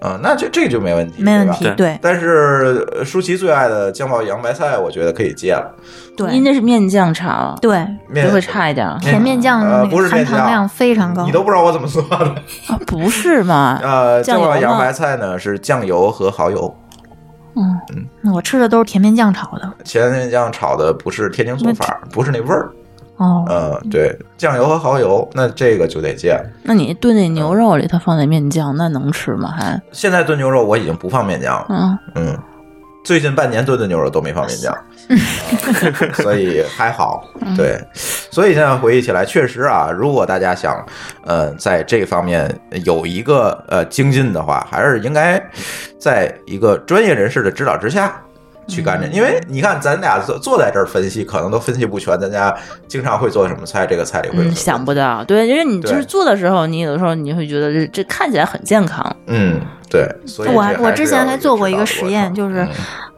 C: 嗯，那就这个就没问题，
F: 没
C: 对
F: 问
C: 吧
F: 题。对
C: 但是呃舒淇最爱的酱爆洋白菜，我觉得可以戒了。
D: 您
F: 对
D: 那是面酱炒，
F: 对，
C: 面
D: 就会差一点儿。
F: 甜面酱
C: 呃
F: 那
C: 不
F: 个
C: 是
F: 含
C: 面
F: 糖量非常高
C: 你。都不知道我怎么做的。
D: 啊不 是吗？
C: 呃，
D: 酱
C: 酱爆
D: 油吗
C: 洋白菜呢是酱油和蚝油，
F: 那嗯我吃的都是甜面酱炒的
C: 甜面酱炒的不是天津做法，不是那味儿。
F: 哦。
C: 嗯，对，酱油和蚝油，那这个就得戒了。
D: 那你炖那牛肉里头放点面酱，那能吃吗？还
C: 现在炖牛肉我已经不放面酱了，
D: 嗯，
C: 嗯，最近半年炖的牛肉都没放面 酱，呃所以还好。
F: 嗯
C: 对，所以现在回忆起来，确实啊，如果大家想，呃，在这方面有一个呃精进的话，还是应该在一个专业人士的指导之下。去干这，
F: 嗯
C: 因为你看咱俩坐坐在这儿分析，可能都分析不全。咱家经常会做什么菜，这个菜里会有什
D: 嗯，
C: 么
D: 想不到，对，因为你就是
C: 对
D: 做的时候，你有的时候你会觉得这这看起来很健康，
C: 嗯，对，所以
F: 我
C: 这
F: 我
C: 是
F: 之前
C: 要
F: 还
C: 有
F: 做过
C: 指
F: 一
C: 导
F: 个
C: 的
F: 实
C: 过
F: 验，
C: 程
F: 就是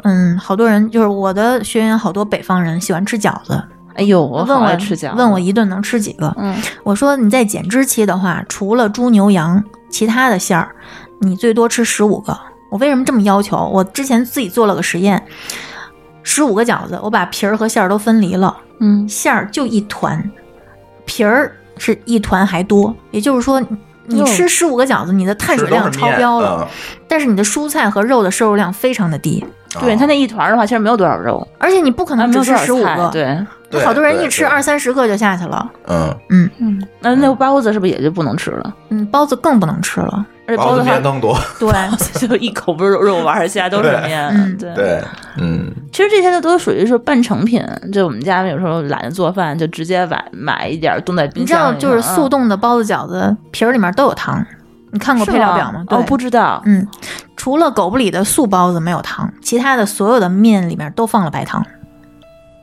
C: 嗯，
F: 嗯，好多人就是我的学员，好多北方人喜欢吃饺子，
D: 哎呦，我
F: 问
D: 好
F: 我
D: 爱吃饺，
F: 问我，一顿能吃几个？
D: 嗯，
F: 我说你在减脂期的话，除了猪牛羊，其他的馅儿，你最多吃十五个。我为什么这么要求？我之前自己做了个实验，十五个饺子，我把皮儿和馅儿都分离了，
D: 嗯，
F: 馅儿就一团，皮儿是一团还多。也就是说，你
D: 哟
F: 吃十五个饺子，你的碳
C: 吃
F: 水
C: 都是
F: 量超
C: 面
F: 标了，，但是你的蔬菜和肉的摄入量非常的低，
C: 嗯
D: 对，
C: 啊
D: 它那一团儿的话，其实没有多少肉，
F: 而且你不可
D: 啊，
F: 能
D: 没
F: 嗯只
D: 有多
F: 吃
D: 少
F: 十五
D: 菜
F: 个，
D: 对，
C: 对
F: 好多人
C: 对
F: 一吃
C: 对
F: 二三十个就下去了。
C: 嗯，
D: 那那包子是不是也就不能吃了？
F: 嗯，包子更不能吃了。
D: 而且
C: 包
D: 包
C: 子
D: 子
C: 面
D: 它
C: 更多，
F: 对，
D: 就一口不是肉肉丸儿，其他都是
C: 对
D: 面，
F: 嗯
D: 对。
C: 对，嗯，
D: 其实这些都都属于是半成品，就我们家有时候懒得做饭，就直接买买一点儿冻在
F: 你
D: 冰
F: 知道
D: 箱里头。啊
F: 就是速
D: 冻
F: 冻的包子饺子皮儿里面都有糖，你看过配料表吗？对，
D: 哦，不，知道。
F: 嗯，除了狗不理的素包子没有糖，其他的所有的面里面都放了白糖。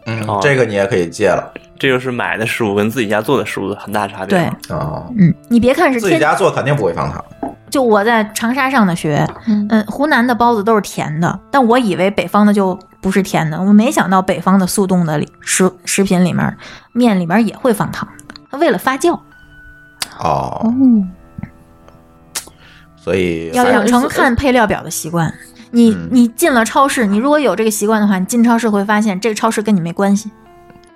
C: 嗯
E: 哦，
C: 这个你也可以戒了
E: 这就是买的食物跟自己家做的食物很大差别
F: 对
E: 了。，
C: 啊。
F: 嗯，你别看是
C: 自己
F: 天，
C: 家做肯定不会放糖，
F: 就我在长沙上的学，
D: 嗯
F: 嗯，湖南的包子都是甜的，但我以为北方的就不是甜的，我没想到北方的速冻的里食食品里面面里面也会放糖，它为了发酵。
C: 哦，所以
F: 嗯要
C: 还
F: 养成看配料表的习惯。你
C: 嗯
F: 你进了超市，你如果有这个习惯的话，你进超市会发现这个超市跟你没关系。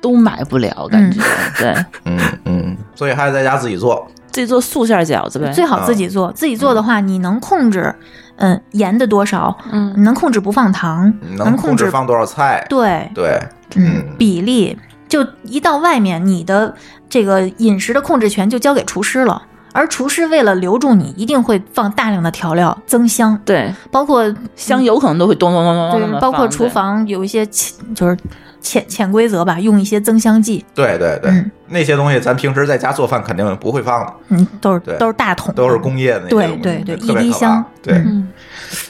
D: 都买不了，感觉、对。
C: 嗯嗯，所以还得在家自己做，
D: 自己做素馅儿饺子呗，
F: 最好
C: 嗯
F: 自己做，自己做的话，你能控制，嗯，盐的多少，
D: 嗯
F: 能控制不放糖，
C: 嗯能控
F: 控
C: 制放多少菜，
F: 对，
C: 对，嗯
F: 嗯，比例。就一到外面，你的这个饮食的控制权就交给厨师了。而厨师为了留住你，一定会放大量的调料增香，
D: 对，
F: 包括
D: 香油可能都会咚咚咚咚咚那么
F: 嗯对，
D: 放，
F: 包括厨
D: 对，
F: 房有一些潜就是潜潜规则吧，用一些增香剂，
C: 对对对
F: 嗯，
C: 那些东西咱平时在家做饭肯定不会放的，
F: 嗯，都是
C: 对
F: 都是大桶，
C: 都是工业的那些
F: 对
C: 东西，
F: 对对
C: 特别
F: 一滴
C: 可怕
F: 香
C: 对，
D: 嗯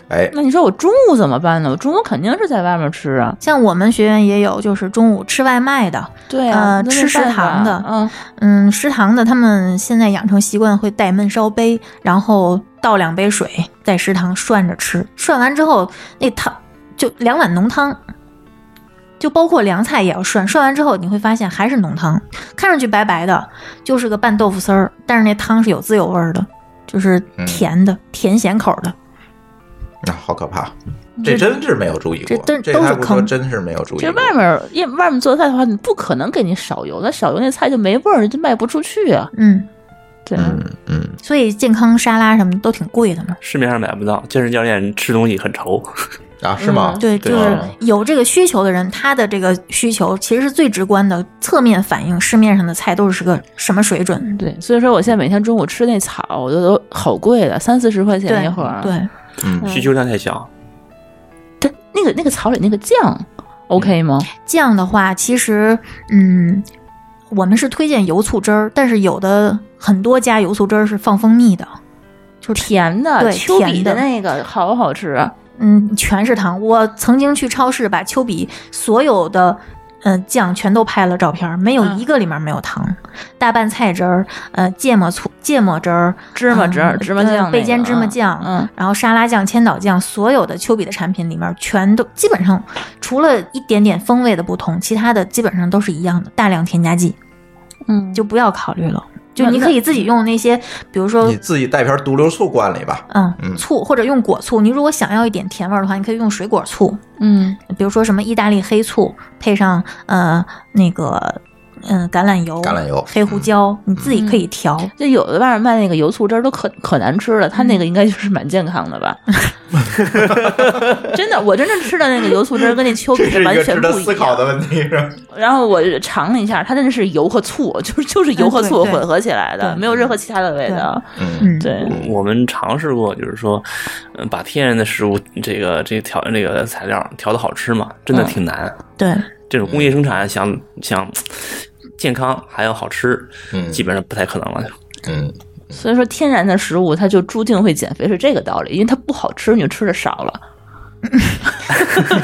C: 哎，
D: 那你说我中午怎么办呢？我中午肯定是在外面吃啊，
F: 像我们学院也有，就是中午吃外卖的，
D: 对
F: 啊
D: 那
F: 吃
D: 没
F: 食
D: 办法
F: 堂的
D: 嗯，
F: 嗯，食堂的他们现在养成习惯会带焖烧杯，然后倒两杯水，在食堂涮着吃，涮完之后那汤就两碗浓汤，就包括凉菜也要涮，涮完之后你会发现还是浓汤，看上去白白的，就是个拌豆腐丝儿，但是那汤是有滋有味儿的，就是
C: 嗯
F: 甜的，甜咸口的。
C: 啊，好可怕，这真是没有注意过，
F: 嗯这
C: 这
F: 都
C: 还
F: 是
C: 不
F: 坑
C: 说真是没有注意
D: 其实
C: 过，
D: 外面也外面做菜的话，你不可能给你少油，那少油那菜就没味儿，就卖不出去啊，
F: 嗯，
D: 对，
C: 嗯嗯，
F: 所以健康沙拉什么都挺贵的嘛。
E: 市面上买不到，健身教练吃东西很愁。
C: 啊，是吗？
F: 嗯
C: 啊
F: 对，就是
D: 啊
C: 吗
F: 有这个需求的人，他的这个需求其实是最直观的，侧面反映市面上的菜都是个什么水准。
D: 对，所以说我现在每天中午吃那草，我觉得都好贵的，三四十块钱
F: 对
D: 一会儿，，啊
F: 对，
C: 嗯
E: 需求量太小，
D: 但那个那个草里那个酱
C: 嗯
D: OK 吗？
F: 这样的话，其实嗯，我们是推荐油醋汁儿，但是有的很多家油醋汁儿是放蜂蜜的，就是
D: 甜的，
F: 对
D: 丘比
F: 甜
D: 的
F: 的
D: 那个好好吃啊，
F: 嗯全是糖。我曾经去超市把丘比所有的。嗯、酱全都拍了照片儿，没有
D: 嗯
F: 一个里面没有糖。大拌菜汁儿，呃，芥末醋、芥末汁儿，
D: 芝麻汁儿、
F: 嗯
D: 芝麻
F: 对
D: 酱那个、
F: 焙煎芝麻酱
D: 嗯，
F: 然后沙拉酱、千岛酱，所有的丘比的产品里面，全都基本上除了一点点风味的不同，其他的基本上都是一样的，大量添加剂
D: 嗯，
F: 就不要考虑了。就
D: 那
F: 你可以自己用那些，比如说
C: 你自己带瓶毒瘤醋灌里吧，
F: 嗯
C: 嗯
F: 醋，或者用果醋。你如果想要一点甜味儿的话，你可以用水果醋，
D: 嗯
F: 比如说什么意大利黑醋，配上呃那个嗯橄榄油、
C: 橄榄油嗯
F: 黑胡椒，你自
D: 嗯
F: 己可以调。
D: 就有的外面卖那个油醋汁儿都可可难吃了，他那
F: 嗯
D: 个应该就是蛮健康的吧？ 真的，我真正吃的那个油醋汁儿跟那丘
C: 这
D: 比的
C: 是一
D: 完
C: 个值
D: 全
C: 得
D: 不一
C: 思考
D: 样。
C: 的问题，是吧？
D: 然后我尝了一下，它真的是油和醋，就是就是油和
F: 嗯对
D: 醋
F: 对
D: 混合起来的，
F: 对
D: 没有任何其他的味道。
C: 嗯，
F: 嗯，
D: 对，
E: 我们尝试过，就是说，嗯，把天然的食物这个这个调那个材料调的好吃嘛，真的
D: 嗯
E: 挺难。
F: 对，
E: 这种工业生产想想健康还要好吃，
C: 嗯
E: 基本上不太可能了。
C: 嗯，
D: 所以说天然的食物它就注定会减肥，是这个道理，因为它不好吃，你就吃的少了。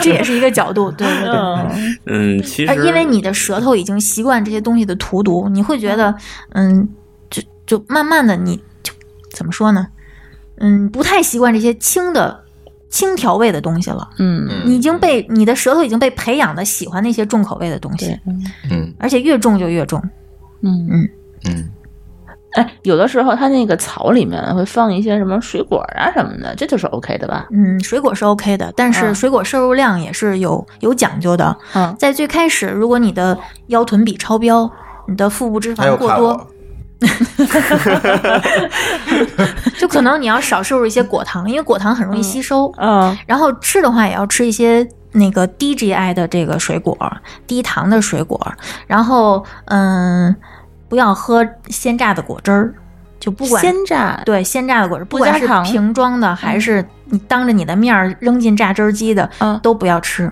F: 这也是一个角度，对对对。
D: 嗯，
E: 嗯，其
F: 而
E: 实
F: 呃因为你的舌头已经习惯这些东西的荼毒，你会觉得，嗯，就就慢慢的你就怎么说呢？嗯，不太习惯这些轻的轻调味的东西了。
D: 嗯
F: 你已经被你的舌头已经被培养的喜欢那些重口味的东西
D: 对，
C: 嗯
F: 而且越重就越重。
D: 嗯。
C: 嗯
D: 哎，有的时候它那个草里面会放一些什么水果啊什么的，这就是 OK 的吧？
F: 嗯，水果是 OK 的，但是
D: 嗯
F: 水果摄入量也是有有讲究的。
D: 嗯，
F: 在最开始，如果你的腰臀比超标，你的腹部脂
C: 他又
F: 肪过
C: 看
F: 多
C: 我，，
F: 就可能你要少摄入一些果糖，因为果糖很容易吸收。
D: 嗯
F: 然后吃的话也要吃一些那个低 GI 的这个水果，低糖的水果，然后嗯，不要喝鲜榨的果汁儿，就不管
D: 鲜榨，
F: 对鲜榨的果汁，不
D: 不加
F: 管是
D: 糖
F: 瓶装的还是你当着你的面儿扔进榨汁儿机的，
D: 嗯
F: 都不要吃，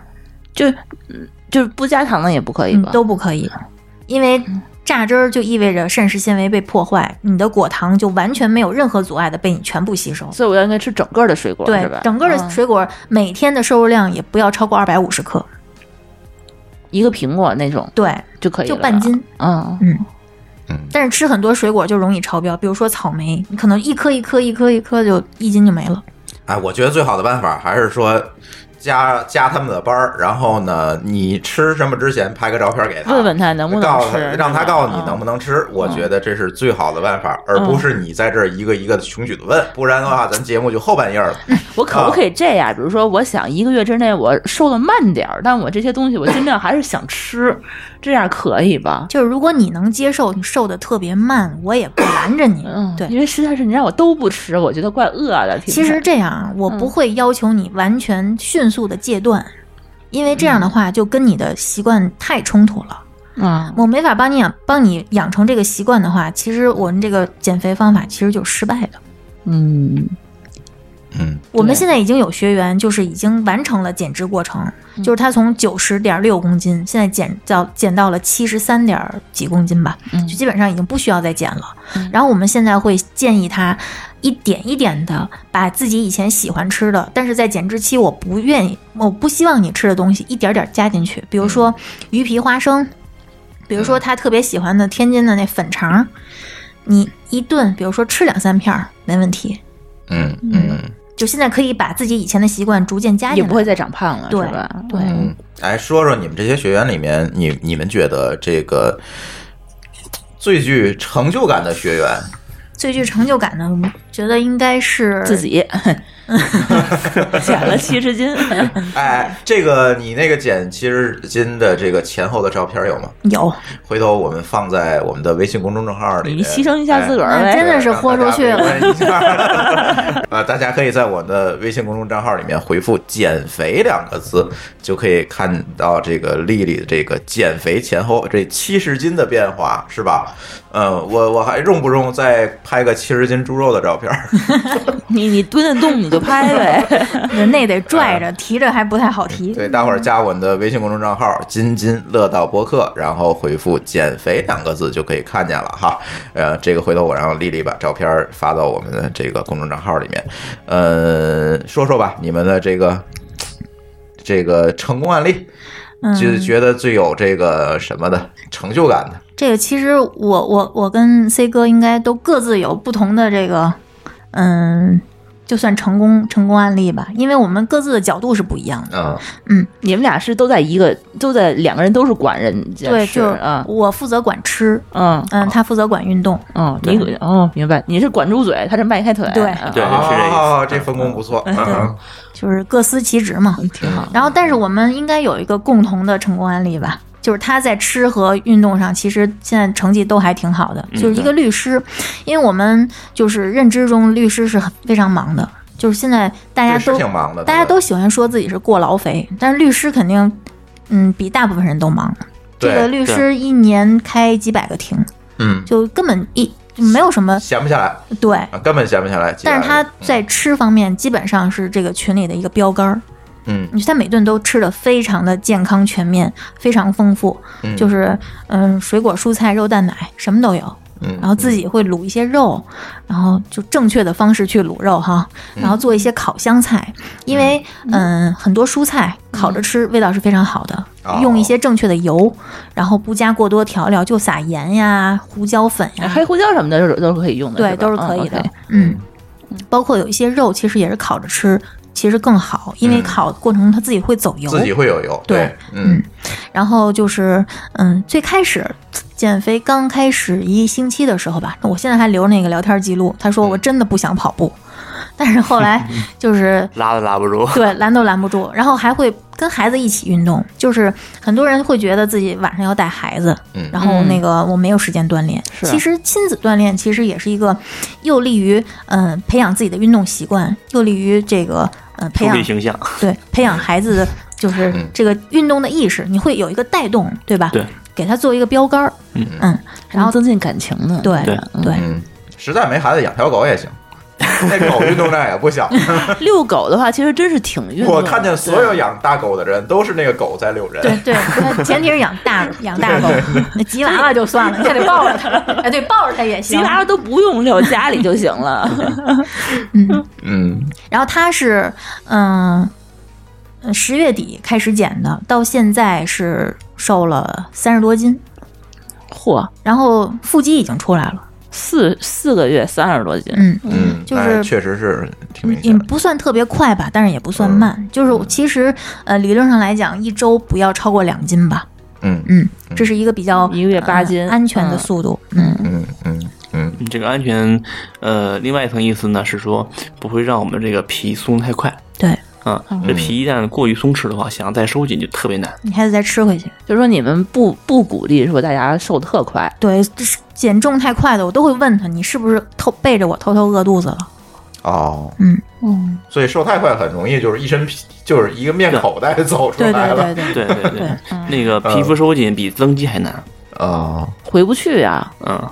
D: 就嗯就是不加糖的也不可以
F: 嗯
D: 吧？，嗯
F: 都不可以，因为。榨汁儿就意味着膳食纤维被破坏，你的果糖就完全没有任何阻碍的被你全部吸收。
D: 所以我要应该吃整个的水果，
F: 对
D: 是吧？，
F: 整个的
D: 嗯
F: 水果每天的摄入量也不要超过二百五十克。
D: 一个苹果那种
F: 对，
D: 就可以，
F: 就半。斤。
D: 嗯，
C: 嗯
F: 但是吃很多水果就容易超标，比如说草莓，你可能一颗一颗一颗一颗就一斤就没了。
C: 哎，我觉得最好的办法还是说。加加他们的班儿，然后呢，你吃什么之前拍个照片给他，
D: 问问他能不能
C: 告诉
D: 吃嗯
C: 他，，让他告诉你能不
D: 能。
C: 能吃，我觉得这是最好的办法，而
D: 嗯
C: 不是你在这儿一个一个的穷举的问，不然的话，咱节目就后半夜了。
D: 我可不可以这样？比如说，我想一个月之内我瘦的慢点儿，但我这些东西我尽量还是想 吃，这样可以吧？
F: 就是如果你能接受你瘦的特别慢，我也不拦着你。
D: 嗯，
F: 对，
D: 因为实在是你让我都不吃，我觉得怪饿的。挺
F: 其实
D: 难
F: 这样啊我不
D: 嗯
F: 会要求你完全迅速的戒断，因为这样
D: 嗯
F: 的话就跟你的习惯太冲突了。
D: 啊，
F: 我没法帮你养帮你养成这个习惯的话，其实我们这个减肥方法其实就失败的。
D: 嗯，
C: 嗯
F: 我们现在已经有学员，就是已经完成了减脂过程，
D: 嗯
F: 就是他从九十点六公斤，现在减到减到了七十三点几公斤吧，
D: 嗯
F: 就基本上已经不需要再减了。
D: 嗯
F: 然后我们现在会建议他一点一点的把自己以前喜欢吃的，但是在减脂期我不愿意，我不希望你吃的东西一点点加进去，比如
D: 嗯
F: 说鱼皮花生，比如说他特别喜欢的天津的那粉肠，你一顿比如说吃两三片儿没问题，
C: 嗯嗯
F: 就现在可以把自己以前的习惯逐渐加进
D: 也
F: 来，
D: 不会再长胖了，
F: 对
D: 是吧？
F: 对
D: 嗯
C: 嗯，哎，说说你们这些学员里面，你你们觉得这个最具成就感的学员，
F: 最具成就感呢，我觉得应该是
D: 自。己 减了七十斤，
C: 哎，这个你那个减七十斤的这个前后的照片有吗？
F: 有，
C: 回头我们放在我们的微信公众号里面。
D: 你牺牲一下自个儿
F: 哎
D: 呗。
F: 真的是豁出去了
C: 了。 啊，大家可以在我的微信公众账号里面回复“减肥”两个字，就可以看到这个丽丽这个减肥前后这七十斤的变化，是吧？嗯，我我还用不用再拍个七十斤猪肉的照片？
D: 你你蹲得动你就 拍呗。
F: 人那得拽着提着还不太好提。
C: 对，大伙儿加我们的微信公众账号“津津乐道播客”，然后回复“减肥”两个字就可以看见了哈。呃，这个回头我让丽丽把照片儿发到我们的这个公众账号里面。呃，说说吧，你们的这个这个成功案例，
F: 嗯
C: 就是觉得最有这个什么的成就感的。
F: 这个其实我我我跟 C 哥应该都各自有不同的这个，嗯，就算成功成功案例吧，因为我们各自的角度是不一样的。
C: 嗯
D: 你们俩是都在一个，都在两个人都是管人家
F: 对，
D: 吃
F: 就
D: 啊，
F: 我负责管吃，
D: 嗯
F: 嗯，他负责管运动。
D: 嗯，
E: 对
D: 你哦明白，你是管住嘴，他是迈开腿，
F: 对
D: 啊
E: 对是这意思
C: 哦，这分工不错。嗯
F: 就是各司其职嘛，挺好。然后，但是我们应该有一个共同的成功案例吧，就是他在吃和运动上，其实现在成绩都还挺好的。就是一个律师，因为我们就是认知中律师是很非常忙的，就是现在嗯大家
C: 律师
F: 都
C: 挺忙的，
F: 大家都喜欢说自己是过劳肥，但是律师肯定，嗯，比大部分人都忙。这
C: 对
F: 个律师一年开几百个庭，
C: 嗯，
F: 就根本一就没有什么
C: 闲不下来
F: 对。
C: 啊，根本闲不下来。
F: 但是他
C: 嗯
F: 在吃方面基本上是这个群里的一个标杆儿，
C: 嗯
F: 你他每顿都吃的非常的健康全面，非常丰富，
C: 嗯
F: 就是嗯水果、蔬菜、肉、蛋奶什么都有。
C: 嗯，
F: 然后自己会卤一些肉，然后就正确的方式去卤肉哈，
C: 嗯
F: 然后做一些烤香菜，因为嗯很多蔬菜烤
D: 嗯
F: 着吃味道是非常好的
C: 哦，
F: 用一些正确的油，然后不加过多调料，就撒盐呀、胡椒粉
D: 哎
F: 呀，
D: 黑胡椒什么的，都是都是可以用的，
F: 嗯对，
D: 吧
F: 都是可以的
D: 嗯，OK。
F: 嗯，包括有一些肉其实也是烤着吃，其实更好，因为
C: 嗯
F: 烤过程中它自己会走油，
C: 自己会有油，
F: 对
C: 对，嗯
F: 然后就是，嗯，最开始减肥刚开始一星期的时候吧，那我现在还留着那个聊天记录。他说我真的不想跑步， 但是后来就是
E: 拉都拉不住。
F: 对拦都拦不住，然后还会跟孩子一起运动。就是很多人会觉得自己晚上要带孩子，
C: 嗯
F: 然后那个我没有时间锻炼。
D: 是啊
F: 其实亲子锻炼其实也是一个呃又利于嗯、呃培养自己的运动习惯，又利于这个呃培
E: 树
F: 养
E: 立形象，
F: 对，培养孩子的就是
C: 嗯
F: 这个运动的意识，你会有一个带动，对吧？
E: 对，
F: 给他做一个标杆儿。
E: 嗯
D: 然
F: 然
D: 后
F: 后
D: 增进感情呢，
F: 对
E: 对
F: 对，
C: 嗯，实在没孩子养条狗也行， 那狗运动量也不小。
D: 遛狗的话，其实真是挺运动的。
C: 我看见所有养大狗的人都是那个狗在遛人，
F: 对对，他前提是养大养大狗，那吉娃娃就算了，你还得抱着它，哎，对，抱着它也
D: 吉
F: 行。
D: 娃娃都不用遛，家里就行 了。
C: 嗯，
F: 然后他是嗯。呃十月底开始减的，到现在是瘦了三十多斤，
D: 嚯，
F: 然后腹肌已经出来了，
D: 四四个月三十多斤，
F: 嗯，
C: 嗯，
F: 就
C: 那
F: 是
C: 确实是挺明
F: 也
C: 显的。
F: 嗯不算特别快吧，但是也不算慢。就是我其实呃，理论上来讲，一周不要超过两斤吧。
C: 嗯
F: 嗯，这是一个比较
D: 一个月八
F: 呃
D: 斤
F: 安全的
D: 嗯
F: 速度。嗯，
C: 嗯嗯嗯，
E: 嗯这个安全，呃，另外一层意思呢是说不会让我们这个皮松太快
F: 对
E: 啊。
F: 嗯
E: 这皮一旦过于松弛的话，想要再收紧就特别难。
F: 你还得再吃回去。
D: 就是说你们不不鼓励说大家瘦特快，
F: 对，这是减重太快的，我都会问他，你是不是偷背着我偷偷饿 肚子了？
C: 哦，
D: 嗯，
C: 所以瘦太快很容易就是一身皮，就是一个面口袋走出
F: 对
C: 来
F: 对
C: 了
F: 对对，
E: 对对对
F: 对，嗯
E: 那个皮肤收紧比增肌还难。
C: 哦，
D: 回不去啊。
E: 嗯，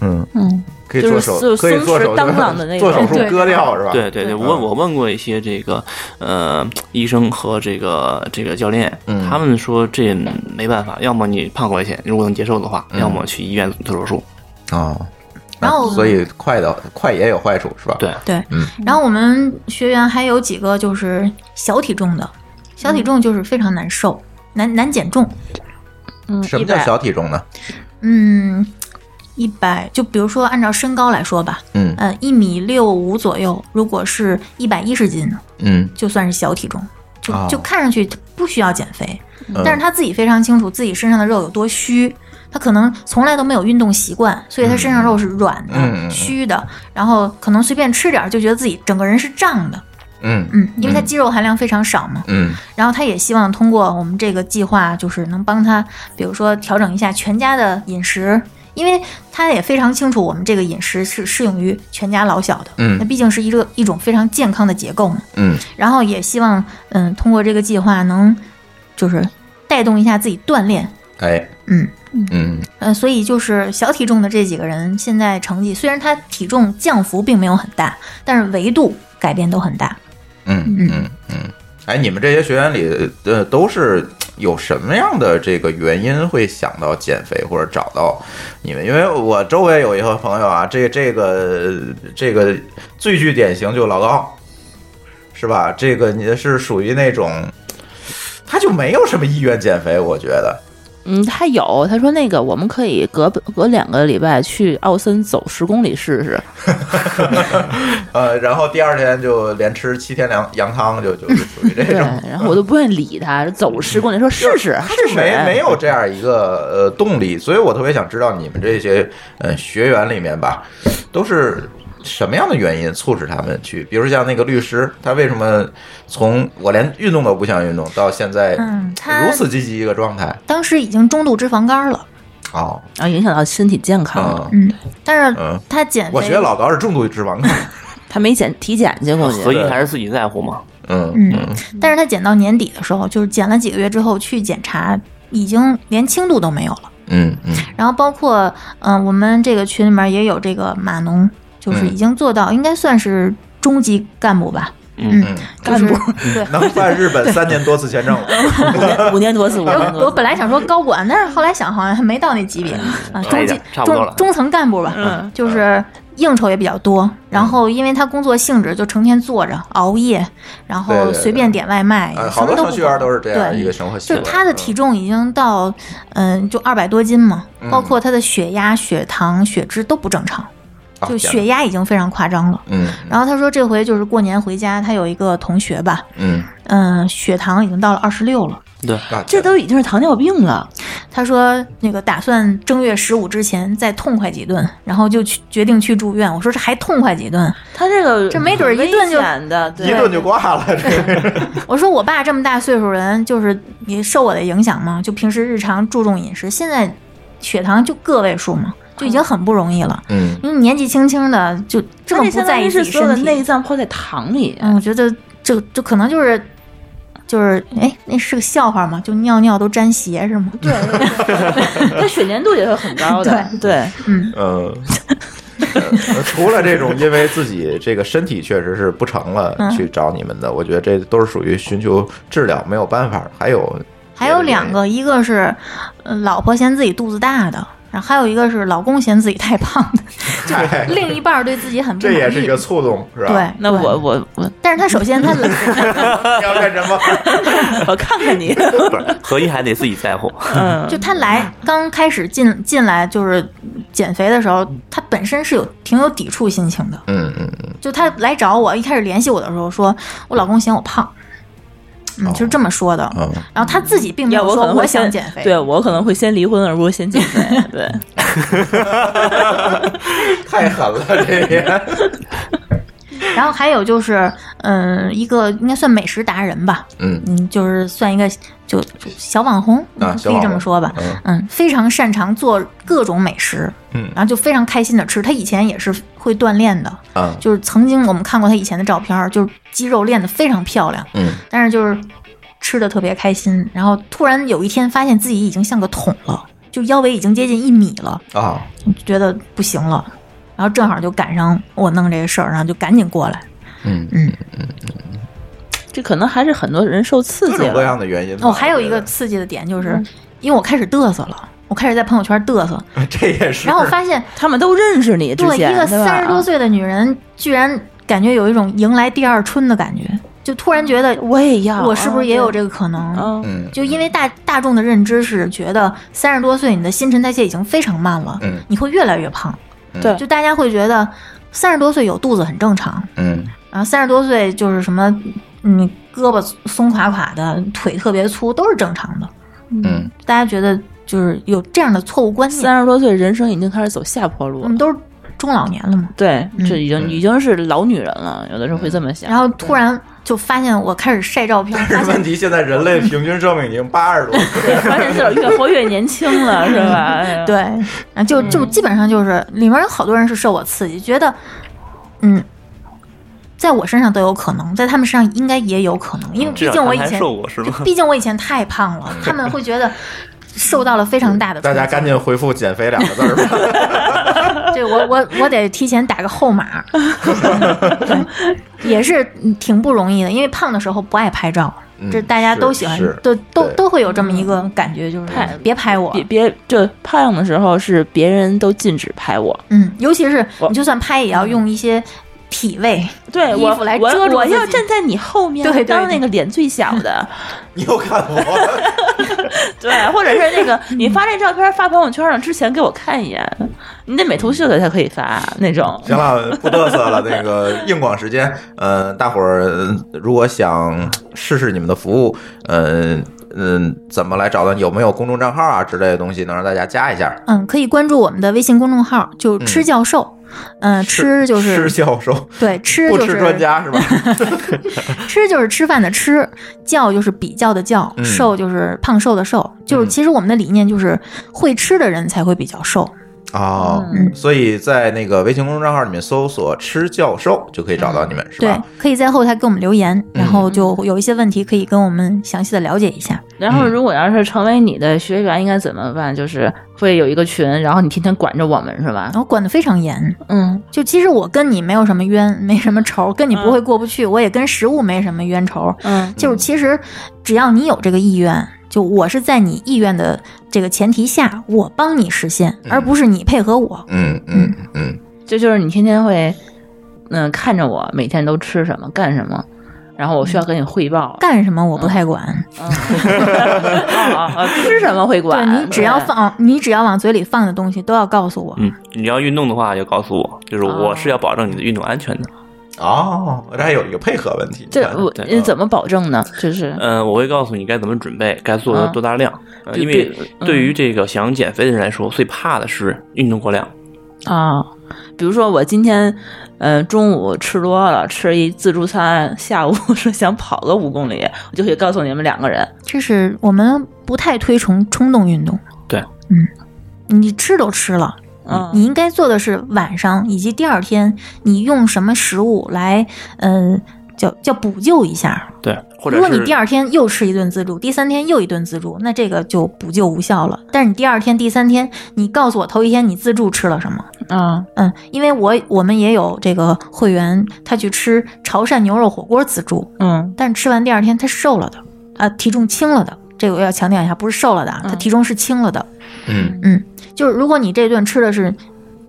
C: 嗯
D: 嗯，
C: 可以
D: 就
C: 做
D: 是
C: 手，
D: 松
C: 可以做手
D: 松 弛当啷的那
C: 做
D: 种
C: 手术割掉是
F: 啊
C: 吧？
E: 对对
F: 嗯
E: 对，我问我问过一些这个呃医生和这个这个教练，
C: 嗯
E: 他们说这没办法，要么你胖回去，如果能接受的话，
C: 嗯
E: 要么去医院做手术。
C: 哦，
F: 然后
C: 那所以快的快也有坏处是吧？
E: 对，
F: 对，
C: 嗯
F: 然后我们学员还有几个就是小体重的，小体重就是非常难瘦，难难减重。
D: 嗯
C: 什么
D: 一
C: 叫
D: 百
C: 小体重呢？
F: 嗯，一百就比如说按照身高来说吧，
C: 嗯
F: 呃，一米六五左右，如果是一百一十斤，
C: 嗯，
F: 就算是小体重，就、
C: 哦
F: 就看上去不需要减肥，
C: 嗯
F: 但是他自己非常清楚自己身上的肉有多虚。他可能从来都没有运动习惯，所以他身上肉是软的、
C: 嗯嗯嗯
F: 虚的，然后可能随便吃点儿就觉得自己整个人是胀的，
C: 嗯
F: 嗯，因为他
C: 嗯
F: 肌肉含量非常少嘛。
C: 嗯
F: 然后他也希望通过我们这个计划，就是能帮他，比如说调整一下全家的饮食，因为他也非常清楚我们这个饮食是适用于全家老小的，
C: 嗯
F: 那毕竟是一个一种非常健康的结构嘛。
C: 嗯
F: 然后也希望，嗯，通过这个计划能，就是带动一下自己锻炼，
C: 哎
F: 嗯。
C: 嗯
F: 呃，所以就是小体重的这几个人，现在成绩虽然他体重降幅并没有很大，但是维度改变都很大。
C: 嗯嗯嗯，哎，你们这些学员里，呃，都是有什么样的这个原因会想到减肥或者找到你们？因为我周围有一个朋友啊，这这个这个最具典型就老高，是吧？这个你是属于那种。他就没有什么意愿减肥，我觉得，
D: 嗯，他有，他说那个我们可以隔隔两个礼拜去奥森走十公里试试，
C: 呃，然后第二天就连吃七天凉羊汤，就就是属于这
D: 对，
C: 种。
D: 然后我都不愿意理他，走十公里说试试
C: 他
D: 试
C: 就
D: 试，
C: 没没有这样一个呃动力，所以我特别想知道你们这些呃学员里面吧，都是什么样的原因促使他们去？比如像那个律师，他为什么从我连运动都不想运动，到现在
F: 嗯他
C: 如此积极一个状态？
F: 当时已经中度脂肪肝了，
C: 哦，
D: 然后啊影响到身体健康了。
C: 嗯
F: 嗯，但
C: 嗯
F: 是他减肥，
C: 我觉得老高是重度脂肪肝。
D: 他没检体检去，我觉
E: 所
D: 得
E: 以还是自己在乎嘛。
C: 嗯
F: 嗯，但是他减到年底的时候，就是减了几个月之后去检查，已经连轻度都没有了。
C: 嗯嗯
F: 然后包括嗯、呃我们这个群里面也有这个码农，
C: 嗯
F: 就是已经做到，应该算是中级干部吧。
E: 嗯
C: 嗯，
F: 干部对。
C: 能办日本三年多次签证了。
D: 五年五年多次，五年
F: 我
D: 多
F: 我
D: 次。
F: 本来想说高管，但是后来想好像还没到那级别
C: 哎
F: 啊，
E: 差
F: 中
E: 一点
F: 级
E: 差不多了
F: 中中层干部吧，嗯，就是应酬也比较多，
C: 嗯
F: 然后因为他工作性质就成天坐着熬夜，然
C: 对
F: 后
C: 对对
F: 随便点外卖，
C: 呃，
F: 什
C: 好
F: 么
C: 多
F: 都
C: 程序员嗯
F: 不管
C: 都是这样
F: 对
C: 一个生活习
F: 就是
C: 惯。
F: 他的体重已经到，嗯，就二百多斤嘛，
C: 嗯
F: 包括他的血压、血糖、血脂都不正常，
C: 啊天
F: 就血压已经非常夸张了。
C: 嗯
F: 然后他说这回就是过年回家，他有一个同学吧，
C: 嗯，
F: 嗯，血糖已经到了二十六了。
E: 对，
C: 啊
D: 这都已经是糖尿病了，
F: 他说那个打算正月十五之前再痛快几顿，然后就去决定去住院。我说这还痛快几 顿？
D: 他这个
F: 这没准儿一顿就
D: 危险的，
C: 一
D: 对，
C: 顿就挂了，这
F: 我说我爸这么大岁数人，就是也受我的影响嘛，就平时日常注重饮食，现在血糖就个位数嘛，就已经很不容易了。
C: 嗯
F: 因为年纪轻轻的就这
D: 他这
F: 么不
D: 相
F: 在
D: 当
F: 意
D: 于
F: 自
D: 是
F: 己
D: 所有的
F: 身体，
D: 内脏泡在糖 里，
F: 嗯，我觉得这这可能就是就是哎，那是个笑话嘛，就尿尿都沾鞋是吗？对，
D: 他血粘度也是很高 的，对，
C: 嗯。呃除了这种因为自己这个身体确实是不成了
F: 嗯
C: 去找你们的，我觉得这都是属于寻求治疗，没有办法。还有
F: 还有两个，一个是呃老婆嫌自己肚子大的。然后还有一个是老公嫌自己太胖的，
C: 嗨
F: 另一半儿对自己很不
C: 这
F: 满意。
C: 也是一个触动，是吧？
F: 对，
D: 那
F: 对
D: 我，我我
F: 但是他首先他 懒，
C: 你要干什 么？
D: 我看看你，
E: 不是， 合一还得自己在乎。
D: 嗯，
F: 就他来刚开始进进来就是减肥的时候，他本身是有挺有抵触心情的。
C: 嗯嗯嗯
F: 就他来找我，一开始联系我的时候说，我老公嫌我胖，嗯，
C: 哦
F: 就是这么说的。
C: 嗯，
F: 然后他自己并没
D: 要
F: 有
D: 我可
F: 说
D: 能会
F: 想
D: 先
F: 减肥，
D: 对我可能会先离婚，而不是先减 肥，对，
C: 太狠了，这也。
F: 然后还有就是，嗯，一个应该算美食达人吧，
C: 嗯
F: 嗯，就是算一个就就小网红，
C: 啊
F: 嗯
C: 小
F: 可
C: 网
F: 以
C: 红
F: 这么说吧，
C: 嗯
F: 嗯，非常擅长做各种美食，
C: 嗯
F: 然后就非常开心的吃。他以前也是会锻炼的，
C: 啊
F: 嗯就是曾经我们看过他以前的照片儿，就是肌肉练得非常漂亮，
C: 嗯
F: 但是就是吃的特别开心。然后突然有一天发现自己已经像个桶了，就腰围已经接近一米了，
C: 啊
F: 觉得不行了。然后正好就赶上我弄这个事儿，然后就赶紧过来。
C: 嗯，
D: 这可能还是很多人受刺
C: 各
D: 激
C: 种各样
D: 了，
C: 的原因吧。
F: 哦，还有一
C: 我
F: 个
C: 觉
F: 刺激的点就是，
D: 嗯
F: 因为我开始嘚瑟了，我开始在朋友圈嘚瑟，
C: 得，这也是。
F: 然后我发现，
D: 他们都认识你之
F: 对
D: 前，
F: 一个
D: 对吧啊
F: 三十多，岁的女人，居然感觉有一种迎来第二春的感觉，就突然觉得
D: 我也要，
F: 我是不是也有这个可
D: 啊？
F: 能？
D: 哦嗯，
C: 嗯，
F: 就因为大大众的认知是觉得三十多岁你的新陈代谢已经非常慢了，
C: 嗯
F: 你会越来越胖，
D: 对
F: 就大家会觉得三十多岁有肚子很正常，
C: 嗯
F: 然后三十多岁就是什么，嗯，胳膊松垮垮的，腿特别粗，都是正常的。
C: 嗯
F: 大家觉得就是有这样的错误观念，
D: 三十多岁，人生已经开始走下坡路
F: 我
D: 了
F: 们。都是中老年了嘛。
D: 对，
F: 嗯
D: 这已经已经是老女人了，有的人会这么想。
F: 然后突然就发现我开始晒照片，
C: 但是
F: 发
C: 问
F: 现
C: 题现在人类平均寿命已经八十多岁了，
D: 发现自个儿越活越年轻了，嗯是吧？哎呀
F: 对，啊就就基本上就是里面有好多人是受我刺激，觉得嗯，在我身上都有可能，在他们身上应该也有可能，因为毕
E: 至少
F: 竟
E: 他
F: 我以
E: 还
F: 前
E: 瘦过是吗？
F: 毕竟我以前太胖了，他们会觉得受到了非常嗯大的
C: 大
F: 冲击。
C: 家赶紧回复“减肥”两个字儿吧。
F: 对我我我得提前打个后码， 也是挺不容易的，因为胖的时候不爱拍照，
C: 嗯
F: 这大家都
C: 是
F: 喜欢
C: 是，
F: 都都
C: 对
F: 都会有这么一个感觉，就是
D: 嗯拍
F: 别拍我
D: 别，别，就胖的时候是别人都禁止拍我，
F: 嗯，尤其是
D: 我
F: 你就算拍也要用一些体位，
D: 对
F: 衣
D: 我
F: 服来
D: 我
F: 遮住
D: 我
F: 自己
D: 要站在你后面，
F: 对对对
D: 当那个脸最小的，
C: 你又看我，
D: 对，或者是那 个你发这照片发朋友圈上之前给我看一眼，你得美图秀秀才可以发那种。
C: 行了，不嘚瑟了。那个硬广时间，呃，大伙儿呃如果想试试你们的服务，呃，嗯，怎么来找到你？有没有公众账号啊之类的东西能让大家加一下？
F: 嗯，可以关注我们的微信公众号，就
C: 嗯
F: 吃教授。嗯，吃就
C: 吃
F: 是
C: 教授，
F: 对吃
C: 不
F: 就
C: 吃
F: 是
C: 专家是 吧？
F: 吃就是吃饭的吃，教就是比较的教，
C: 嗯
F: 瘦就是胖瘦的瘦，就是
C: 嗯
F: 其实我们的理念就是会吃的人才会比较瘦。
C: 哦，
F: 嗯
C: 所以在那个微信公众账号里面搜索“吃教授”就可以找到你们，是
F: 对
C: 吧？，
F: 可以在后台给我们留言，
D: 嗯
F: 然后就有一些问题可以跟我们详细的了解一下。
D: 然后，如果要是成为你的学员，应该怎么办？就是会有一个群，然后你天天管着我们，是吧
F: 然？后管得非常严，
D: 嗯，
F: 就其实我跟你没有什么冤，没什么仇，跟你不会过不去，我也跟食物没什么冤仇。
D: 嗯，
F: 就是其实只要你有这个意愿，就我是在你意愿的这个前提下，我帮你实现，
D: 嗯
F: 而不是你配合我。
C: 嗯嗯嗯
D: 这就是你天天会，嗯、看着我每天都吃什么，干什么，然后我需要跟你汇报。
F: 干什么我不太管，
D: 嗯 啊啊啊吃什么会管？
F: 对你只要
D: 对
F: 放，你只要往嘴里放的东西都要告诉我。
E: 嗯，你要运动的话，要告诉我，就是我
D: 哦
E: 是要保证你的运动安全的。
C: 哦，这还有一个配合问题。
D: 这
C: 你看
D: 我
E: 对哦
D: 你怎么保证呢？就是
E: 嗯、我会告诉你该怎么准备，该做
D: 啊
E: 多大量，呃
D: 对
E: 因为
D: 对嗯
E: 对于这个想减肥的人来说，最怕的是运动过量。
D: 啊，比如说我今天，呃，中午吃多了，吃一自助餐，下午说想跑个五公里， 我就可以告诉你们两个人，
F: 这是我们不太推崇冲动运动。
E: 对，
F: 嗯，你吃都吃了，
D: 嗯，
F: 你应该做的是晚上以及第二天，你用什么食物来，嗯，叫叫补救一下。
E: 对，或者
F: 如
E: 是
F: 果你第二天又吃一顿自助，第三天又一顿自助，那这个就补救无效了。但是你第二天、第三天，你告诉我头一天你自助吃了什么？
D: 啊，
F: 嗯，因为我我们也有这个会员，他去吃潮汕牛肉火锅自助，
D: 嗯
F: 但吃完第二天他瘦了的，啊，体重轻了的。这个我要强调一下，不是瘦了的啊，他
D: 嗯
F: 体重是轻了的。
C: 嗯
F: 就是如果你这顿吃的是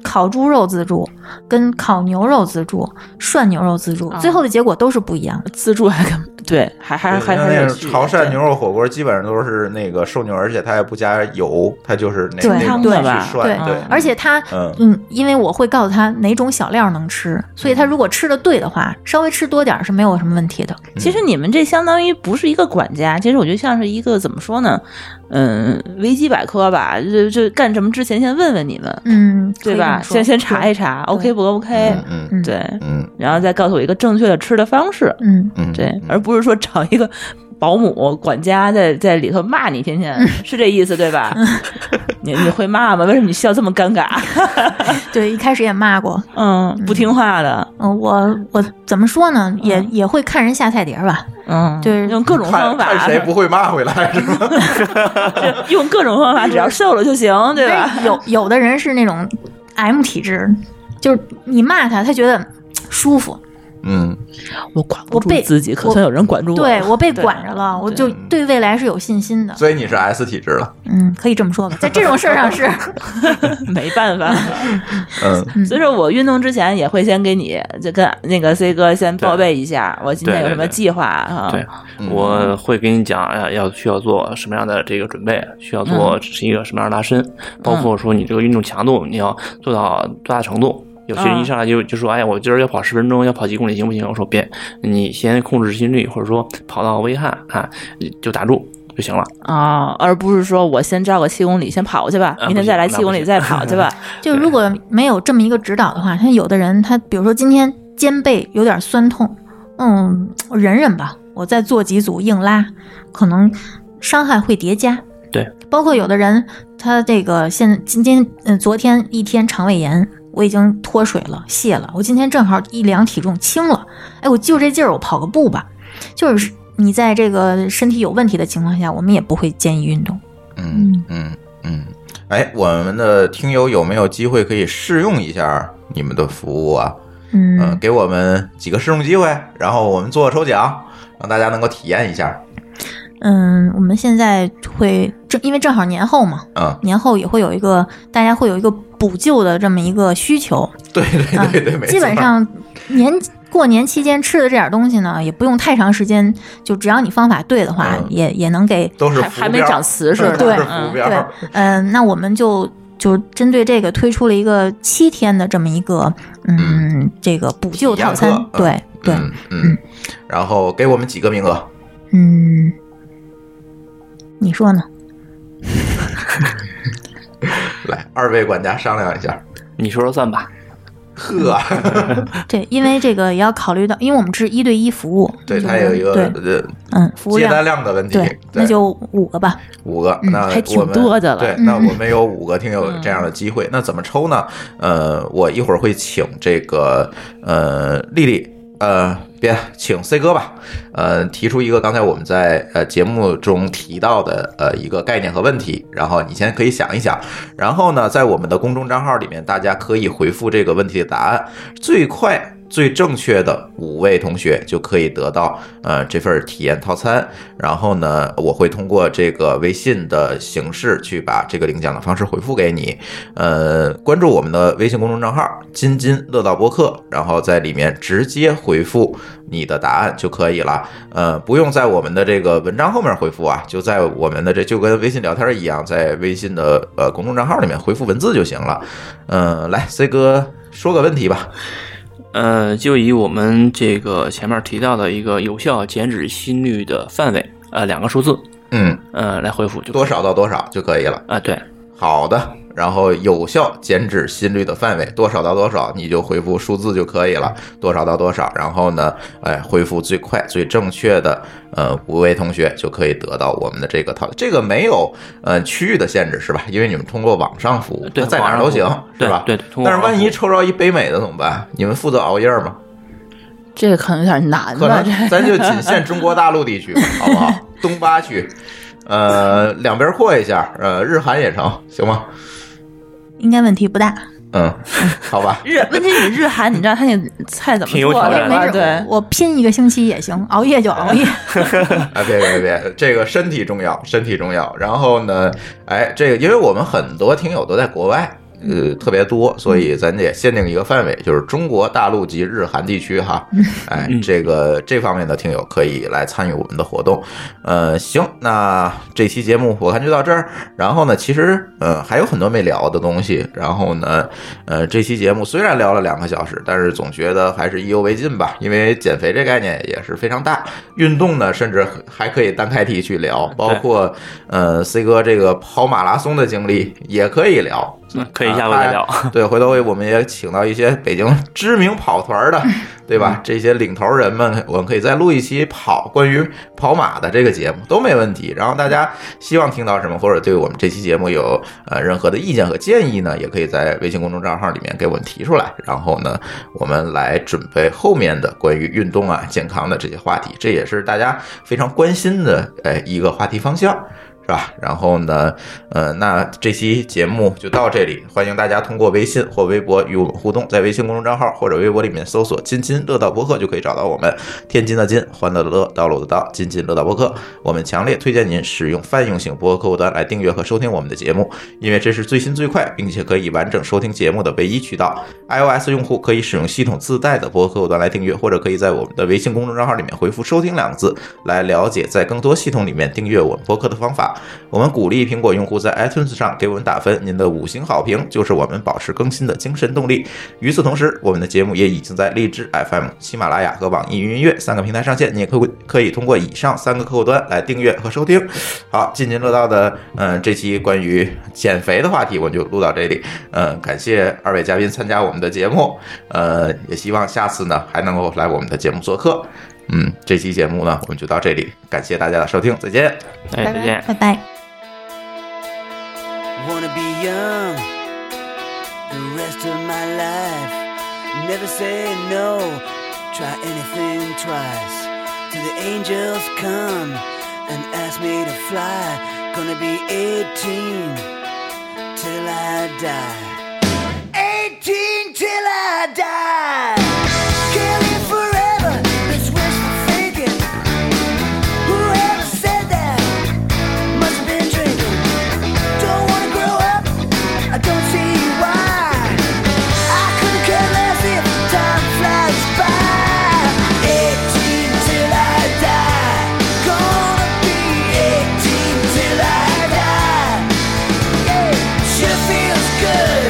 F: 烤猪肉自助、跟烤牛肉自助、涮牛肉自助，
D: 啊
F: 最后的结果都是不一样的。
D: 自助还跟对，还还还
C: 像
D: 还
C: 那
D: 有
C: 种
D: 区别
C: 潮汕
D: 对
C: 牛肉火锅，基本上都是那个瘦牛，而且它也不加油，它就是那
F: 对
C: 那种
F: 对
C: 去涮，
F: 对
C: 对，
F: 而且他，
C: 嗯
F: 嗯，因为我会告诉他哪种小料能吃，所以他如果吃的对的话，稍微吃多点儿是没有什么问题的。
D: 其实你们这相当于不是一个管家，其实我觉得像是一个怎么说呢，嗯，维基百科吧，就就干什么之前先问问你们，
F: 嗯，
D: 对吧？先先查一
F: 一，
D: 查
F: 对
D: ，OK 不 OK？
C: 嗯嗯
F: 嗯，，
D: 对，
C: 嗯
D: 然后再告诉我一个正确的吃的方式，
F: 嗯，
C: 嗯，
D: 对，
C: 嗯
D: 而不是说找一个 保姆管家在在里头骂你，天天是这意思对吧？ 你你会骂吗？为什么你笑这么尴尬？
F: 对，一开始也骂过，
D: 嗯，不听话的，
F: 嗯、我我怎么说呢，也也会看人下菜碟儿吧，
D: 嗯，
F: 对
D: 用各种
C: 看
D: 方法
C: 看，谁不会骂回来是吗？
D: 就 用各种方 法，只要瘦了就行，对吧？
F: 但是有有的人是那种 M 体质，就是你骂他，他觉得舒服，
C: 嗯
D: 我管不
F: 我
D: 住
F: 被
D: 自己，可
F: 我
D: 算有人管住我
F: 对
D: 了
F: 我被管着了，我就对未来是有信心的。
C: 所以你是 S 体质了，
F: 嗯，可以这么说吧， 在这种事儿上是，
D: 没办法。
C: 嗯
D: 所以说我运动之前也会先给你，就跟那个 C 哥先报备一下，我今天有什么计划啊？
E: 对，嗯我会跟你讲，哎，要需要做什么样的这个准备，需要做是一个什么样的拉伸，包括说你这个运动强度，你要做到多大程度。有些人一上来就就说，哎呀，我今儿要跑十分钟，要跑几公里，行不行？我说别，你先控制心率，或者说跑到微汗啊，你就打住就行了。
D: 啊，而不是说我先照个七公里先跑去吧，
E: 啊
D: 明天再来
E: 不行
D: 七公里再跑去吧。
F: 就如果没有这么一个指导的话，他有的人他比如说今天肩背有点酸痛，嗯，我忍忍吧，我再做几组硬拉，可能伤害会叠加。
E: 对，
F: 包括有的人他这个现今天嗯、昨天一天肠胃炎。我已经脱水了，泻了。我今天正好一量体重轻了，哎，我就这劲儿，我跑个步吧。就是你在这个身体有问题的情况下，我们也不会建议运动。
C: 嗯嗯嗯，哎，我们的听友有没有机会可以试用一下你们的服务啊？嗯，
F: 嗯，
C: 给我们几个试用机会，然后我们做抽奖，让大家能够体验一下。
F: 嗯，我们现在会正因为正好年后嘛，
C: 嗯，
F: 年后也会有一个大家会有一个补救的这么一个需求，
C: 对对
D: 嗯
C: 对对，没错。
F: 基本上年过年期间吃的这点东西呢，也不用太长时间，就只要你方法对的话，
C: 嗯
F: 也也能给
C: 都是
D: 还
C: 浮
D: 还没
C: 标
D: 长瓷实呢，
C: 都是
D: 嗯
C: 浮标。
F: 对，嗯、那我们就就针对这个推出了一个七天的这么一个嗯这个补救套餐
C: 体验课，嗯
F: 对对，
C: 嗯嗯，然后给我们几个名额？
F: 嗯，你说呢？嗯
C: 来，二位管家商量一下。
E: 你说说算吧。
C: 呵，啊
F: 对，因为这个也要考虑到，因为我们是一对一服务，
C: 对
F: 就是
C: 他有一个
F: 对，
C: 呃
F: 嗯，服务
C: 接单
F: 量，
C: 量的问题，
F: 对，那就五个吧，
C: 五个，
F: 嗯
C: 那
D: 还挺
C: 我们
D: 多的了嗯
C: 对，那我们有五个听友这样的机会，那怎么抽呢？呃，我一会儿会请这个呃丽丽。呃，别请 C 哥吧。呃，提出一个刚才我们在呃节目中提到的呃一个概念和问题，然后你先可以想一想，然后呢，在我们的公众账号里面，大家可以回复这个问题的答案，最快最正确的五位同学就可以得到呃这份体验套餐。然后呢，我会通过这个微信的形式去把这个领奖的方式回复给你。呃，关注我们的微信公众账号“津津乐道播客”，然后在里面直接回复你的答案就可以了。呃，不用在我们的这个文章后面回复啊，就在我们的这就跟微信聊天一样，在微信的呃公众账号里面回复文字就行了。嗯、来，C 哥说个问题吧。
E: 呃，就以我们这个前面提到的一个有效减脂心率的范围，呃，两个数字，
C: 嗯，
E: 呃，来回复就可以
C: 多少到多少就可以了。
E: 啊、对，
C: 好的，然后有效减脂心率的范围多少到多少，你就回复数字就可以了，多少到多少，然后呢，哎，回复最快最正确的呃五位同学就可以得到我们的这个套，这个没有呃区域的限制是吧？因为你们通过网上服务，
E: 对
C: 它在哪儿都行
E: 网上服务
C: 是吧？
E: 对对通过
C: 但是
E: 网
C: 万
E: 上
C: 一
E: 服务
C: 抽着一北美的怎么办？你们负责熬夜吗？
D: 这个可能有点难
C: 可
D: 吧？
C: 能
D: 这
C: 咱就仅限中国大陆地区，好不好？东八区，呃，两边扩一下，呃，日韩也成，行吗？
F: 应该问题不大。
C: 嗯，好吧。
D: 日问题是日韩，你知道他那菜怎么
E: 挺有
D: 做
E: 挑
D: 的
E: 战
D: 吗？
E: 的
D: 对，
F: 我拼一个星期也行，熬夜就熬夜。
C: 啊，别别别，这个身体重要，身体重要。然后呢，哎，这个因为我们很多听友都在国外，呃，特别多，所以咱也限定一个范围，就是中国大陆及日韩地区哈。哎，这个这方面的听友可以来参与我们的活动。呃，行，那这期节目我看就到这儿。然后呢，其实呃还有很多没聊的东西。然后呢，呃，这期节目虽然聊了两个小时，但是总觉得还是意犹未尽吧，因为减肥这概念也是非常大。运动呢，甚至还可以单开题去聊，包括呃 C 哥这个跑马拉松的经历也可以聊。
E: 那嗯可以下回再聊。
C: 啊 他对，回头我们也请到一些北京知名跑团的，对吧？这些领头人们，我们可以再录一期跑关于跑马的这个节目，都没问题。然后大家希望听到什么，或者对我们这期节目有呃任何的意见和建议呢，也可以在微信公众账号里面给我们提出来。然后呢，我们来准备后面的关于运动啊、健康的这些话题，这也是大家非常关心的呃一个话题方向。是吧？然后呢，呃，那这期节目就到这里，欢迎大家通过微信或微博与我们互动，在微信公众账号或者微博里面搜索“津津乐道播客”就可以找到我们。天津的津，欢乐的乐，道路的道，津津乐道播客。我们强烈推荐您使用泛用型播客客户端来订阅和收听我们的节目，因为这是最新最快，并且可以完整收听节目的唯一渠道。iOS 用户可以使用系统自带的播客客户端来订阅，或者可以在我们的微信公众账号里面回复“收听”两个字，来了解在更多系统里面订阅我们播客的方法。我们鼓励苹果用户在 iTunes 上给我们打分，您的五星好评就是我们保持更新的精神动力。与此同时，我们的节目也已经在荔枝 FM、喜马拉雅和网易云音乐三个平台上线，你也可以可以通过以上三个客户端来订阅和收听。好，津津乐道的，嗯、这期关于减肥的话题我们就录到这里。嗯、感谢二位嘉宾参加我们的节目，呃，也希望下次呢还能够来我们的节目做客。嗯，这期节目呢我们就到这里，感谢大家的收听，再见。
E: 哎，再见。
F: 拜拜。
G: Wanna be young the rest of my life. Never say no, try anything twice. Till the angels come and ask me to fly. Gonna be 18 till I die. 18 till I die. Can't live forever, it's wishful thinking. Whoever said that must have been drinking. Don't wanna grow up. I don't see why. I couldn't care less if time flies by. 18 till I die. Gonna be 18 till I die. Yeah, sure feels good.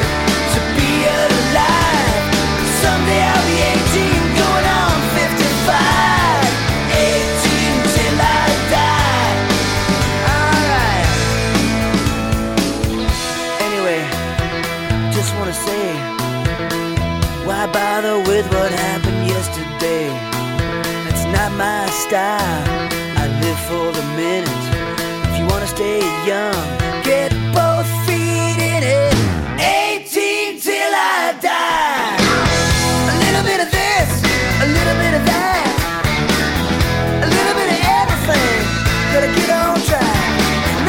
G: Why bother with what happened yesterday? That's not my style. I live for the minute. If you wanna stay young, get both feet in it. 18 till I die. A little bit of this, a little bit of that, a little bit of everything. Gotta get on track.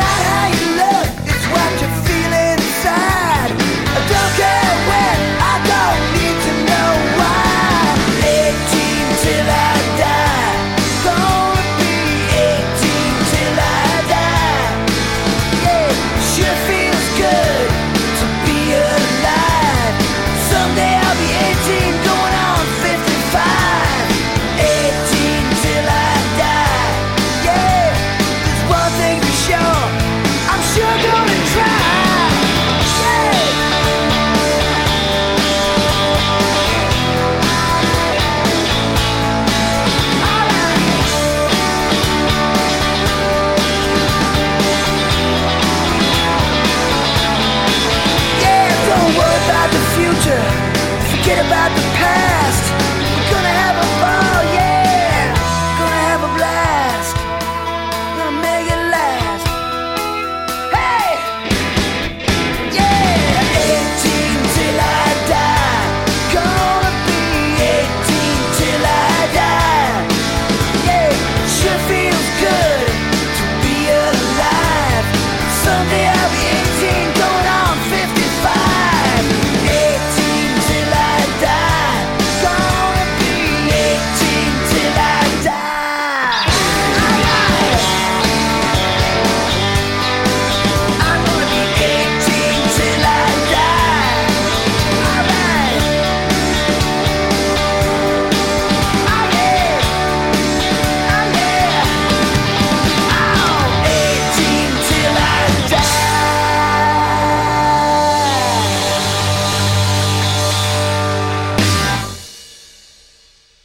G: Not how you look, it's what you feel inside. I don't care when, I don't need to know why. 18 till I die. Gonna be 18 till I die. Yeah, sure feels good to be alive. Someday I'll be 18, going on 55. 18 till I die. Yeah, there's one thing for sure. I'm sure gonna try. Yeah. Yeah, don't worry about the future. Forget about the